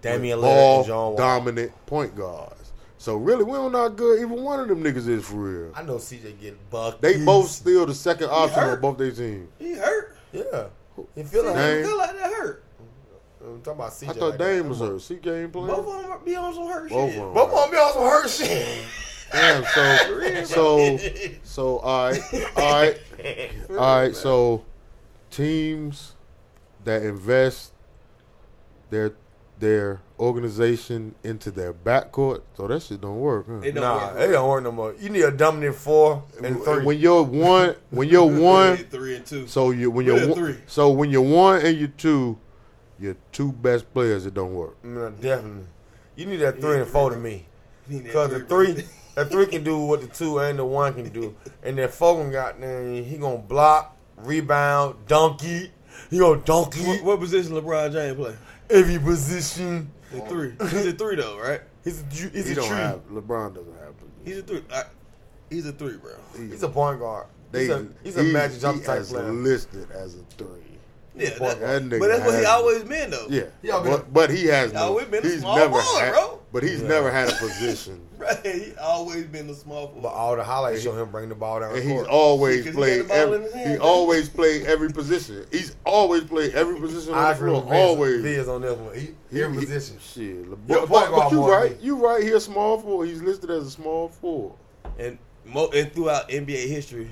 Speaker 2: Damian
Speaker 1: with
Speaker 2: Lillard and John
Speaker 1: ball
Speaker 2: Wall.
Speaker 1: dominant point guards. So really, we don't know how good either one of them niggas is for real.
Speaker 2: I know CJ get bucked.
Speaker 1: They both still the second option on
Speaker 3: hurt.
Speaker 1: both their teams.
Speaker 3: He hurt.
Speaker 2: Yeah. You feel like
Speaker 1: Dame.
Speaker 2: I'm
Speaker 3: He feel like that hurt.
Speaker 2: talking about CJ.
Speaker 1: I thought
Speaker 2: like that.
Speaker 1: Dame was hurt. CJ ain't playing.
Speaker 3: Both of them be on some hurt
Speaker 1: Both
Speaker 3: shit.
Speaker 1: of 'em.
Speaker 2: Both of them be on some hurt shit.
Speaker 1: Damn, so so so all right, all right, all right. So teams that invest their their organization into their backcourt, so that shit don't work. huh?
Speaker 3: It don't
Speaker 2: Nah,
Speaker 3: work.
Speaker 2: it don't work no more. You need a dominant four and three.
Speaker 1: When you're one, when you're one,
Speaker 3: three and two.
Speaker 1: so you when
Speaker 3: We're
Speaker 1: you're
Speaker 3: the
Speaker 1: one,
Speaker 3: three.
Speaker 1: so when you're one and you're two, your two best players, it don't work.
Speaker 2: No, Mm, definitely. You need that three and four to me.
Speaker 3: Need that
Speaker 2: Because the three, that three can do what the two and the one can do. And that four gonna got there, he gonna block, rebound, donkey. He gonna donkey
Speaker 3: What, what position LeBron James play?
Speaker 2: every position.
Speaker 3: The three. He's a three though, right?
Speaker 2: He's a, ju- he's
Speaker 1: He
Speaker 2: a
Speaker 1: don't
Speaker 2: tree.
Speaker 1: have LeBron doesn't have.
Speaker 3: He's a three. I, he's a three, bro.
Speaker 2: He's a point guard.
Speaker 1: they-
Speaker 2: he's a, he's a
Speaker 1: he-
Speaker 2: magic
Speaker 1: he
Speaker 2: jump type
Speaker 1: has
Speaker 2: player.
Speaker 1: listed as a three.
Speaker 3: Yeah,
Speaker 2: Boy,
Speaker 3: that,
Speaker 1: that nigga
Speaker 3: but that's what he
Speaker 1: has-
Speaker 3: always been though.
Speaker 1: Yeah,
Speaker 4: Yeah, but-
Speaker 1: but, but he has
Speaker 3: Y'all,
Speaker 1: no.
Speaker 3: we've been a
Speaker 1: he's
Speaker 3: small
Speaker 1: never
Speaker 3: ball,
Speaker 1: had,
Speaker 3: bro.
Speaker 1: but he's never had a position,
Speaker 3: Right, he always been the small
Speaker 2: But
Speaker 3: forward.
Speaker 2: all the highlights show him bring the ball down
Speaker 1: and
Speaker 2: the
Speaker 1: he's
Speaker 2: court.
Speaker 1: always
Speaker 3: Because he got
Speaker 1: played.
Speaker 3: the ball in
Speaker 1: every,
Speaker 3: his hand,
Speaker 1: he
Speaker 3: baby.
Speaker 1: always played every position. He's always played every position
Speaker 2: I
Speaker 1: on the
Speaker 2: agree
Speaker 1: floor.
Speaker 2: with Vince-
Speaker 1: Always.
Speaker 2: Vince on this one. He,
Speaker 1: He-
Speaker 2: every
Speaker 1: he-
Speaker 2: position.
Speaker 1: Shit, LeBron,
Speaker 2: You're a
Speaker 1: but,
Speaker 2: point
Speaker 1: but
Speaker 2: guard
Speaker 1: you
Speaker 2: more than
Speaker 1: right.
Speaker 2: me.
Speaker 1: You right. He's a small forward. He's listed as a small forward.
Speaker 3: And mo- and throughout NBA history,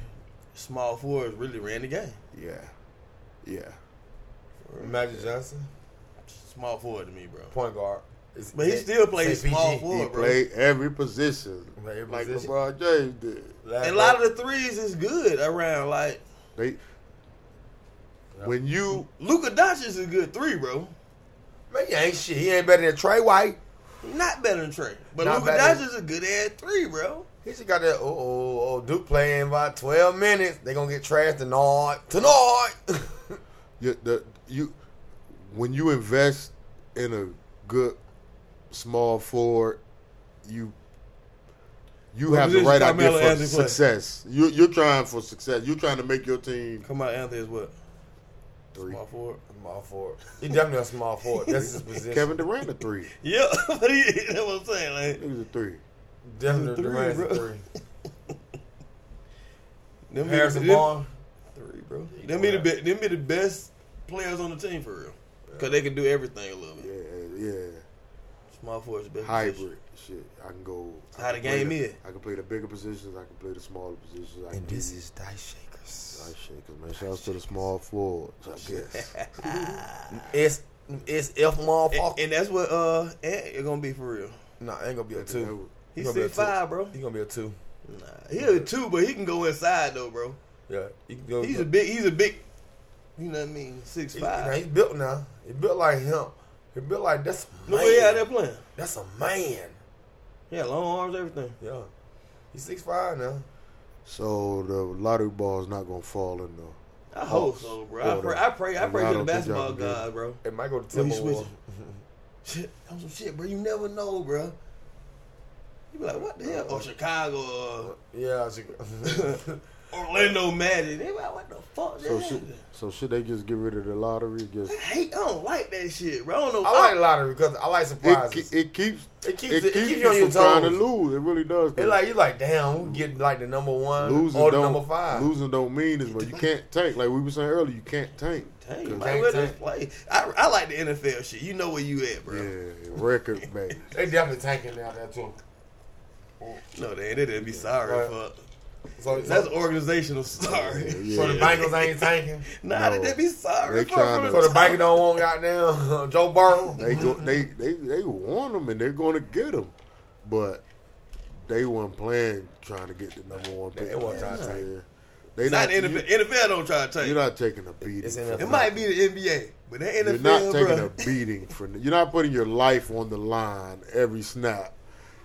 Speaker 3: small forwards really ran the game.
Speaker 1: Yeah, yeah.
Speaker 2: Magic Johnson,
Speaker 3: Small forward to me, bro.
Speaker 2: point guard. It's-
Speaker 3: But he still plays
Speaker 2: Say PG.
Speaker 3: small
Speaker 1: He
Speaker 3: forward, bro.
Speaker 1: played every position,
Speaker 2: Every
Speaker 1: like
Speaker 2: position.
Speaker 1: LeBron James did.
Speaker 2: Last
Speaker 3: And a lot of the threes is good around. Like
Speaker 1: They when you
Speaker 3: Luka Doncic is a good three, bro.
Speaker 2: Man, he ain't shit. He ain't better than Trey White.
Speaker 3: Not better than Trey, but
Speaker 2: Not
Speaker 3: Luka
Speaker 2: better
Speaker 3: Doncic
Speaker 2: than-
Speaker 3: is a good ass three, bro.
Speaker 2: He just got that. Oh, oh, oh Duke playing about twelve minutes. They gonna get trashed tonight. Tonight.
Speaker 1: you, the you when you invest in a good small forward, you you
Speaker 3: What
Speaker 1: have the
Speaker 3: position
Speaker 1: right idea
Speaker 3: Carmelo
Speaker 1: for
Speaker 3: Anthony play?
Speaker 1: success. You, you're trying for success. You're trying to make your team
Speaker 3: Come out, Anthony is what
Speaker 1: three.
Speaker 3: small forward.
Speaker 2: small forward. He definitely a small forward. That's his position.
Speaker 1: Kevin Durant a three.
Speaker 3: Yeah, but he, that's what I'm saying. Like
Speaker 1: He's a three.
Speaker 2: definitely
Speaker 3: Three,
Speaker 2: Durant's
Speaker 3: bro.
Speaker 2: a three.
Speaker 3: them
Speaker 2: Harrison
Speaker 3: be, them-
Speaker 2: Barnes.
Speaker 3: three, bro. Them be the be, them be the best players on the team for real, cause they can do everything a little
Speaker 1: Yeah,
Speaker 3: bit.
Speaker 1: yeah.
Speaker 3: Small forward is the best. position.
Speaker 1: Hybrid shit. I can go. I
Speaker 3: How
Speaker 1: can
Speaker 3: the
Speaker 1: play
Speaker 3: game is.
Speaker 1: I can play the bigger positions. I can play the smaller positions. I can
Speaker 2: And this
Speaker 1: do-
Speaker 2: is Dice Shakers.
Speaker 1: I Ah, shit, cause man, shout out to the small forwards. I guess.
Speaker 2: It's it's F
Speaker 3: And,
Speaker 2: motherfucker.
Speaker 3: and that's what uh Ant is gonna be for real.
Speaker 2: Nah, ain't gonna be a two.
Speaker 3: He's
Speaker 2: gonna be a two.
Speaker 3: 6'5", bro.
Speaker 2: He gonna be a two.
Speaker 3: Nah, he a two, but he can go inside though, bro.
Speaker 2: Yeah, he can go.
Speaker 3: He's a big. He's a big. You know what I mean? Six
Speaker 2: He's, now
Speaker 3: five.
Speaker 2: he's built now. He built like him. He built like that's a man.
Speaker 3: Nobody out there playing.
Speaker 2: That's a man.
Speaker 3: Yeah, long arms, everything.
Speaker 2: Yeah, he's six five now.
Speaker 1: So the lottery ball is not gonna fall in the
Speaker 3: I hope
Speaker 1: Hawks.
Speaker 3: so, bro. I
Speaker 1: Well,
Speaker 3: pray.
Speaker 1: though.
Speaker 3: I pray. I
Speaker 1: Well,
Speaker 3: pray
Speaker 1: I
Speaker 3: to
Speaker 1: don't
Speaker 3: the
Speaker 1: think y'all
Speaker 3: basketball
Speaker 1: can do
Speaker 3: god,
Speaker 1: it.
Speaker 3: bro.
Speaker 2: It might go to
Speaker 3: When you switch
Speaker 2: Timberwolves.
Speaker 3: Shit, on some shit, bro. You never know, bro. You be like, what the hell? Or Chicago or
Speaker 2: Yeah, it's a-
Speaker 3: Orlando Magic. They be like, what the fuck?
Speaker 1: So
Speaker 3: that
Speaker 1: should,
Speaker 3: happened?
Speaker 1: so should they just get rid of the lottery? Just
Speaker 3: I hate. I don't like that shit, bro. I don't know.
Speaker 2: I like lottery because I like
Speaker 1: it,
Speaker 2: surprises.
Speaker 1: ke- it keeps
Speaker 2: It keeps-
Speaker 1: it
Speaker 2: it
Speaker 1: keeps
Speaker 2: keeps
Speaker 1: you
Speaker 2: you on your
Speaker 1: from trying to
Speaker 2: toes.
Speaker 1: lose. It really does. 'cause
Speaker 2: It's like you like, damn, we get like the number one
Speaker 1: losing
Speaker 2: or the
Speaker 1: don't
Speaker 2: number five.
Speaker 1: losing don't mean as much. You can't tank like we were saying earlier. You can't tank.
Speaker 3: Dang, you
Speaker 1: 'Cause-
Speaker 3: might as well just play. I, I like the NFL shit. You know where you at, bro.
Speaker 1: yeah, record man.
Speaker 2: They definitely tanking down there too.
Speaker 3: No, they ain't. They'd be sorry
Speaker 2: Right.
Speaker 3: for.
Speaker 2: So
Speaker 3: That's organizational sorry.
Speaker 1: Yeah,
Speaker 2: so the Bengals ain't tanking.
Speaker 3: Nah,
Speaker 1: No.
Speaker 3: they'd be sorry.
Speaker 1: They
Speaker 3: for
Speaker 1: trying
Speaker 3: from
Speaker 1: to-
Speaker 2: So the
Speaker 3: top.
Speaker 2: Bengals don't want goddamn Joe Burrow.
Speaker 1: They go they they they want them and they're going to get them, but they weren't playing trying to get the number one pick.
Speaker 2: They weren't trying to tank.
Speaker 1: Yeah. They
Speaker 3: It's not,
Speaker 1: not,
Speaker 3: the NFL. NFL don't try to
Speaker 1: You,
Speaker 3: take.
Speaker 1: are not taking a beating.
Speaker 2: It's
Speaker 1: for
Speaker 2: NFL.
Speaker 3: it
Speaker 1: nothing.
Speaker 3: might be the NBA, but that NFL,
Speaker 1: You're not taking
Speaker 3: bro.
Speaker 1: a beating for. n- You're not putting your life on the line every snap,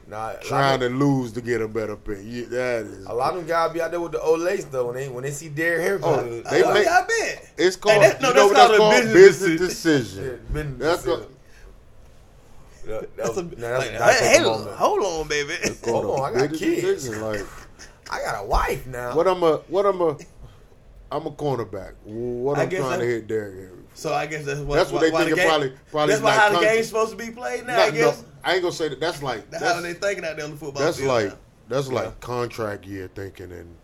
Speaker 2: Nah,
Speaker 1: trying
Speaker 2: like,
Speaker 1: to lose to get a better pick. You, that is
Speaker 2: a lot of them guys be out there with the old lace though when they when they see Derrick Henry.
Speaker 1: Oh,
Speaker 2: coming.
Speaker 1: they
Speaker 3: I,
Speaker 1: make-
Speaker 3: I bet.
Speaker 1: It's called.
Speaker 3: Hey, that- no,
Speaker 1: you know
Speaker 3: that's
Speaker 1: what
Speaker 3: called a business
Speaker 1: decision.
Speaker 2: Yeah, business
Speaker 1: That's
Speaker 2: decision.
Speaker 1: called-
Speaker 2: That- that
Speaker 3: That's
Speaker 2: was-
Speaker 3: a,
Speaker 2: nah, that's-
Speaker 3: like,
Speaker 2: that's a
Speaker 3: hey,
Speaker 2: good
Speaker 3: hold,
Speaker 2: moment.
Speaker 3: hold on, baby.
Speaker 1: called
Speaker 2: Hold
Speaker 1: a
Speaker 2: on, I got
Speaker 1: Oh, business
Speaker 2: kids.
Speaker 1: decision, Like
Speaker 2: I got a wife now.
Speaker 1: what I'm a what I'm a I'm a cornerback. What
Speaker 3: I
Speaker 1: I'm
Speaker 3: guess
Speaker 1: trying to
Speaker 3: I-
Speaker 1: hit Derrick Henry.
Speaker 3: So I guess that's what,
Speaker 1: That's what
Speaker 3: why,
Speaker 1: they
Speaker 3: why the
Speaker 1: thinking
Speaker 3: game,
Speaker 1: probably- probably
Speaker 3: That's why
Speaker 1: like
Speaker 3: how the
Speaker 1: country.
Speaker 3: game's supposed to be played now. I
Speaker 1: Not- no,
Speaker 3: guess
Speaker 1: I ain't gonna say that. That's like
Speaker 3: that's, how they
Speaker 1: that's,
Speaker 3: thinking out there on the football
Speaker 1: that's
Speaker 3: field
Speaker 1: like
Speaker 3: now.
Speaker 1: that's like contract year thinking, and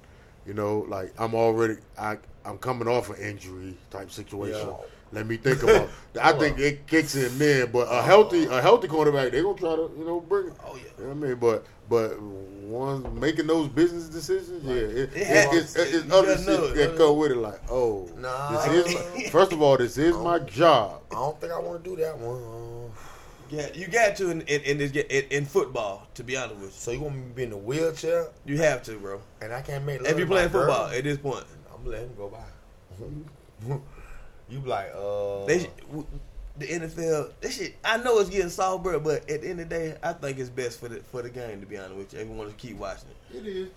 Speaker 1: you know, like I'm already I I'm coming off an injury type situation.
Speaker 2: Yeah.
Speaker 1: Let me think about. I think it kicks in then, but a healthy a healthy cornerback they gonna try to you know bring. it.
Speaker 3: Oh, yeah.
Speaker 1: You know what I mean, but but one making those business decisions, yeah, it, it,
Speaker 3: happens.
Speaker 1: it's, it's,
Speaker 3: You
Speaker 1: it's other
Speaker 3: gotta know
Speaker 1: shit
Speaker 3: it.
Speaker 1: that go with it. Like, oh,
Speaker 2: Nah.
Speaker 1: this is my- first of all, this is my job.
Speaker 2: I don't think I want to do that one.
Speaker 3: Yeah, you got to in in, in, this, ga- in in football. To be honest with
Speaker 2: So you want me to be in a wheelchair
Speaker 3: you, you have to, bro.
Speaker 2: and I can't make love
Speaker 3: If you
Speaker 2: to my
Speaker 3: playing
Speaker 2: girl?
Speaker 3: football at this point,
Speaker 2: I'm gonna let him go by. you be like, uh,
Speaker 3: they sh- w- the NFL. This shit, I know it's getting soft, bro. But at the end of the day, I think it's best for the for the game. To be honest with you, if you want to keep watching it,
Speaker 1: It is,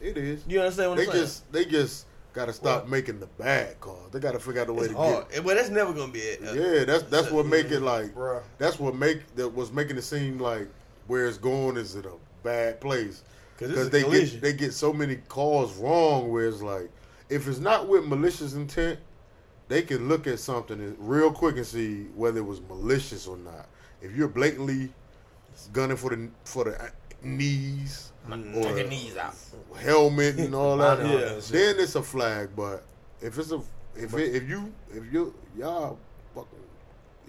Speaker 1: it is.
Speaker 3: you understand what
Speaker 1: They
Speaker 3: I'm saying?
Speaker 1: just they just gotta stop making the bad calls. They gotta figure out a way
Speaker 3: it's
Speaker 1: to
Speaker 3: hard, Oh, but that's never gonna be it.
Speaker 1: get. Yeah, that's that's what make it like.
Speaker 2: Bruh.
Speaker 1: That's what make that was making it seem like where it's going is it a bad place
Speaker 3: 'Cause it's a
Speaker 1: they
Speaker 3: collision.
Speaker 1: get they get so many calls wrong. Where it's like if it's not with malicious intent, they can look at something and- real quick and see whether it was malicious or not. If you're blatantly gunning for the for the knees or
Speaker 2: knees out.
Speaker 1: helmet and all that.
Speaker 2: Minor
Speaker 3: Yeah.
Speaker 2: shit.
Speaker 1: Then it's a flag, but if it's a if it, if you if you y'all fucking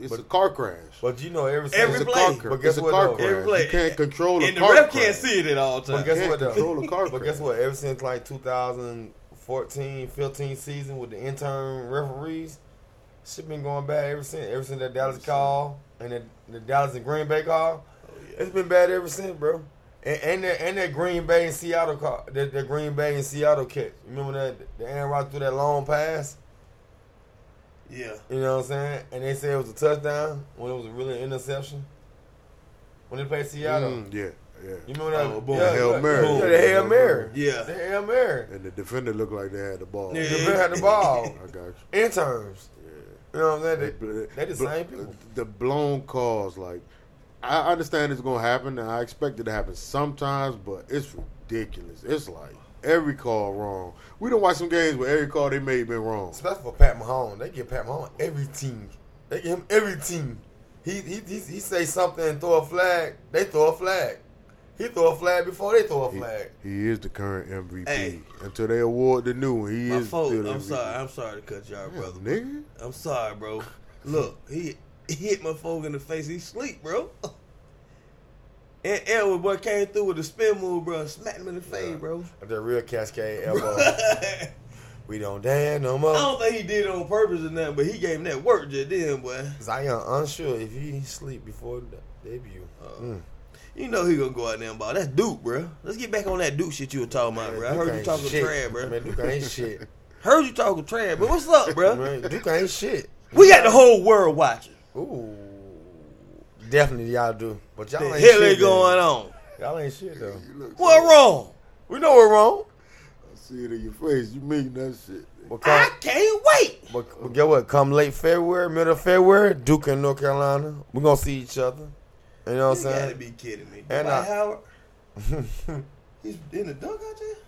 Speaker 1: it's a car crash.
Speaker 2: But you know every
Speaker 3: Every
Speaker 1: it's a
Speaker 2: single-
Speaker 3: play.
Speaker 1: car crash.
Speaker 2: But guess
Speaker 1: it's a
Speaker 2: what,
Speaker 1: car
Speaker 2: though?
Speaker 1: crash.
Speaker 3: Every play.
Speaker 1: You can't control a
Speaker 3: and the
Speaker 1: car
Speaker 3: ref
Speaker 1: crash.
Speaker 3: can't see it at all
Speaker 2: But
Speaker 3: times.
Speaker 2: guess
Speaker 1: can't
Speaker 2: what though?
Speaker 1: control a car
Speaker 2: but
Speaker 1: crash.
Speaker 2: guess what? Ever since like 2014, 15 season with the intern referees, shit been going bad ever since. Ever since that
Speaker 1: Oh,
Speaker 2: Dallas call and the, the Dallas and Green Bay call, it's been bad ever since, bro. And and that, and that Green Bay and Seattle call, that, that Green Bay and Seattle catch. You remember that the Aaron Rodgers threw that long pass.
Speaker 3: Yeah.
Speaker 2: You know what I'm saying? And they said it was a touchdown when it was really an interception. When they played Seattle.
Speaker 1: Mm, yeah, yeah.
Speaker 2: You remember that?
Speaker 3: Oh, boom.
Speaker 1: The Hail
Speaker 2: yeah,
Speaker 1: Mary.
Speaker 2: Yeah, the Hail Mary.
Speaker 3: Yeah.
Speaker 2: The Hail Mary.
Speaker 1: And the defender looked like they had the ball.
Speaker 3: Yeah.
Speaker 2: The man had the ball.
Speaker 1: I got you.
Speaker 2: Interns. You know what I'm
Speaker 1: They,
Speaker 2: saying? They, they the
Speaker 1: bl-
Speaker 2: same people.
Speaker 1: The blown calls, like I understand it's gonna happen, and I expect it to happen sometimes, but it's ridiculous. It's like every call wrong. We don't watch some games where every call they made been wrong.
Speaker 2: Especially for Pat Mahomes. They give Pat Mahomes every team. They give him every team. He he, he he say something and throw a flag. They throw a flag. He throw a flag before they throw a
Speaker 1: He,
Speaker 2: flag.
Speaker 1: he is the current MVP
Speaker 3: Hey.
Speaker 1: until they award the new one. He
Speaker 3: My
Speaker 1: is.
Speaker 3: fault.
Speaker 1: still the
Speaker 3: I'm
Speaker 1: MVP.
Speaker 3: sorry. I'm sorry to cut y'all,
Speaker 1: Yeah,
Speaker 3: brother.
Speaker 1: nigga.
Speaker 3: I'm sorry, bro. Look, he, he hit my folk in the face. He sleep, bro. And Elwood boy came through with a spin move, bro. Smacked him in the face, bro.
Speaker 2: The real cascade elbow.
Speaker 3: I
Speaker 2: we don't dance no more.
Speaker 3: don't think he did it on purpose or nothing, but he gave him that work just then, boy.
Speaker 2: Zion unsure if he sleep before the debut. Mm.
Speaker 3: You know he gonna go out there and ball. That's Duke, bro. Let's get back on that Duke shit you were talking about, bro. I
Speaker 2: Man, Duke
Speaker 3: heard you
Speaker 2: ain't
Speaker 3: talking
Speaker 2: shit.
Speaker 3: trash, bro.
Speaker 2: Man, Duke ain't shit.
Speaker 3: Heard you talking trash, but what's up, bro?
Speaker 2: Man, Duke ain't shit.
Speaker 3: We got the whole world watching.
Speaker 2: Ooh, definitely y'all do. But y'all
Speaker 3: The
Speaker 2: ain't
Speaker 3: hell
Speaker 2: shit,
Speaker 3: is going
Speaker 2: though.
Speaker 3: on?
Speaker 2: Y'all ain't shit though.
Speaker 3: What wrong?
Speaker 2: We know we're wrong.
Speaker 1: I see it in your face. You mean that shit?
Speaker 2: But, come,
Speaker 3: I can't wait.
Speaker 2: but, but get what? Come late February, middle of February, Duke and North Carolina. We're gonna see each other. You know what I'm
Speaker 3: You gotta
Speaker 2: saying?
Speaker 3: be kidding me.
Speaker 2: And
Speaker 3: Dwight
Speaker 2: I-
Speaker 3: Howard. He's in the dunk out there?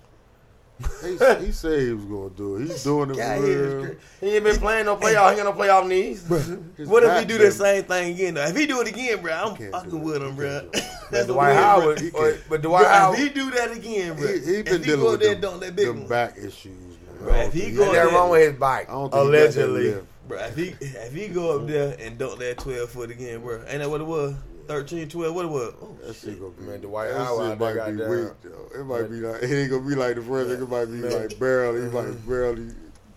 Speaker 1: He, he said he was gonna do it. He's doing it
Speaker 3: God,
Speaker 1: for
Speaker 3: he is
Speaker 1: real.
Speaker 3: cra-
Speaker 2: He ain't been playing no playoff. He ain't no playoff knees.
Speaker 1: His
Speaker 3: What if he
Speaker 1: back
Speaker 3: do the
Speaker 1: been-
Speaker 3: same thing again? Though? If he do it again, bro, I'm
Speaker 1: can't do
Speaker 3: fucking
Speaker 1: it.
Speaker 3: with him,
Speaker 1: He
Speaker 3: bro.
Speaker 1: can't do it.
Speaker 3: That's
Speaker 2: Dwight
Speaker 3: weird, bruh.
Speaker 2: Howard,
Speaker 1: He can-
Speaker 2: but, but Dwight
Speaker 3: Bruh,
Speaker 2: Howard,
Speaker 3: if he do that again, bro,
Speaker 1: He, he
Speaker 3: if
Speaker 1: been
Speaker 3: he
Speaker 1: dealing
Speaker 3: go
Speaker 1: with
Speaker 3: there,
Speaker 1: them,
Speaker 3: don't that big
Speaker 1: them
Speaker 3: one.
Speaker 1: back issues, man.
Speaker 3: Bro,
Speaker 1: I don't
Speaker 3: if he
Speaker 1: think
Speaker 3: go
Speaker 1: got
Speaker 2: ain't
Speaker 1: that-
Speaker 2: nothing wrong with his bike.
Speaker 1: I don't think he got that
Speaker 2: Allegedly,
Speaker 1: left.
Speaker 3: Bro, if he if he go up there and dunk that 12 foot again, bro, ain't that what it was? 13, 12, what it was? Oh,
Speaker 1: That shit gonna be
Speaker 2: Man, Dwight
Speaker 1: that
Speaker 2: Howard
Speaker 1: shit
Speaker 2: out
Speaker 1: might
Speaker 2: there got
Speaker 1: be
Speaker 2: down.
Speaker 1: weak though. It might be like it ain't gonna be like the first. It might be like barely, he might barely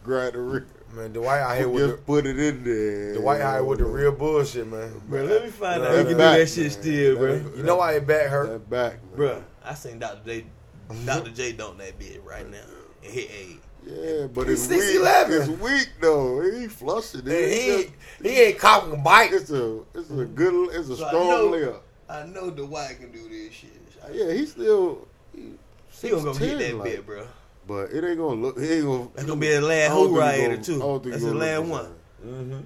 Speaker 1: grab the rim.
Speaker 2: man, Dwight out here
Speaker 1: Just
Speaker 2: with
Speaker 1: put it in there.
Speaker 2: the Dwight out here with the
Speaker 1: You know,
Speaker 2: real bullshit, man.
Speaker 3: bro, let me find
Speaker 2: That
Speaker 3: out. if he can do
Speaker 1: back,
Speaker 3: that shit
Speaker 1: man.
Speaker 3: still, bro.
Speaker 2: You know why his back hurt?
Speaker 1: That back, man.
Speaker 3: Bro, I seen Dr. J, Dr. J dunk that bitch right now and hit eight.
Speaker 1: Yeah, but
Speaker 2: He's
Speaker 1: it's weak.
Speaker 2: 6'11".
Speaker 1: It's weak though. He flushing it.
Speaker 2: He ain't-
Speaker 1: It's
Speaker 2: he ain't cocking bike.
Speaker 1: just- it's a it's a good it's a
Speaker 3: So I
Speaker 1: strong
Speaker 3: know-
Speaker 1: layup.
Speaker 3: I know Dwight can do this shit.
Speaker 1: Yeah, he still. He,
Speaker 3: He gonna go
Speaker 1: 6'10",
Speaker 3: hit that
Speaker 1: like,
Speaker 3: bit, bro.
Speaker 1: But it ain't gonna look. It ain't gonna.
Speaker 3: That's gonna be his
Speaker 1: I
Speaker 3: last
Speaker 1: don't think he
Speaker 3: hoorah at
Speaker 1: gonna-
Speaker 3: it
Speaker 1: I
Speaker 3: too.
Speaker 1: don't think
Speaker 3: That's
Speaker 1: he
Speaker 3: his
Speaker 1: gonna
Speaker 3: last
Speaker 1: look the
Speaker 3: one.
Speaker 1: same.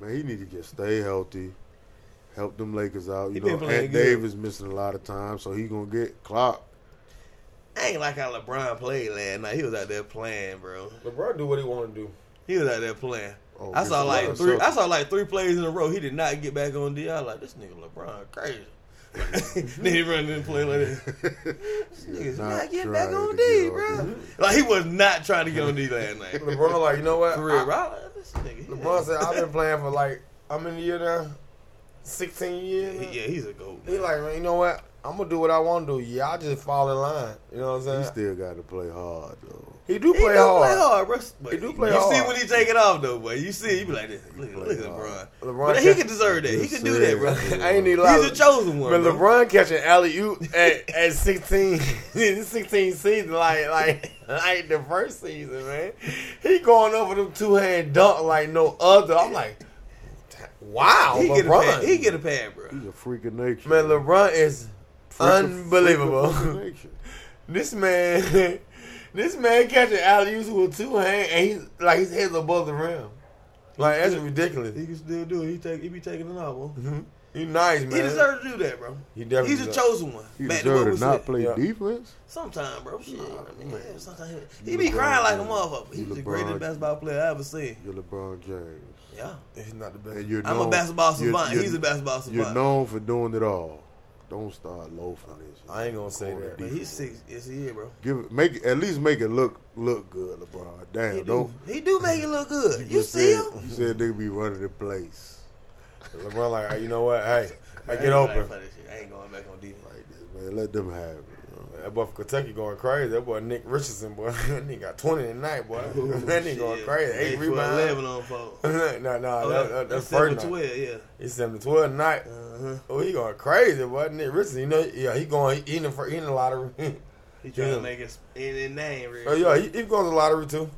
Speaker 1: Man, he need to just stay healthy. Help them Lakers out. You
Speaker 3: He been
Speaker 1: know,
Speaker 3: playing
Speaker 1: Ant
Speaker 3: good.
Speaker 1: Davis missing a lot of time, so he gonna get clocked.
Speaker 3: I ain't like how LeBron played last night. He was out there playing, bro.
Speaker 2: LeBron do what he want to do.
Speaker 3: He was out there playing.
Speaker 1: Oh,
Speaker 3: I saw
Speaker 1: yeah,
Speaker 3: like
Speaker 1: LeBron
Speaker 3: three.
Speaker 1: sucks.
Speaker 3: I saw like three plays in a row. He did not get back on D. I was like this nigga LeBron crazy. then he running and play like that. This nigga's
Speaker 1: not
Speaker 3: not, getting
Speaker 1: trying
Speaker 3: back
Speaker 1: to get
Speaker 3: on D,
Speaker 1: on
Speaker 3: bro. Like he was not trying to get on D last night. For
Speaker 2: LeBron like, you know what?
Speaker 3: real,
Speaker 2: I-
Speaker 3: bro. I was like, This nigga. he-
Speaker 2: LeBron said, I've been playing for like how many years now? Sixteen years. now?"
Speaker 3: he- yeah, he's a goat.
Speaker 2: He
Speaker 3: man.
Speaker 2: like, man, you know what? I'm gonna do what I want to do. Yeah, I just fall in line. You know what I'm
Speaker 1: He
Speaker 2: saying?
Speaker 1: still got to play hard though.
Speaker 2: He do
Speaker 3: He do
Speaker 2: play hard.
Speaker 3: play hard, bro. But
Speaker 2: He do play
Speaker 3: you see
Speaker 2: hard.
Speaker 3: when he take it off though, boy. You see, you be like, this, look,
Speaker 1: play
Speaker 3: look at LeBron.
Speaker 1: hard.
Speaker 2: LeBron
Speaker 3: But he
Speaker 2: catch-
Speaker 3: can deserve that. He
Speaker 1: Yes,
Speaker 3: can do
Speaker 1: sir.
Speaker 3: that, bro.
Speaker 2: I ain't need a lot.
Speaker 3: He's a chosen one.
Speaker 2: But
Speaker 3: bro.
Speaker 2: LeBron catching alley oop at, at 16, in 16 season, like like like the first season, man. He going over them two hand dunk like no other. I'm like, wow,
Speaker 3: he get a
Speaker 2: LeBron.
Speaker 3: pad. He get a pad, bro.
Speaker 1: He's a freak of nature.
Speaker 2: man, LeBron is
Speaker 1: Freak of-
Speaker 2: unbelievable.
Speaker 1: freak of freak of nature.
Speaker 2: This man, this man catching alley oops with two hand, and he's like his head's above the rim. Like that's ridiculous.
Speaker 3: He can still do it. He take. He be taking it off, bro.
Speaker 2: He nice, man.
Speaker 3: He deserves to do that, bro.
Speaker 2: He definitely
Speaker 3: He's a
Speaker 2: deserve-
Speaker 3: chosen one.
Speaker 1: He
Speaker 3: Back to what
Speaker 1: deserve
Speaker 3: we
Speaker 1: to not
Speaker 3: said.
Speaker 1: play
Speaker 2: Yeah.
Speaker 1: defense.
Speaker 3: Sometime, bro. Shit, I mean,
Speaker 2: man.
Speaker 3: yeah, sometime he, he be crying like a motherfucker. He's the
Speaker 1: LeBron.
Speaker 3: greatest basketball player I ever seen.
Speaker 1: You're LeBron James,
Speaker 3: Yeah,
Speaker 2: He's not the best.
Speaker 1: and you're
Speaker 3: I'm
Speaker 1: known-
Speaker 3: a basketball
Speaker 1: you're-
Speaker 3: savant.
Speaker 1: you're-
Speaker 3: He's a basketball
Speaker 1: You're
Speaker 3: savant.
Speaker 1: known for doing it all. Don't start low for this.
Speaker 2: I ain't gonna say
Speaker 1: Corner
Speaker 2: that.
Speaker 3: but
Speaker 1: defense.
Speaker 3: he's six. Yes, he is, bro.
Speaker 1: Give it, make it, at least make it look look good, LeBron. Damn,
Speaker 3: He do.
Speaker 1: don't.
Speaker 3: He do make it look good. You
Speaker 1: just
Speaker 3: see
Speaker 1: said,
Speaker 3: him?
Speaker 1: You said nigga be running the place.
Speaker 2: LeBron like, "Hey, you know what? Hey, I
Speaker 3: ain't
Speaker 2: get
Speaker 3: going
Speaker 2: open.
Speaker 3: for this shit. I ain't going back on defense.
Speaker 1: Like this, man. Let them have it. you know.
Speaker 2: That boy from Kentucky going crazy. That boy Nick Richardson, boy. that nigga got 20 tonight, boy. that nigga going
Speaker 3: Oh, Shit.
Speaker 2: crazy.
Speaker 3: Eight
Speaker 2: Eight
Speaker 3: foot eleven
Speaker 2: rebounds.
Speaker 3: on folks.
Speaker 2: no, no,
Speaker 3: Oh,
Speaker 2: that,
Speaker 3: that-
Speaker 2: that, that's
Speaker 3: seven
Speaker 2: first
Speaker 3: to
Speaker 2: night.
Speaker 3: twelve, yeah.
Speaker 2: He's 7 to 12 tonight.
Speaker 3: Uh-huh.
Speaker 2: Oh, he going crazy, boy. Nick Richardson, you know, yeah, he going, he in the, fir- he in the lottery.
Speaker 3: He trying
Speaker 2: Yeah.
Speaker 3: to make us in his name, really.
Speaker 2: oh, yeah, he, he going to the lottery, too.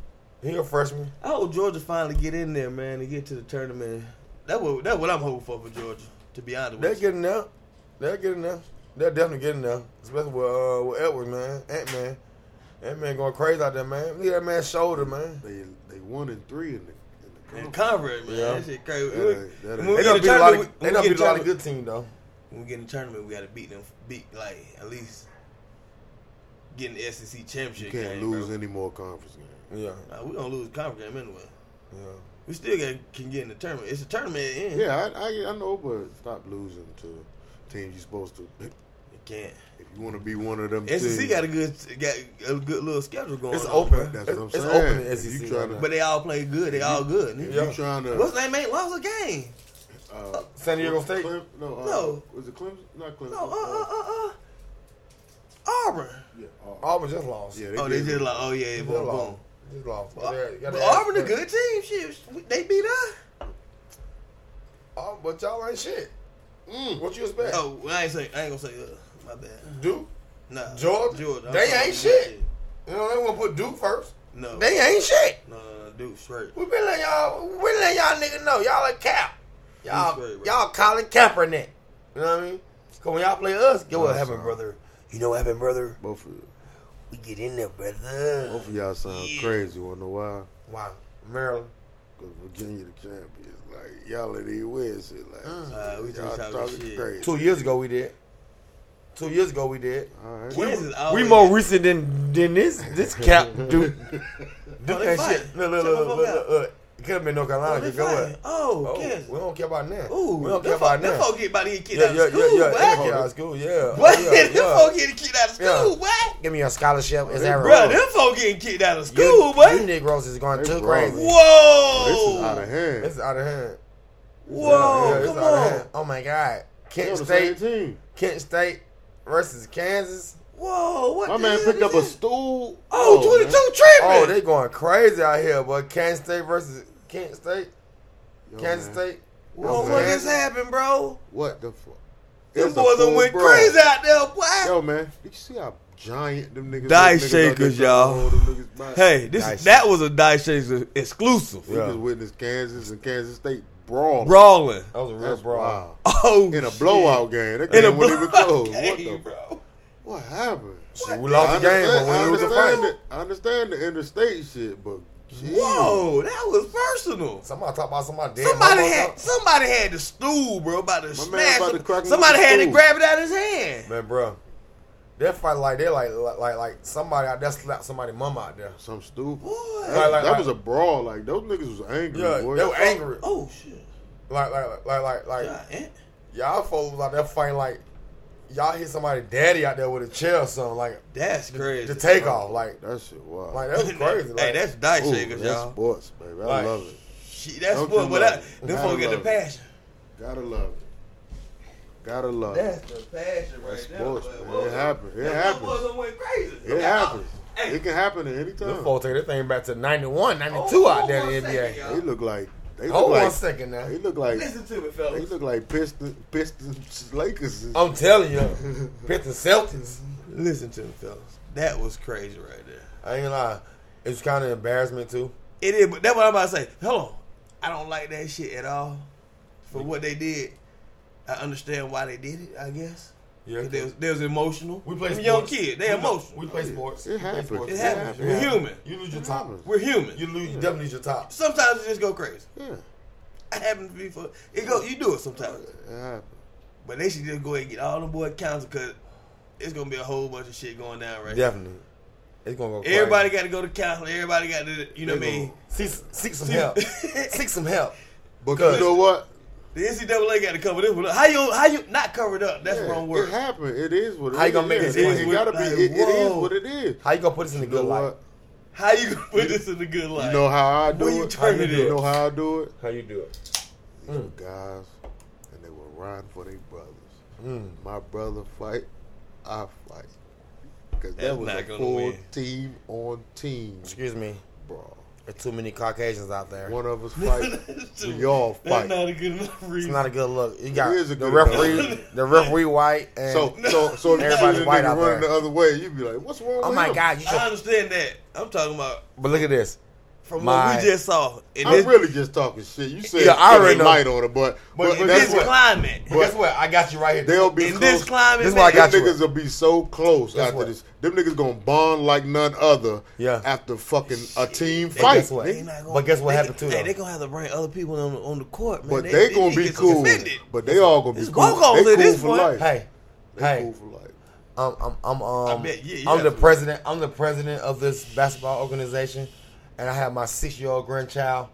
Speaker 2: He a freshman.
Speaker 3: I hope Georgia finally get in there, man, and get to the tournament. That what that what I'm hoping for for Georgia. To be honest
Speaker 2: They're
Speaker 3: with you,
Speaker 2: getting there. They're getting there. They're definitely getting there. Especially with, uh, with Edwards, man. Ant-Man. Ant-Man going crazy out there, man. Look at that man's shoulder, man.
Speaker 1: They they one and three in the in the
Speaker 3: and
Speaker 1: conference.
Speaker 3: conference, man,
Speaker 2: Yeah.
Speaker 3: that shit crazy.
Speaker 1: That
Speaker 3: When
Speaker 1: ain't- that
Speaker 3: we
Speaker 1: ain't-
Speaker 2: They
Speaker 3: get
Speaker 2: done
Speaker 3: in
Speaker 2: beat
Speaker 3: the
Speaker 2: a lot
Speaker 3: tournament,
Speaker 2: of, they
Speaker 3: when
Speaker 2: done
Speaker 3: we
Speaker 2: beat
Speaker 3: get
Speaker 2: a lot of
Speaker 3: in
Speaker 2: good
Speaker 3: the
Speaker 2: team though.
Speaker 3: when we get in the tournament, we gotta beat them, beat like at least get in the SEC
Speaker 1: You
Speaker 3: championship
Speaker 1: can't
Speaker 3: game,
Speaker 1: lose
Speaker 3: bro.
Speaker 1: any more conference games.
Speaker 2: Yeah,
Speaker 3: Nah, we gonna lose the conference game anyway.
Speaker 2: yeah.
Speaker 3: We still got, can get in the tournament. It's a tournament at the end.
Speaker 1: Yeah, I, I I know, but stop losing to teams you're supposed to.
Speaker 3: You can't.
Speaker 1: If you want to be one of them,
Speaker 3: SEC
Speaker 1: teams,
Speaker 3: got a good got a good little schedule going.
Speaker 2: It's
Speaker 3: on,
Speaker 2: open.
Speaker 3: bro.
Speaker 1: That's what I'm
Speaker 2: It's- it's
Speaker 1: saying.
Speaker 2: open in E
Speaker 1: If
Speaker 2: SEC
Speaker 1: You trying
Speaker 2: right
Speaker 1: to,
Speaker 3: but they all play good. They all good.
Speaker 1: if
Speaker 3: nigga.
Speaker 2: Yeah.
Speaker 1: you trying to
Speaker 3: What's their name? Lost a game.
Speaker 1: uh,
Speaker 2: San Diego
Speaker 1: was it
Speaker 2: State?
Speaker 1: Clem- no, uh,
Speaker 3: No.
Speaker 1: Was it Clemson? Not Clemson.
Speaker 3: No, uh, uh, uh, uh, Auburn.
Speaker 1: yeah, Auburn.
Speaker 2: Auburn just lost.
Speaker 1: Yeah,
Speaker 3: oh, they
Speaker 1: did.
Speaker 3: just like, oh yeah,
Speaker 2: just
Speaker 3: boom,
Speaker 2: lost.
Speaker 3: boom.
Speaker 2: Just lost.
Speaker 3: Well,
Speaker 2: Yeah, you gotta
Speaker 3: but
Speaker 2: ask-
Speaker 3: Auburn a good team. Shit, they beat us.
Speaker 2: Auburn, but y'all ain't shit.
Speaker 1: Mm,
Speaker 2: What you expect?
Speaker 3: Oh, well, I ain't say. I ain't gonna say. Uh, my bad.
Speaker 2: Duke.
Speaker 3: Nah.
Speaker 2: Georgia?
Speaker 3: Georgia. I'm
Speaker 2: They
Speaker 3: sorry.
Speaker 2: ain't shit. You know they want to put Duke first.
Speaker 3: No.
Speaker 2: They ain't shit.
Speaker 3: No, no, no, dude, straight.
Speaker 2: We been letting y'all. We been letting y'all niggas know y'all a cap. Y'all,
Speaker 3: That's right, bro.
Speaker 2: y'all Colin Kaepernick. You know what I mean? Cause when y'all play us, get what
Speaker 1: That's
Speaker 2: happened,
Speaker 1: all.
Speaker 2: brother. You know what happened, brother.
Speaker 1: Both of,
Speaker 2: We get in there, brother.
Speaker 1: both of y'all sound
Speaker 3: Yeah.
Speaker 1: crazy. Wanna know why?
Speaker 2: Wow, Maryland.
Speaker 1: Cause Virginia the champions. Like y'all ain't even win shit. Like
Speaker 3: Uh, we just
Speaker 1: y'all
Speaker 3: talking shit.
Speaker 1: crazy.
Speaker 2: Two years ago we did. Two years ago we did.
Speaker 1: All right.
Speaker 3: Kansas is
Speaker 5: We
Speaker 3: always-
Speaker 5: more recent than than this this cap, dude.
Speaker 2: Dude,
Speaker 3: they
Speaker 2: that
Speaker 3: fighting.
Speaker 2: shit. Look, look, look,
Speaker 3: Check my
Speaker 2: look,
Speaker 3: phone
Speaker 2: look, look. It could have been North
Speaker 3: Oh,
Speaker 2: Carolina.
Speaker 3: they
Speaker 2: could go
Speaker 3: fighting.
Speaker 2: at.
Speaker 3: Oh,
Speaker 2: Oh,
Speaker 3: Kansas.
Speaker 2: we don't care about now.
Speaker 3: Ooh,
Speaker 2: we don't care
Speaker 3: them
Speaker 2: about
Speaker 3: folk- them
Speaker 2: now.
Speaker 3: folk get about to get kicked
Speaker 2: Yeah,
Speaker 3: out
Speaker 2: yeah,
Speaker 3: of school.
Speaker 2: yeah, yeah.
Speaker 3: what?
Speaker 2: Get out of school. Yeah. Oh,
Speaker 3: What?
Speaker 2: Yeah,
Speaker 3: them
Speaker 2: yeah.
Speaker 3: folk getting kicked out of school.
Speaker 2: Yeah.
Speaker 3: What?
Speaker 5: Give me a scholarship. Is that
Speaker 3: Bro,
Speaker 5: right?
Speaker 3: them folk getting kicked out of
Speaker 5: You-
Speaker 3: school.
Speaker 5: You,
Speaker 3: What?
Speaker 5: Negroes is going
Speaker 1: They
Speaker 5: too
Speaker 1: wrong.
Speaker 5: crazy.
Speaker 3: Whoa.
Speaker 1: This is out of hand.
Speaker 2: It's out of hand.
Speaker 3: Whoa.
Speaker 2: yeah, it's
Speaker 3: come
Speaker 2: out of
Speaker 3: on.
Speaker 2: hand. Oh my God.
Speaker 1: They
Speaker 2: Kent
Speaker 1: on the
Speaker 2: State.
Speaker 1: same team.
Speaker 2: Kent State versus Kansas.
Speaker 3: Whoa. What?
Speaker 1: My
Speaker 3: the
Speaker 1: man
Speaker 3: hell
Speaker 1: picked
Speaker 3: is
Speaker 1: up a
Speaker 3: this?
Speaker 1: stool.
Speaker 3: Oh,
Speaker 1: man.
Speaker 3: 22
Speaker 2: Oh,
Speaker 3: treatment.
Speaker 2: they going crazy out here, but Kansas State versus Kent State.
Speaker 1: Yo,
Speaker 2: Kansas
Speaker 1: man.
Speaker 2: State.
Speaker 3: Whoa,
Speaker 1: man.
Speaker 3: what just happened, bro?
Speaker 1: What the fuck?
Speaker 3: Them
Speaker 1: It's a
Speaker 3: boys done
Speaker 1: full
Speaker 3: went
Speaker 1: brawl.
Speaker 3: crazy out there, boy.
Speaker 1: Yo, man, did you see how giant them niggas? them niggas out
Speaker 3: Dice
Speaker 1: there
Speaker 3: shakers,
Speaker 1: trying to
Speaker 3: y'all.
Speaker 1: hold them niggas back?
Speaker 3: Hey, this
Speaker 2: Dice
Speaker 3: that was a Dice Shakers exclusive.
Speaker 1: we just witnessed Kansas and Kansas State brawl.
Speaker 3: Brawling.
Speaker 2: That was a real
Speaker 1: That's
Speaker 2: brawl.
Speaker 1: wild.
Speaker 3: Oh,
Speaker 1: In a
Speaker 3: shit.
Speaker 1: blowout game, that
Speaker 3: In a
Speaker 1: game wasn't even
Speaker 3: blowout
Speaker 1: close.
Speaker 3: game,
Speaker 1: what, the,
Speaker 3: bro.
Speaker 1: what happened?
Speaker 2: Shit, we
Speaker 1: I
Speaker 2: lost the game,
Speaker 1: understand-
Speaker 2: but we
Speaker 1: I
Speaker 2: lose the
Speaker 1: understand
Speaker 2: fight.
Speaker 1: it. I understand the interstate shit, but geez.
Speaker 3: Whoa, that was personal.
Speaker 2: Somebody talk about somebody dead.
Speaker 3: Somebody
Speaker 2: mama.
Speaker 3: had somebody had the stool, bro, about to smash.
Speaker 1: about
Speaker 3: him.
Speaker 1: to crack him
Speaker 3: somebody
Speaker 1: with the
Speaker 3: had to
Speaker 1: stool.
Speaker 3: grab it out of his hand.
Speaker 2: Man, bro, that fight like they like like like somebody out there slapped somebody mama out there.
Speaker 1: Some stupid.
Speaker 3: What?
Speaker 1: That,
Speaker 2: Like, like,
Speaker 1: that
Speaker 2: like-
Speaker 1: was a brawl. Like those niggas was angry.
Speaker 2: Yeah,
Speaker 1: boy.
Speaker 2: they were angry.
Speaker 3: Oh shit!
Speaker 2: Like like like like like
Speaker 3: Yeah, eh?
Speaker 2: y'all folks was out there fighting like y'all hit somebody daddy out there with a chair or something like
Speaker 3: That's crazy.
Speaker 2: the takeoff like
Speaker 1: That shit wild.
Speaker 2: like that was crazy. Like,
Speaker 3: hey, that's dice
Speaker 1: Ooh,
Speaker 3: shakers,
Speaker 1: that's
Speaker 3: y'all.
Speaker 1: sports, baby. I
Speaker 2: Like-
Speaker 1: love it.
Speaker 3: Shit, that's
Speaker 1: Don't
Speaker 3: what.
Speaker 1: you
Speaker 3: But
Speaker 1: love
Speaker 3: I,
Speaker 1: it.
Speaker 3: them
Speaker 1: I
Speaker 3: folk get the
Speaker 1: love it.
Speaker 3: passion.
Speaker 1: Gotta love it. Gotta love it.
Speaker 3: the passion right
Speaker 1: That's sports, man. It happens. It happens.
Speaker 3: went crazy.
Speaker 1: It happens.
Speaker 3: Hey.
Speaker 1: It can happen at any
Speaker 2: them
Speaker 1: time.
Speaker 2: folks take that thing back to 91, 92
Speaker 3: Hold
Speaker 2: out there
Speaker 3: on
Speaker 2: in the
Speaker 3: one second,
Speaker 2: NBA.
Speaker 3: y'all.
Speaker 1: They look like they look
Speaker 2: Hold on
Speaker 1: like
Speaker 2: a second now.
Speaker 1: they look like
Speaker 3: Listen to me,
Speaker 1: they
Speaker 3: fellas.
Speaker 1: look like Pistons, Pistons, Lakers. and-
Speaker 2: I'm telling you, Pistons Celtics.
Speaker 3: Listen to me, fellas. That was crazy right there.
Speaker 2: I ain't gonna lie, it's kind of embarrassment too.
Speaker 3: It is, but that's what I'm about to say. Hold on. I don't like that shit at all. For what they did, I understand why they did it, I guess.
Speaker 2: Yeah,
Speaker 3: 'Cause They was, they was emotional.
Speaker 2: we play
Speaker 3: Them
Speaker 2: sports.
Speaker 3: young kid. They
Speaker 2: We-
Speaker 3: emotional.
Speaker 2: We play sports.
Speaker 1: It
Speaker 2: We play
Speaker 1: happens.
Speaker 2: sports.
Speaker 3: it
Speaker 1: It
Speaker 3: happens.
Speaker 1: happens.
Speaker 3: We're human.
Speaker 2: You lose your
Speaker 1: It
Speaker 2: top.
Speaker 1: happens.
Speaker 3: We're human.
Speaker 2: You lose. You definitely lose your top.
Speaker 3: sometimes it just go crazy.
Speaker 1: Yeah, it
Speaker 3: It happens to be for it go. You do it sometimes,
Speaker 1: happens.
Speaker 3: but they should just go ahead and get all the boy counts because it's gonna be a whole bunch of shit going down right.
Speaker 2: Definitely. It's gonna go. crazy.
Speaker 3: Everybody got to go to counseling. Everybody got to, you know what I mean.
Speaker 2: seek, seek some help. seek some help.
Speaker 1: But
Speaker 2: Cause-
Speaker 1: you know what?
Speaker 3: The NCAA got to cover this one. up. How you how you not covered up? That's
Speaker 1: Yeah,
Speaker 3: the wrong
Speaker 1: It
Speaker 3: word.
Speaker 1: happened. It is what it is.
Speaker 2: How you gonna make
Speaker 1: Yeah,
Speaker 2: it
Speaker 1: it,
Speaker 2: explain?
Speaker 1: gotta be.
Speaker 3: Like,
Speaker 1: it- it is
Speaker 3: whoa.
Speaker 1: what it is.
Speaker 2: How you gonna put this in the
Speaker 1: You know
Speaker 2: good light?
Speaker 1: what?
Speaker 3: How you gonna put this in the good light?
Speaker 1: You know how I do
Speaker 3: When you
Speaker 1: it.
Speaker 3: turn it
Speaker 1: you
Speaker 3: in.
Speaker 1: know how I do it.
Speaker 2: How you do it?
Speaker 1: These were guys, and they were riding for their brothers. Hmm. My brother fight, I fight. Because
Speaker 3: That's
Speaker 1: that was
Speaker 3: not
Speaker 1: a
Speaker 3: gonna
Speaker 1: full
Speaker 3: win.
Speaker 1: team on team,
Speaker 2: Excuse me.
Speaker 1: bro.
Speaker 2: There's too many Caucasians out there.
Speaker 1: One of us fight,
Speaker 3: That's
Speaker 1: we all
Speaker 3: That's
Speaker 1: fight.
Speaker 3: not a good enough
Speaker 2: It's
Speaker 3: reason.
Speaker 2: not a good look. You got
Speaker 1: is a
Speaker 2: the
Speaker 1: good
Speaker 2: referee.
Speaker 1: look.
Speaker 2: the referee white and
Speaker 1: so, so, so if you
Speaker 2: Everybody's
Speaker 1: see a
Speaker 2: white
Speaker 1: nigga
Speaker 2: out
Speaker 1: running
Speaker 2: there.
Speaker 1: the other way, you'd be like, "What's wrong
Speaker 2: Oh
Speaker 1: with
Speaker 2: my
Speaker 1: him?"
Speaker 2: God! You should,
Speaker 3: I understand that. I'm talking about
Speaker 2: but look at this.
Speaker 3: from
Speaker 2: My-
Speaker 3: what we just saw in
Speaker 1: I'm
Speaker 3: this,
Speaker 1: really just talking shit. You said
Speaker 2: Yeah, I already
Speaker 1: put
Speaker 2: know.
Speaker 1: a light on it, but
Speaker 2: But
Speaker 1: but,
Speaker 2: in
Speaker 1: that's
Speaker 3: this
Speaker 1: what
Speaker 3: climate.
Speaker 2: But guess what? I got you right here.
Speaker 1: they'll be
Speaker 3: In
Speaker 1: close.
Speaker 3: this climate,
Speaker 2: This is why I
Speaker 3: man,
Speaker 2: got
Speaker 1: Them
Speaker 2: you.
Speaker 1: niggas will be so close
Speaker 2: Guess
Speaker 1: after
Speaker 2: what?
Speaker 1: this. Them niggas gonna bond like none other.
Speaker 2: Yeah.
Speaker 1: After fucking a team
Speaker 2: Hey,
Speaker 1: fight.
Speaker 2: guess what?
Speaker 1: nigga.
Speaker 3: they not
Speaker 2: But guess what
Speaker 3: they-
Speaker 2: happened to
Speaker 3: Hey,
Speaker 2: them?
Speaker 3: they gonna have to bring other people on the, on the court, man.
Speaker 1: But they, gonna
Speaker 3: need
Speaker 1: be
Speaker 3: to get
Speaker 1: cool.
Speaker 3: Suspended.
Speaker 1: But they all gonna be
Speaker 3: It's
Speaker 1: cool.
Speaker 3: walk-ons
Speaker 1: They
Speaker 3: at
Speaker 1: cool
Speaker 3: this
Speaker 1: for
Speaker 3: point.
Speaker 1: life.
Speaker 2: Hey,
Speaker 1: they cool
Speaker 2: hey,
Speaker 1: for life.
Speaker 2: I'm, I'm, I'm, um,
Speaker 3: I bet, yeah, you
Speaker 2: I'm the
Speaker 3: absolutely-
Speaker 2: president. I'm the president of this basketball organization, and I have my six-year-old grandchild,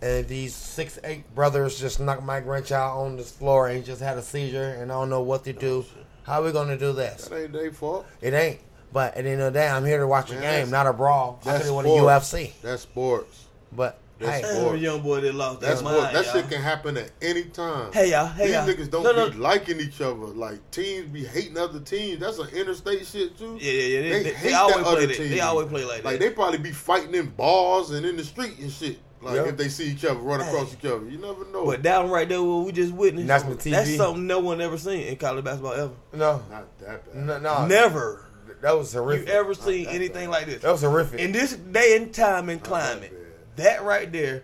Speaker 2: and these six, eight brothers just knocked my grandchild on this floor, and he just had a seizure, and I don't know what to do. How we gonna do this?
Speaker 1: That ain't their fault.
Speaker 2: It ain't. But at the end of the day, I'm here to watch a
Speaker 1: Man,
Speaker 2: game,
Speaker 1: that's-
Speaker 2: not a brawl. I could
Speaker 1: That's
Speaker 2: have won a
Speaker 1: sports.
Speaker 2: UFC,
Speaker 1: That's sports.
Speaker 2: but
Speaker 1: That's
Speaker 2: hey,
Speaker 1: sports.
Speaker 3: Damn, young boy that lost
Speaker 1: That's
Speaker 3: their
Speaker 1: sports.
Speaker 3: mind,
Speaker 1: that
Speaker 3: y'all.
Speaker 1: shit can happen at any time.
Speaker 3: Hey y'all, hey
Speaker 1: These
Speaker 3: y'all.
Speaker 1: niggas don't
Speaker 3: no, no.
Speaker 1: be liking each other. Like teams be hating other teams. That's an interstate shit too.
Speaker 3: Yeah, yeah, yeah. They-
Speaker 1: They,
Speaker 3: they- they
Speaker 1: hate
Speaker 3: always
Speaker 1: that
Speaker 3: play
Speaker 1: other
Speaker 3: that-
Speaker 1: team.
Speaker 3: they always play like that.
Speaker 1: Like they probably be fighting in bars and in the street and shit. Like
Speaker 2: Yeah.
Speaker 1: if they see each other run
Speaker 3: Hey.
Speaker 1: across each other, you never know.
Speaker 3: But that one right there, what we just witnessed,
Speaker 2: National TV.
Speaker 3: that's something no one ever seen in college basketball ever.
Speaker 2: no,
Speaker 1: Not that bad.
Speaker 2: no, no,
Speaker 3: Never
Speaker 2: That was
Speaker 3: you
Speaker 2: horrific.
Speaker 3: ever seen
Speaker 1: that
Speaker 3: anything
Speaker 1: bad.
Speaker 3: like this.
Speaker 2: that was horrific.
Speaker 3: In this day and time and
Speaker 1: that
Speaker 3: climate,
Speaker 1: bad.
Speaker 3: that right there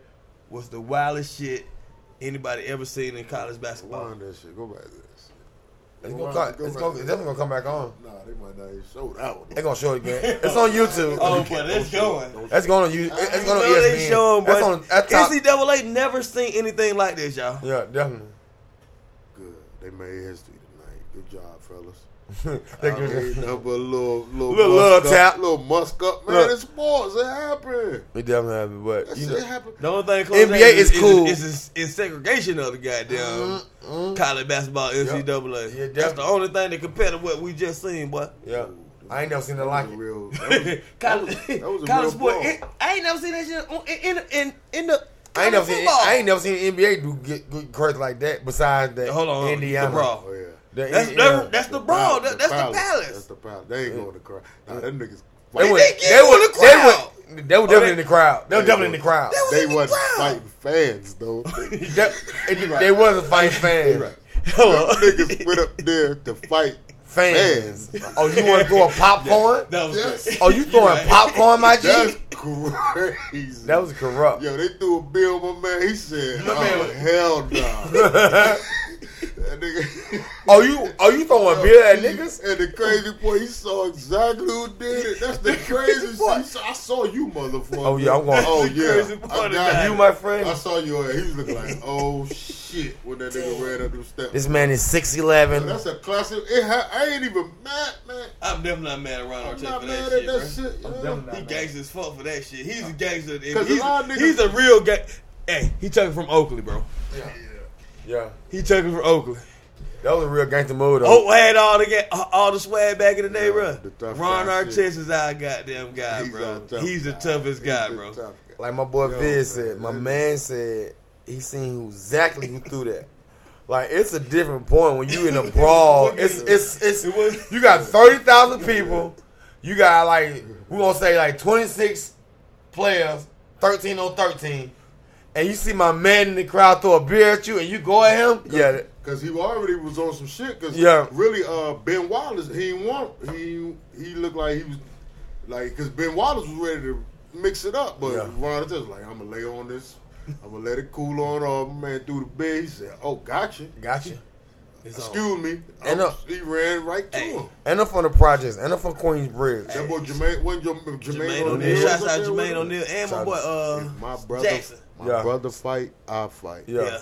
Speaker 3: was the wildest shit anybody ever seen in college basketball.
Speaker 1: Rewind that shit. Go back to this.
Speaker 2: it's gonna, come, it's, gonna, it's definitely gonna come back on.
Speaker 1: Nah, they might not even show that one.
Speaker 2: They're gonna show it again. It's on YouTube.
Speaker 3: Oh, but it's going.
Speaker 2: That's going to you. It's going to E
Speaker 3: No, they
Speaker 2: ESPN.
Speaker 3: showing,
Speaker 2: That's
Speaker 3: but
Speaker 2: on at top.
Speaker 3: NCAA never seen anything like this, y'all.
Speaker 2: Yeah, definitely.
Speaker 1: Good. They made history tonight. Good job, fellas.
Speaker 2: They
Speaker 1: I mean,
Speaker 2: give us-
Speaker 1: nothing but a little, little,
Speaker 2: Little
Speaker 1: musk
Speaker 2: love
Speaker 1: up,
Speaker 2: tap.
Speaker 1: little musk up, man.
Speaker 2: Look.
Speaker 1: It's sports. It happened.
Speaker 2: It definitely happened, but
Speaker 1: That
Speaker 2: you
Speaker 1: shit
Speaker 2: know,
Speaker 1: happened.
Speaker 3: The only thing
Speaker 2: NBA is cool.
Speaker 3: It's, it's, segregation of the goddamn college basketball NCAA.
Speaker 2: Yeah,
Speaker 3: That's the
Speaker 2: definitely.
Speaker 3: only thing that compared to what we just seen, boy.
Speaker 2: yeah, I ain't never seen nothing
Speaker 1: That was
Speaker 2: like
Speaker 1: a
Speaker 2: it.
Speaker 1: real.
Speaker 3: college,
Speaker 1: was a real
Speaker 3: college sport.
Speaker 1: ball.
Speaker 3: It, I ain't never seen that shit on, in, in in in the.
Speaker 2: I ain't never
Speaker 3: college
Speaker 2: seen
Speaker 3: football.
Speaker 2: I ain't never seen NBA do get, get crazy like that. Besides that,
Speaker 3: Hold on, hold on.
Speaker 2: Indiana.
Speaker 3: The brawl.
Speaker 1: Oh yeah.
Speaker 2: The-
Speaker 3: That's
Speaker 2: yeah.
Speaker 3: that's, that's the brawl.
Speaker 1: pal-
Speaker 3: That- that's the
Speaker 1: That's
Speaker 3: palace.
Speaker 1: the palace. They ain't going to cry. Nah, them niggas.
Speaker 2: They
Speaker 1: fighting.
Speaker 2: were,
Speaker 3: They get
Speaker 2: they,
Speaker 3: in
Speaker 2: were,
Speaker 3: the
Speaker 2: they
Speaker 3: crowd.
Speaker 2: were, Oh, they were definitely in the crowd. They were
Speaker 1: They
Speaker 2: definitely in the
Speaker 1: were.
Speaker 2: crowd.
Speaker 3: They was
Speaker 1: They
Speaker 3: in the
Speaker 1: wasn't
Speaker 3: crowd.
Speaker 1: fighting fans though. Them
Speaker 2: They, they wasn't fighting fans.
Speaker 1: niggas went up there to fight
Speaker 2: Fans. Oh, you want to throw a popcorn?
Speaker 3: That was
Speaker 1: Yes.
Speaker 3: good.
Speaker 2: Oh, you throwing
Speaker 3: right.
Speaker 2: popcorn, my G?
Speaker 1: That's crazy.
Speaker 2: That was corrupt.
Speaker 1: Yo, they threw a bill, my man. He said, "Oh
Speaker 3: man was-
Speaker 1: hell no." that nigga.
Speaker 2: Oh, you oh you throwing beer at niggas?
Speaker 1: And the crazy boy, he saw exactly who did it. That's the crazy
Speaker 2: part.
Speaker 1: shit. I saw you, motherfucker.
Speaker 2: Oh, yeah, I'm going-
Speaker 1: Oh
Speaker 3: That's the
Speaker 1: yeah,
Speaker 3: crazy part
Speaker 1: I,
Speaker 3: of
Speaker 1: got
Speaker 3: that.
Speaker 1: you.
Speaker 2: You my
Speaker 1: I
Speaker 2: friend?
Speaker 1: saw you. and He was looking like, "Oh shit," when that nigga ran up them steps.
Speaker 2: This man is six eleven.
Speaker 1: That's a classic. It ha- I ain't even mad, man.
Speaker 3: I'm definitely not mad at Ron
Speaker 1: I'm
Speaker 3: Artest
Speaker 1: not
Speaker 3: for
Speaker 1: mad
Speaker 3: that
Speaker 1: at
Speaker 3: shit,
Speaker 1: that
Speaker 3: bro.
Speaker 1: shit. yeah.
Speaker 3: He gangster as fuck for that shit. He's a gangster. He's,
Speaker 1: 'Cause a lot of niggas-
Speaker 3: he's a real gang. Hey, he took it from Oakland, bro.
Speaker 2: Yeah,
Speaker 3: He took it from Oakland.
Speaker 2: that was a real gangster move though.
Speaker 3: Oak had all the ga- uh, all the swag back in the day,
Speaker 1: Yeah,
Speaker 3: bro.
Speaker 1: the tough
Speaker 3: Ron
Speaker 1: guy
Speaker 3: Artest
Speaker 1: shit.
Speaker 3: is our goddamn guy,
Speaker 1: He's our
Speaker 3: bro.
Speaker 1: tough
Speaker 3: he's the
Speaker 1: guy.
Speaker 3: toughest guy,
Speaker 1: He's a
Speaker 3: bro.
Speaker 1: tough guy.
Speaker 2: Like my boy
Speaker 1: Yo,
Speaker 2: Fizz said,
Speaker 1: man,
Speaker 2: my
Speaker 1: that-
Speaker 2: man said he seen who exactly who threw that. Like it's a different point when you in a brawl. It's it's it's
Speaker 3: It was-
Speaker 2: you got thirty thousand people. You got like we gonna say like twenty six players, thirteen on thirteen, and you see my man in the crowd throw a beer at you, and you go at him. Yeah,
Speaker 1: Cause he already was on some shit. Cause
Speaker 2: Yeah.
Speaker 1: really, uh, Ben Wallace, he didn't want he he looked like he was like cause Ben Wallace was ready to mix it up, but
Speaker 2: Yeah.
Speaker 1: Ron Artest was like, I'm gonna lay on this, I'm gonna let it cool on off, man. Through the bed, he said, Oh, gotcha.
Speaker 2: gotcha.
Speaker 1: Excuse me.
Speaker 2: And uh,
Speaker 1: I'm-
Speaker 2: up.
Speaker 1: he ran right to
Speaker 3: Hey.
Speaker 1: him.
Speaker 2: And up on the projects, and up on Queensbridge.
Speaker 1: That boy Jermaine, when Jermaine, Jermaine
Speaker 3: Jermaine O'Neal.
Speaker 1: O'Neal,
Speaker 3: Shouts
Speaker 1: was
Speaker 3: out
Speaker 1: up there with
Speaker 3: Jermaine
Speaker 1: him.
Speaker 3: O'Neal and my
Speaker 2: Shout
Speaker 3: boy uh,
Speaker 1: If my brother,
Speaker 3: Jackson.
Speaker 1: my
Speaker 2: Yeah.
Speaker 1: brother fight, I fight.
Speaker 2: Yeah.
Speaker 3: Yeah.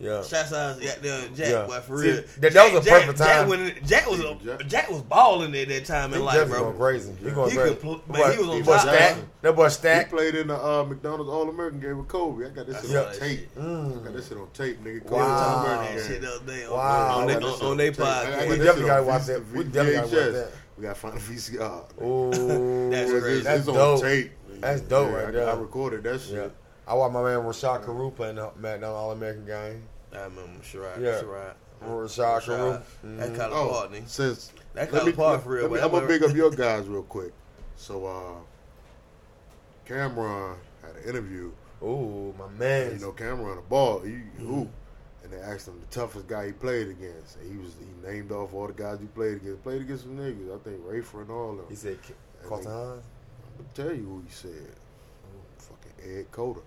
Speaker 2: Yeah.
Speaker 3: Shouts out goddamn Jack,
Speaker 2: Yeah.
Speaker 3: boy, for
Speaker 2: See,
Speaker 3: real.
Speaker 2: that- that was a
Speaker 3: Jack- Jack-
Speaker 2: perfect
Speaker 3: Jack,
Speaker 2: time.
Speaker 3: when- Jack was a,
Speaker 1: Jack-
Speaker 3: Jack was balling at that time in life,
Speaker 2: Jeff's
Speaker 3: bro.
Speaker 2: going crazy. He going
Speaker 3: He
Speaker 2: crazy.
Speaker 3: could pl- man, he was on
Speaker 2: boy
Speaker 1: top.
Speaker 2: stack. That boy
Speaker 1: He
Speaker 2: stack.
Speaker 1: played in the uh, McDonald's All American game with Kobe. I got this shit
Speaker 2: Yeah.
Speaker 1: on tape.
Speaker 2: Mm,
Speaker 1: I got this shit on tape, nigga. Kobe
Speaker 2: Wow.
Speaker 1: All-American
Speaker 3: that
Speaker 1: game.
Speaker 3: shit the other day on-
Speaker 2: Wow.
Speaker 3: on,
Speaker 1: I
Speaker 3: their-
Speaker 1: got this
Speaker 3: on,
Speaker 1: shit
Speaker 3: on their
Speaker 1: tape. I- I got
Speaker 2: We
Speaker 3: podcast.
Speaker 1: this shit
Speaker 2: definitely
Speaker 1: on
Speaker 2: gotta watch
Speaker 1: VC
Speaker 2: that. We definitely gotta watch
Speaker 1: VHS.
Speaker 2: that.
Speaker 1: We gotta find a VCR.
Speaker 2: Ooh,
Speaker 3: That's
Speaker 1: It's-
Speaker 3: crazy.
Speaker 1: It's,
Speaker 2: That's
Speaker 1: it's on
Speaker 2: dope.
Speaker 1: tape.
Speaker 2: That's dope
Speaker 1: Yeah,
Speaker 2: right
Speaker 1: I,
Speaker 2: there.
Speaker 1: I recorded that shit.
Speaker 2: Yeah. I watched my man Rashad Carew playing the McDonald All American game.
Speaker 3: I remember Sherrod.
Speaker 2: Yeah.
Speaker 3: Sherrod.
Speaker 2: Rashad Carew.
Speaker 3: Sherrod. That kind of
Speaker 1: Oh,
Speaker 3: partner.
Speaker 1: since let
Speaker 3: That kind
Speaker 1: me,
Speaker 3: of part for real.
Speaker 1: let me,
Speaker 3: but
Speaker 1: I'm
Speaker 3: that
Speaker 1: gonna
Speaker 3: boy-
Speaker 1: big up your guys real quick. So, uh, Cameron had an interview.
Speaker 2: Mm-hmm. Ooh, my
Speaker 1: And,
Speaker 2: man.
Speaker 1: you know, Cameron the ball. He,
Speaker 2: Mm-hmm.
Speaker 1: who? And they asked him the toughest guy he played against. And he was he named off all the guys he played against. Played against some niggas. I think Rafer and all of them.
Speaker 2: He said, "K- Carlton Hines,
Speaker 1: I'm gonna tell you who he said. Fucking Ed Coda.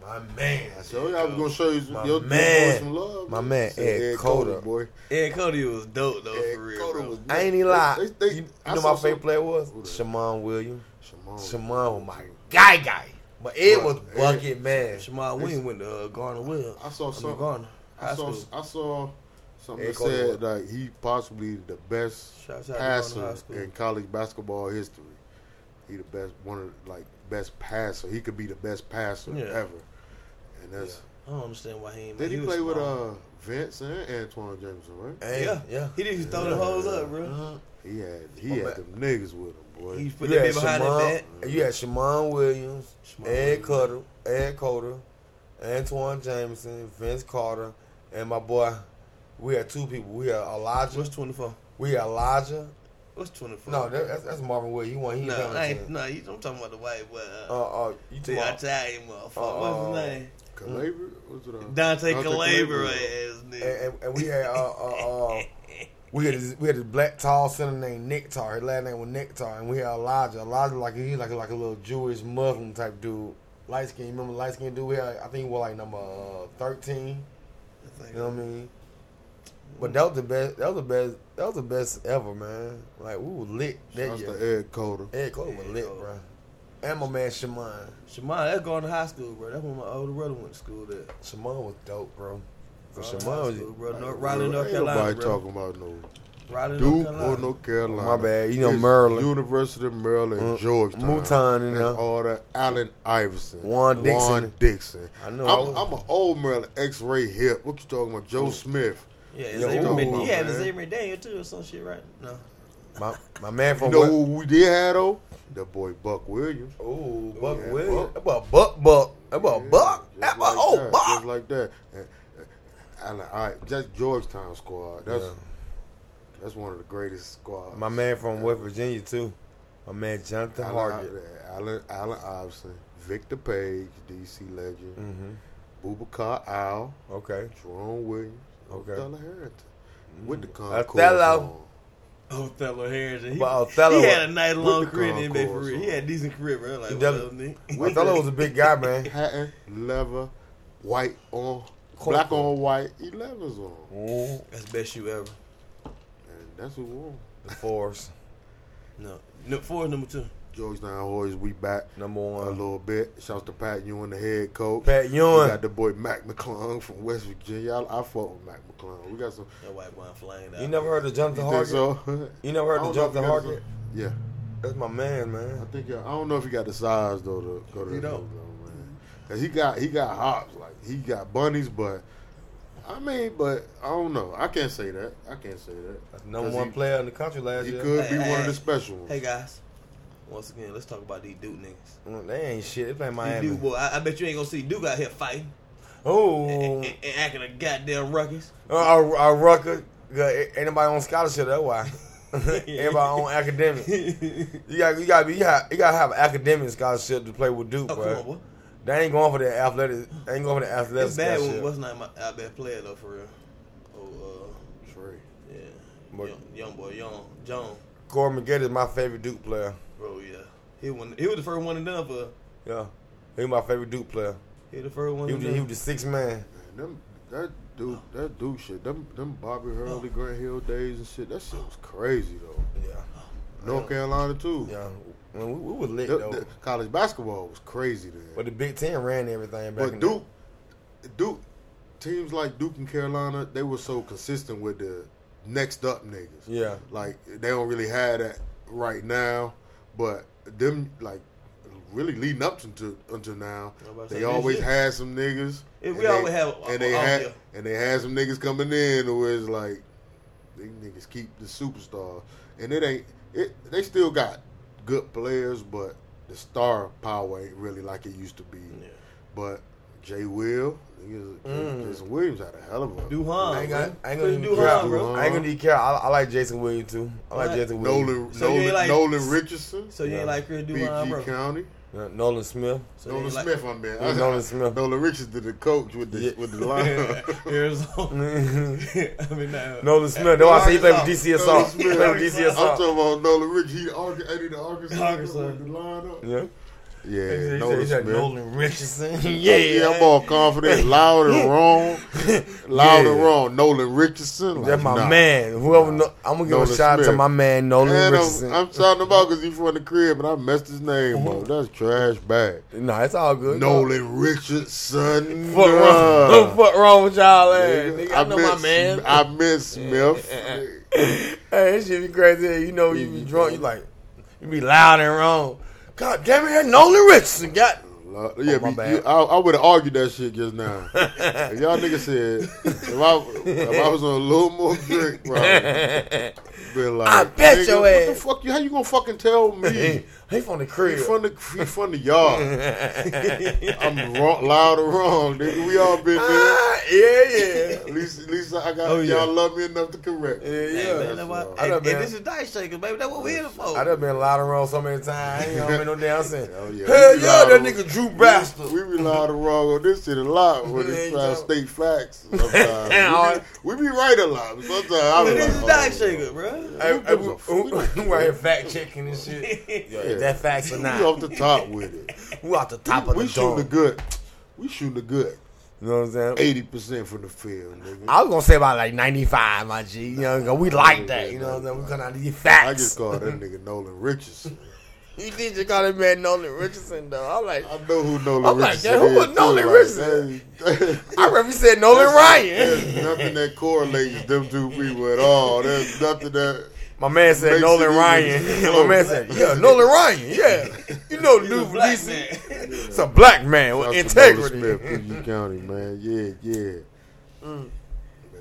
Speaker 2: my man.
Speaker 1: I told you I was gonna show you
Speaker 2: My
Speaker 1: some, your,
Speaker 2: man.
Speaker 1: your boy some love.
Speaker 2: My
Speaker 1: man.
Speaker 2: man,
Speaker 1: Said
Speaker 2: Ed Cota.
Speaker 1: boy.
Speaker 3: Ed Cody was dope though,
Speaker 1: Ed
Speaker 3: for real.
Speaker 1: Cota
Speaker 3: bro.
Speaker 1: was
Speaker 2: I ain't even lie.
Speaker 1: They- they-
Speaker 2: you you
Speaker 1: I
Speaker 2: know
Speaker 1: saw
Speaker 2: my favorite
Speaker 1: some-
Speaker 2: player was
Speaker 1: Who that?
Speaker 2: Shamon Williams.
Speaker 1: Shimon.
Speaker 2: Shamon, oh my guy, guy. But it was
Speaker 1: Bruh,
Speaker 2: bucket man.
Speaker 3: Shamar Wing went to uh, Garner Will.
Speaker 1: I saw
Speaker 3: I mean,
Speaker 1: some-
Speaker 3: Garner High
Speaker 1: I saw
Speaker 3: School.
Speaker 1: I saw something
Speaker 2: Ed
Speaker 1: that
Speaker 2: Cota
Speaker 1: said
Speaker 2: was-
Speaker 1: like he possibly the best
Speaker 3: Shouts out to Garner High
Speaker 1: passer
Speaker 3: School.
Speaker 1: in college basketball history. He the best one of the, like best passer. He could be the best passer
Speaker 3: Yeah.
Speaker 1: ever. And that's
Speaker 3: I don't understand why he ain't.
Speaker 1: did he,
Speaker 3: was
Speaker 1: play with
Speaker 3: small.
Speaker 1: uh Vince and Antoine Jameson, right?
Speaker 2: Hey,
Speaker 3: yeah,
Speaker 2: yeah.
Speaker 3: yeah. He didn't throw the hoes up, bro.
Speaker 1: He had he
Speaker 2: Oh, uh,
Speaker 1: had them
Speaker 2: man.
Speaker 1: niggas with him, boy.
Speaker 3: He put
Speaker 2: you
Speaker 3: that
Speaker 2: had
Speaker 3: bit behind that
Speaker 2: Shamon,
Speaker 3: back.
Speaker 2: you had Shamon Williams,
Speaker 3: Shamon
Speaker 2: Ed
Speaker 3: Williams.
Speaker 2: Cutter, Ed Coder, Antoine Jameson, Vince Carter, and my boy. We had two people. We had Elijah.
Speaker 3: What's twenty four?
Speaker 2: We had Elijah.
Speaker 3: What's twenty four?
Speaker 2: No, that, that's, that's Marvin Williams. He won. He
Speaker 3: no, I ain't,
Speaker 2: no.
Speaker 3: no. You, I'm talking about the white boy. Uh,
Speaker 2: Uh, uh, you
Speaker 3: the
Speaker 2: talking about-
Speaker 3: Italian motherfucker.
Speaker 2: uh,
Speaker 3: What's his name?
Speaker 1: Calaver? What's it uh,
Speaker 3: Dante
Speaker 1: Calabria.
Speaker 3: Calabria ass nigga.
Speaker 2: and, and, and we had uh, uh, uh, we had this, we had this black tall center named Nectar. His last name was Nectar, and we had Elijah. Elijah like he like like a little Jewish Muslim type dude, light skin. Remember light skin dude? We had, I think he was like number uh, thirteen. You know what I mean? But that was the best. That was the best. That was the best ever, man. Like we was lit that
Speaker 1: That's
Speaker 2: year.
Speaker 1: the Ed Coda.
Speaker 2: Ed Cole was
Speaker 3: Ed
Speaker 2: lit,
Speaker 3: Cole.
Speaker 2: bro. And my man Shimon.
Speaker 3: Shamar, that's going to high school, bro. That's when my older brother went to school there.
Speaker 2: Shimon was dope, bro. For
Speaker 3: Garner
Speaker 2: Shimon
Speaker 3: High
Speaker 2: was
Speaker 3: School, bro. North,
Speaker 1: Ain't
Speaker 3: Raleigh,
Speaker 1: nobody
Speaker 3: North Carolina, bro.
Speaker 1: talking about no
Speaker 3: Raleigh,
Speaker 1: Duke
Speaker 3: North
Speaker 1: or
Speaker 3: Carolina.
Speaker 1: North Carolina.
Speaker 2: Oh, My bad. You know,
Speaker 1: It's
Speaker 2: Maryland.
Speaker 1: University of Maryland,
Speaker 2: Mm,
Speaker 1: Georgetown.
Speaker 2: Mouton in
Speaker 1: That's
Speaker 2: there.
Speaker 1: all that. Allen Iverson.
Speaker 2: Juan Dixon.
Speaker 1: Juan Dixon.
Speaker 2: I know. I
Speaker 1: I'm,
Speaker 2: was-
Speaker 1: I'm an old Maryland X-ray hip. What you talking about? Joe
Speaker 2: Oh.
Speaker 1: Smith.
Speaker 3: Yeah, it's
Speaker 2: Yo,
Speaker 3: Avery
Speaker 1: come
Speaker 3: Mc-
Speaker 1: on,
Speaker 3: yeah,
Speaker 1: man.
Speaker 3: it's Avery Daniel too or some shit, right? No.
Speaker 2: My, my man
Speaker 1: You
Speaker 2: from
Speaker 1: know
Speaker 2: West-
Speaker 1: who we did have though? That boy Buck Williams.
Speaker 2: Ooh, Buck
Speaker 1: Yeah, Buck.
Speaker 2: Williams. That boy Buck Buck. That boy
Speaker 1: Yeah,
Speaker 2: Buck.
Speaker 1: just
Speaker 2: That boy
Speaker 1: like
Speaker 2: old
Speaker 1: that,
Speaker 2: Buck.
Speaker 1: Just like that. And, uh, Allen, all right, that's Georgetown squad. That's
Speaker 2: Yeah.
Speaker 1: that's one of the greatest squads.
Speaker 2: My man from West Virginia too. My man Jonathan Hargett.
Speaker 1: Allen, Allen, Allen Iverson, Victor Page, DC legend,
Speaker 2: Mm-hmm.
Speaker 1: Bubakar Al,
Speaker 2: Okay.
Speaker 1: Jerome Williams,
Speaker 2: Okay. Mm.
Speaker 1: Othello Harrington, with the concourse
Speaker 2: Othello.
Speaker 1: on.
Speaker 3: Oh, Othello Harrison. He,
Speaker 2: But Othello-
Speaker 3: he had a night
Speaker 1: with
Speaker 3: long
Speaker 1: the
Speaker 3: career in the NBA for
Speaker 1: concourse
Speaker 3: real. He
Speaker 1: on.
Speaker 3: had a decent career, bro. Like,
Speaker 2: He
Speaker 3: what
Speaker 2: does-
Speaker 3: up, nigga?
Speaker 2: Othello was a big guy, man.
Speaker 1: Patent leather, white on, black on white, elevens on,
Speaker 2: Ooh,
Speaker 3: That's the best shoe ever.
Speaker 1: and that's what we want.
Speaker 2: the force
Speaker 3: No. no four is number two.
Speaker 1: Georgetown Hoys, we back
Speaker 2: number
Speaker 1: a
Speaker 2: one.
Speaker 1: little bit. Shouts to Pat Ewan, the head coach.
Speaker 2: Pat
Speaker 1: We got
Speaker 2: Ewan.
Speaker 1: the boy Mac McClung from West Virginia. I, I fought with Mac McClung. We got some.
Speaker 3: That white wine flamed out.
Speaker 2: You never heard of Jonathan
Speaker 1: You think
Speaker 2: Hargett?
Speaker 1: so?
Speaker 2: You never heard
Speaker 1: I
Speaker 2: of
Speaker 1: don't know
Speaker 2: Jonathan
Speaker 1: if you
Speaker 2: Hargett?
Speaker 1: got the- Yeah,
Speaker 2: That's my man,
Speaker 1: I
Speaker 2: man.
Speaker 1: think. Yeah, I don't know if he got the size though to go to.
Speaker 3: He
Speaker 1: the
Speaker 3: don't.
Speaker 1: league, though, man. Cause he got he got hops like he got bunnies, but I mean, but I don't know. I can't say that. I can't say that.
Speaker 2: That's the number
Speaker 1: 'Cause
Speaker 2: one
Speaker 1: he-
Speaker 2: player in the country last
Speaker 1: He
Speaker 2: year.
Speaker 1: could be
Speaker 3: Hey,
Speaker 1: one of
Speaker 3: hey,
Speaker 1: the special ones.
Speaker 3: Hey, guys. Once again, let's talk about these Duke niggas.
Speaker 2: Mm, They ain't shit. They play
Speaker 3: These Duke,
Speaker 2: Miami.
Speaker 3: boy, I, I bet you ain't gonna see Duke out here fighting and,
Speaker 2: Oh,
Speaker 3: and, and acting a goddamn ruckus.
Speaker 2: Uh, our, our Rucker. got- Ain't nobody on scholarship. That's why. Everybody on academic.
Speaker 3: oh,
Speaker 2: You got you got to be you got you got to have an academic scholarship to play with
Speaker 1: Oh,
Speaker 2: Duke,
Speaker 3: Oh, come
Speaker 2: bro.
Speaker 3: on, boy.
Speaker 2: They ain't going for the athletic. They ain't going for the athletic
Speaker 3: It's bad
Speaker 2: scholarship.
Speaker 3: when what's not my our best player though for real. Oh,
Speaker 1: Trey.
Speaker 3: uh, yeah,
Speaker 2: But-
Speaker 3: young, young boy, young John,
Speaker 2: Gordon McGitt is my favorite Duke player.
Speaker 3: bro, yeah. He won. He was the first one and done for.
Speaker 2: Yeah, he my favorite Duke player.
Speaker 3: He was the first one.
Speaker 2: He
Speaker 3: to
Speaker 2: was, the- he was
Speaker 3: done.
Speaker 2: the sixth man.
Speaker 1: Man, them that dude that dude shit. Them them Bobby
Speaker 2: Oh.
Speaker 1: Hurley, Grant Hill days and shit. That shit was crazy though.
Speaker 2: Yeah,
Speaker 1: North Carolina too.
Speaker 2: yeah. Man, we, we was lit
Speaker 1: The-
Speaker 2: though.
Speaker 1: the college basketball was crazy then.
Speaker 2: but the Big Ten ran everything back. in
Speaker 1: But Duke, Duke, teams like Duke and Carolina, they were so consistent with the next up niggas.
Speaker 2: The, yeah,
Speaker 1: Like they don't really have that right now, but them like really leading up to until now,
Speaker 3: I'm about to say,
Speaker 1: they
Speaker 3: man,
Speaker 1: always
Speaker 3: shit.
Speaker 1: had some niggas.
Speaker 3: Yeah,
Speaker 1: and
Speaker 3: we always have a-
Speaker 1: and they
Speaker 3: a- a-
Speaker 1: had
Speaker 3: yeah.
Speaker 1: and they had some niggas coming in who is like these niggas keep the superstar, and it ain't it. They still got good players, but the star power ain't really like it used to be.
Speaker 3: Yeah.
Speaker 1: But Jay Will, niggas,
Speaker 2: Mm.
Speaker 1: Jason Williams had a hell of a
Speaker 3: Duhan,
Speaker 2: I ain't,
Speaker 3: bro.
Speaker 2: gonna- I ain't gonna
Speaker 3: Couldn't
Speaker 2: even
Speaker 3: do
Speaker 2: care.
Speaker 3: harm, bro.
Speaker 2: I ain't gonna even care. I, I like Jason Williams too. I like
Speaker 3: What?
Speaker 2: Jason Williams.
Speaker 1: Nolan,
Speaker 3: So you ain't
Speaker 1: Nolan,
Speaker 3: like-
Speaker 1: Nolan Richardson,
Speaker 3: So you
Speaker 2: Yeah.
Speaker 3: ain't like Chris Duhon,
Speaker 1: BG
Speaker 3: bro.
Speaker 1: County,
Speaker 2: Nolan, Nolan Smith.
Speaker 3: So you
Speaker 1: Nolan
Speaker 3: ain't like-
Speaker 1: Smith. I'm
Speaker 2: Yeah,
Speaker 1: there.
Speaker 2: Nolan Smith.
Speaker 1: Nolan Richardson, the coach with the
Speaker 2: Yeah.
Speaker 1: with the line.
Speaker 3: Arizona.
Speaker 2: Nolan
Speaker 3: I mean, nah.
Speaker 2: Smith. That's why I say he played with
Speaker 1: Nolan
Speaker 2: DCSR. He
Speaker 1: Smith.
Speaker 2: played with
Speaker 1: I'm
Speaker 2: DCSR.
Speaker 1: talking about Nolan Richardson. He the Arkansas, he the Arkansas,
Speaker 3: Arkansas.
Speaker 1: with the line up.
Speaker 2: Yeah.
Speaker 1: Yeah,
Speaker 2: He said- he said-
Speaker 1: Nolan
Speaker 2: he said
Speaker 1: Smith. Oh,
Speaker 2: Nolan Richardson.
Speaker 1: yeah,
Speaker 2: yeah.
Speaker 1: I'm all confident. Loud and wrong. Loud and
Speaker 2: Yeah.
Speaker 1: wrong. Nolan Richardson. Like,
Speaker 2: That's my
Speaker 1: nah.
Speaker 2: man. Whoever
Speaker 1: Nah.
Speaker 2: know, I'm gonna give
Speaker 1: Nolan
Speaker 2: a shout out to
Speaker 1: Smith.
Speaker 2: my man Nolan
Speaker 1: And
Speaker 2: Richardson. Uh-huh.
Speaker 1: I'm, I'm shouting him out because he's from the crib, and I messed his name up. That's trash bag.
Speaker 2: nah, it's all good.
Speaker 1: Nolan Richardson.
Speaker 2: Fuck wrong,
Speaker 1: Nah.
Speaker 2: fuck wrong with y'all ass?
Speaker 1: Nigga,
Speaker 2: Nigga, I, know
Speaker 1: meant
Speaker 2: my man.
Speaker 1: Sm- I meant Smith.
Speaker 2: hey, that shit be crazy. You know, you be drunk, you like, you be loud and wrong. God damn it, that Nolan Richardson got.
Speaker 1: Lo- yeah,
Speaker 2: Oh, my
Speaker 1: be-
Speaker 2: bad.
Speaker 1: you- I, I would have argued that shit just now. if y'all niggas said if I, if I was on a little more drink, bro, been like,
Speaker 2: I bet
Speaker 1: nigga,
Speaker 2: your
Speaker 1: what the
Speaker 2: ass."
Speaker 1: fuck you? How you gonna fucking tell me?
Speaker 2: he from the
Speaker 1: He
Speaker 2: crib.
Speaker 1: from the he from the yard. I'm wrong, loud or wrong, nigga. We all been there.
Speaker 2: Ah, yeah, yeah.
Speaker 1: At least, at least I got
Speaker 2: Oh, yeah.
Speaker 1: y'all love me enough to correct. me.
Speaker 2: Yeah,
Speaker 3: Hey,
Speaker 2: yeah.
Speaker 3: man, that's why-
Speaker 1: I
Speaker 3: hey,
Speaker 2: done
Speaker 3: hey,
Speaker 2: been-
Speaker 3: this is dice shaker, baby. That's what we here for.
Speaker 2: I done been loud and wrong so many times. I ain't gonna make no damn sense.
Speaker 1: Hell yeah.
Speaker 2: Hell
Speaker 1: We
Speaker 2: yeah, that
Speaker 1: loud and-
Speaker 2: nigga Drew Bastard.
Speaker 1: We be loud and wrong on this shit a lot when
Speaker 2: Yeah,
Speaker 1: it's
Speaker 2: you
Speaker 1: trying to state
Speaker 2: know.
Speaker 1: facts. Sometimes we, be, we be right a lot. but Sometimes I
Speaker 3: But
Speaker 1: be like,
Speaker 3: this is
Speaker 1: oh,
Speaker 3: dice shaker, bro.
Speaker 2: Hey, hey, we,
Speaker 1: Who gives a
Speaker 2: who-
Speaker 1: fuck?
Speaker 2: who right here fact checking and shit. Yo,
Speaker 1: oh, Yeah.
Speaker 2: Is that facts or
Speaker 1: We
Speaker 2: not?
Speaker 1: off the top with it.
Speaker 2: We off the top of
Speaker 1: we
Speaker 2: the
Speaker 1: shooting a
Speaker 2: dome.
Speaker 1: good. We shooting a good
Speaker 2: You know what I'm saying?
Speaker 1: eighty percent from the field, nigga. I,
Speaker 2: I was gonna say about like 95, my G. You know, 'cause we like that. You know what I'm saying? We gonna these
Speaker 1: just
Speaker 2: facts.
Speaker 1: called that nigga Nolan Richardson.
Speaker 2: You did just call that man Nolan Richardson though. I'm like,
Speaker 1: I know who Nolan
Speaker 2: I'm like,
Speaker 1: Richardson
Speaker 2: "Damn, who
Speaker 1: is,
Speaker 2: was Nolan
Speaker 1: too,
Speaker 2: Richardson?"
Speaker 1: Like, hey,
Speaker 2: I represent Nolan Ryan.
Speaker 1: There's nothing that correlates them two people at all. There's nothing that.
Speaker 2: My man said
Speaker 1: Makes it
Speaker 2: Nolan
Speaker 1: even
Speaker 2: Ryan.
Speaker 1: slower.
Speaker 2: My man said, yeah, Nolan Ryan. Yeah, you know, the
Speaker 3: He's a
Speaker 2: dude from
Speaker 3: black
Speaker 2: DC.
Speaker 3: man.
Speaker 2: It's a black man with
Speaker 1: Shout out to Nolan
Speaker 2: integrity.
Speaker 1: Smith, Puget County, man. Yeah, yeah. Man,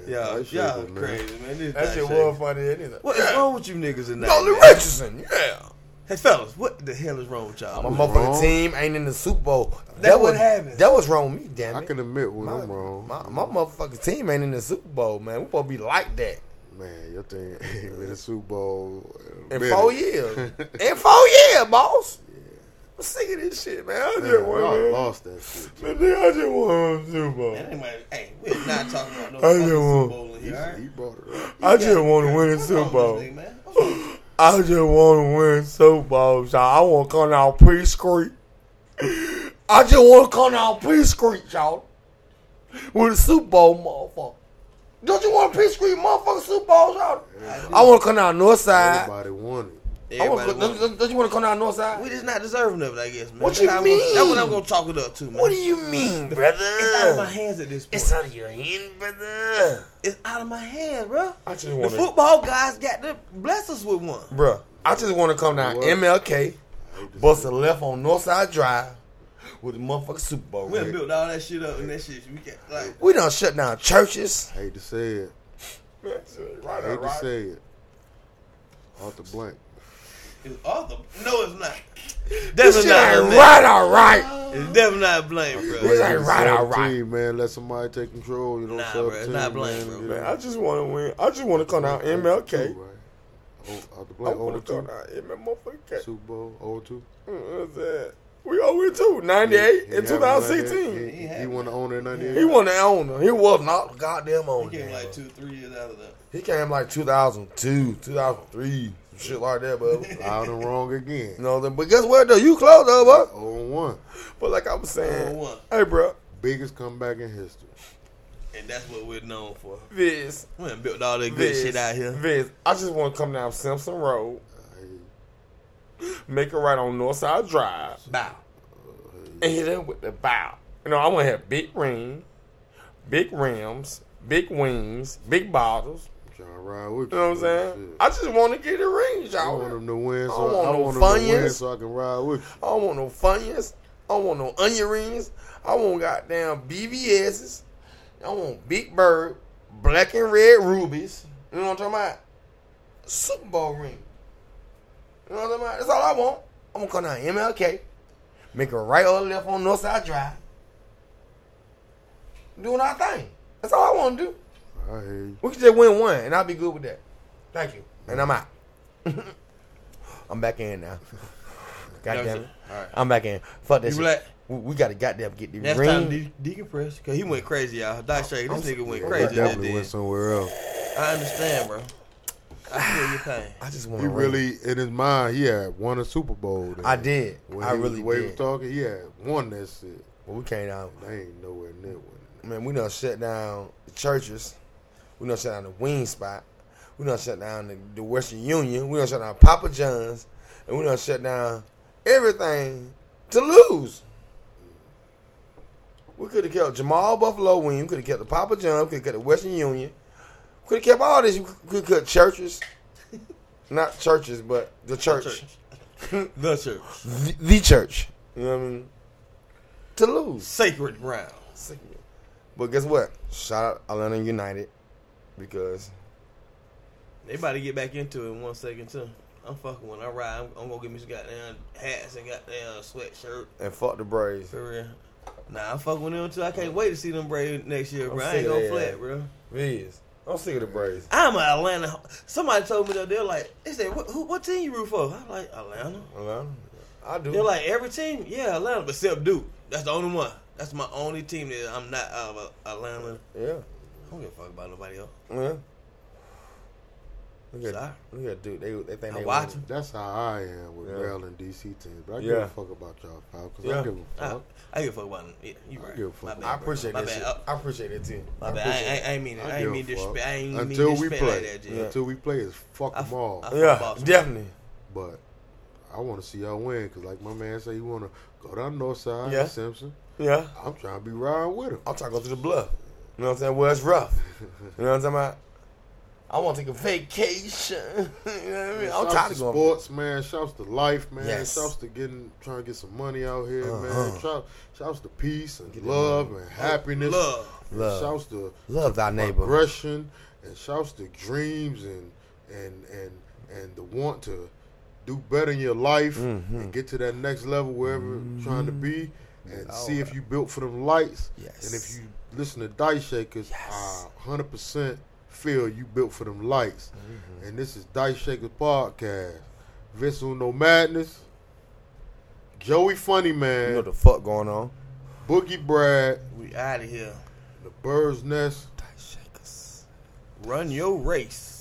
Speaker 3: Yeah,
Speaker 1: that shit
Speaker 3: y'all
Speaker 1: was, man.
Speaker 3: crazy, man. This
Speaker 6: That
Speaker 3: guy
Speaker 6: shit
Speaker 3: shaking.
Speaker 6: was funny, isn't it?
Speaker 3: What is wrong with you niggas tonight?
Speaker 2: Nolan
Speaker 3: man?
Speaker 2: Richardson. Yeah.
Speaker 3: Hey, fellas, what the hell is wrong with y'all?
Speaker 2: My
Speaker 3: man?
Speaker 2: motherfucking
Speaker 1: wrong.
Speaker 2: team ain't in the Super Bowl. That,
Speaker 3: what
Speaker 2: was
Speaker 3: happened.
Speaker 2: That was wrong with me, damn it.
Speaker 1: I can admit when
Speaker 2: my,
Speaker 1: I'm wrong.
Speaker 2: My, my motherfucking team ain't in the Super Bowl, man. We supposed to be like that
Speaker 1: Man, your thing ain't been a Super Bowl
Speaker 2: in
Speaker 1: minute.
Speaker 2: four years. in four years, boss. I'm sick of this shit, man. I
Speaker 1: Man,
Speaker 2: just
Speaker 1: y'all
Speaker 2: want,
Speaker 1: lost that shit.
Speaker 2: man. I just want the Super Bowl.
Speaker 3: Man, anyway, hey, we're not talking about no
Speaker 2: I
Speaker 3: fucking
Speaker 2: just
Speaker 3: Super
Speaker 2: want-
Speaker 3: Bowl in here. all right?
Speaker 1: He brought it up.
Speaker 2: I just want to win the
Speaker 3: What's
Speaker 2: Super
Speaker 3: wrong
Speaker 2: Bowl.
Speaker 3: with this nigga, man? What's wrong with-
Speaker 2: I just want to win Super Bowl, y'all. I want to come out Peace Creek. I just want to come out Peace Creek, y'all. With a Super Bowl, motherfucker. Don't you want Peace Creek, motherfucker, Super Bowl, y'all? I want to come out North Side.
Speaker 1: Everybody won it.
Speaker 2: I wanna
Speaker 3: Everybody
Speaker 2: come-
Speaker 3: wants-
Speaker 2: don't, don't- don't you want to come out North Side?
Speaker 3: We just not deserving of it, I guess, man.
Speaker 2: What
Speaker 3: That's
Speaker 2: you
Speaker 3: how I'm
Speaker 2: mean?
Speaker 3: Gonna, that's what I'm gonna chalk it up to, man.
Speaker 2: What do you mean,
Speaker 3: It's out of my
Speaker 2: brother?
Speaker 3: hands at this point.
Speaker 2: It's out of your hand, brother.
Speaker 3: It's out of my hands, bro.
Speaker 2: I just
Speaker 3: The football guys got to bless us with one.
Speaker 2: Bruh, I just want to come down
Speaker 1: What?
Speaker 2: MLK, bust a left on Northside Drive with the motherfucking Super Bowl.
Speaker 3: We done
Speaker 2: ring.
Speaker 3: built all that shit up, and that shit we got like
Speaker 2: We done shut down churches.
Speaker 1: I hate to say it. I hate to say it. Arthur Blank.
Speaker 3: it's Arthur. No, it's not.
Speaker 2: This
Speaker 3: Definitely
Speaker 2: shit
Speaker 3: not.
Speaker 2: ain't
Speaker 3: blame.
Speaker 2: right, all right.
Speaker 3: It's definitely not blame, bro.
Speaker 2: This ain't
Speaker 1: Blame
Speaker 2: right, all
Speaker 1: sub
Speaker 2: right.
Speaker 1: Team, man, let somebody take control. You know,
Speaker 3: Nah,
Speaker 1: sub
Speaker 3: bro, it's
Speaker 1: team,
Speaker 3: not blame,
Speaker 1: man,
Speaker 3: bro.
Speaker 1: you
Speaker 2: Man,
Speaker 1: know.
Speaker 2: I just want to win. I just want to come down MLK.
Speaker 1: Two, right? Oh, Arthur
Speaker 2: I
Speaker 1: Blank, over
Speaker 2: want to come
Speaker 1: two.
Speaker 2: down MLK.
Speaker 1: Super Bowl, over two.
Speaker 2: Mm, What's that? We all win too. 98
Speaker 1: He
Speaker 2: and
Speaker 1: had one like that.
Speaker 2: 2016.
Speaker 1: He, he won the owner in '98.
Speaker 2: He won the owner. He was not goddamn
Speaker 3: We
Speaker 2: owner.
Speaker 3: came like two, three years out of that.
Speaker 2: He came like 2002, 2003, some shit like that, bud.
Speaker 1: Loud and wrong again.
Speaker 2: You know, then- but guess what though? You close though, bro.
Speaker 1: Oh and one.
Speaker 2: But like I was
Speaker 3: Uh,
Speaker 2: saying,
Speaker 3: one.
Speaker 2: hey, bro,
Speaker 1: Biggest comeback in history.
Speaker 3: And that's what we're known for.
Speaker 2: Viz,
Speaker 3: We done built all that good
Speaker 2: Viz,
Speaker 3: shit out here.
Speaker 2: Viz, I just want to come down Simpson Road,
Speaker 1: I,
Speaker 2: make a right on Northside Drive,
Speaker 3: Bow.
Speaker 2: and hit him with the bow. You know, I want to have big ring, big rims, big wings, big bottles.
Speaker 1: I'm trying to ride with you.
Speaker 2: You know what I'm
Speaker 1: man.
Speaker 2: saying?
Speaker 1: Shit.
Speaker 2: I just want to get a ring,
Speaker 1: I want
Speaker 2: y'all.
Speaker 1: him to win. So
Speaker 2: I want
Speaker 1: I,
Speaker 2: no
Speaker 1: want him to win
Speaker 2: funyuns.
Speaker 1: so I can ride with you.
Speaker 2: I don't want no funyuns. I don't want no onion rings. I want goddamn BBSs. I want Big Bird, black and red rubies. You know what I'm talking about? Super Bowl ring. You know what I'm talking about? That's all I want. I'm gonna come down MLK, make a right or left on Northside Drive, doing our thing. That's all I want to do.
Speaker 1: I hear you.
Speaker 2: We can just win one, and I'll be good with that. Thank you, and I'm out. I'm back in now. Goddamn it.
Speaker 3: All right.
Speaker 2: I'm back in. Fuck that
Speaker 3: You
Speaker 2: shit.
Speaker 3: black?
Speaker 2: We, we gotta goddamn get the
Speaker 3: Next
Speaker 2: ring.
Speaker 3: time, de- decompress. Cause he went crazy, y'all. Doc Shake, this nigga went
Speaker 1: Yeah,
Speaker 3: crazy.
Speaker 1: he
Speaker 3: that
Speaker 1: definitely went
Speaker 3: did.
Speaker 1: somewhere else.
Speaker 3: I understand, bro. I feel your pain.
Speaker 2: I just want
Speaker 1: He
Speaker 2: to
Speaker 1: really, in his mind, he had won a Super Bowl. then.
Speaker 2: I did.
Speaker 1: When
Speaker 2: I
Speaker 1: he was-
Speaker 2: really
Speaker 1: the way he was
Speaker 2: did.
Speaker 1: talking, he had won that shit.
Speaker 2: When we uh, came down,
Speaker 1: They ain't nowhere near winning.
Speaker 2: man, we done shut down the churches. We done shut down the wing spot. We done shut down the, the Western Union. We done shut down Papa John's, and we done shut down everything to lose. We could have kept Jamal Buffalo Wing. We could have kept the Papa John. We could have kept the Western Union. We could have kept all this. We could have kept churches, not churches, but the church.
Speaker 3: Church. the church.
Speaker 2: the, the church. You know what I mean? To lose.
Speaker 3: Sacred ground.
Speaker 2: But guess what? Shout out Atlanta United because
Speaker 3: They about to get back into it in one second too. I'm fucking when I ride. I'm, I'm gonna get me some goddamn hats and goddamn sweatshirt
Speaker 2: and fuck the Braves.
Speaker 3: for real. Nah, I'm fucking with them too. I can't wait to see them Braves next year,
Speaker 2: I'm
Speaker 3: bro. I
Speaker 2: sick
Speaker 3: ain't
Speaker 2: of
Speaker 3: gonna
Speaker 2: their ass.
Speaker 3: flat, bro.
Speaker 2: Viz. I'm sick of the Braves.
Speaker 3: I'm an Atlanta. Somebody told me that they're like, they said, what, who, what team you root for? I'm like Atlanta.
Speaker 2: Atlanta. I do.
Speaker 3: They're like every team, yeah, Atlanta, but except Duke. That's the only one. That's my only team that I'm not out of uh, Atlanta.
Speaker 2: yeah.
Speaker 3: I don't give a fuck about nobody else.
Speaker 2: Yeah. Look
Speaker 3: Sorry.
Speaker 2: at, look at dude. They, they think
Speaker 3: I
Speaker 2: they
Speaker 3: watch
Speaker 2: won.
Speaker 1: That's how I am with
Speaker 2: Yeah.
Speaker 1: Maryland DC teams. But I give
Speaker 2: Yeah.
Speaker 1: a fuck about y'all Falcons.
Speaker 2: Yeah.
Speaker 1: I give a
Speaker 3: I,
Speaker 1: fuck.
Speaker 3: I give a fuck about them. Yeah, you right.
Speaker 1: give a fuck.
Speaker 3: My bad,
Speaker 2: I
Speaker 3: bro.
Speaker 2: appreciate
Speaker 3: my
Speaker 2: that
Speaker 3: bad.
Speaker 2: shit.
Speaker 3: Uh,
Speaker 2: I appreciate that too.
Speaker 3: my bad. I, ain't- I, ain't mean it. I, ain't mean
Speaker 1: give a fuck.
Speaker 3: disrespect. I ain't
Speaker 1: Until
Speaker 3: mean
Speaker 1: we
Speaker 3: disrespect
Speaker 1: play.
Speaker 3: like that, Jay.
Speaker 1: Until we play, is fuck
Speaker 3: I-
Speaker 1: them all.
Speaker 3: I-
Speaker 2: Yeah,
Speaker 3: Boston.
Speaker 2: definitely.
Speaker 1: but I I want to see y'all win because, like my man say, you want to go down north side,
Speaker 2: Yeah.
Speaker 1: Simpson.
Speaker 2: Yeah.
Speaker 1: I'm trying to be riding with him.
Speaker 2: I'm trying to go through the bluff. You know what I'm saying? Well, it's rough. You know what I'm talking about? I want to take a vacation. you know what I mean? I'm
Speaker 1: Shouts
Speaker 2: tired
Speaker 1: to
Speaker 2: of going.
Speaker 1: sports, man. Shouts to life, man.
Speaker 2: Yes.
Speaker 1: Shouts to getting trying to get some money out here,
Speaker 2: Uh-huh.
Speaker 1: man. Shouts, shouts to peace and love and happiness.
Speaker 3: Love.
Speaker 1: And
Speaker 2: Love.
Speaker 1: Shouts to
Speaker 2: Love thy neighbor.
Speaker 1: progression and shouts to dreams and and and and the want to do better in your life
Speaker 2: Mm-hmm.
Speaker 1: and get to that next level wherever you're trying to be and see if you built for them lights
Speaker 2: Mm-hmm. Yes.
Speaker 1: and if you listen to dice shakers
Speaker 2: Yes.
Speaker 1: i 100% feel you built for them lights
Speaker 2: Mm-hmm.
Speaker 1: and this is dice shakers podcast vince no madness joey funny man
Speaker 2: You know what the fuck going on?
Speaker 1: boogie brad
Speaker 3: We out of here.
Speaker 1: the bird's nest
Speaker 2: Shakers.
Speaker 3: Run your race.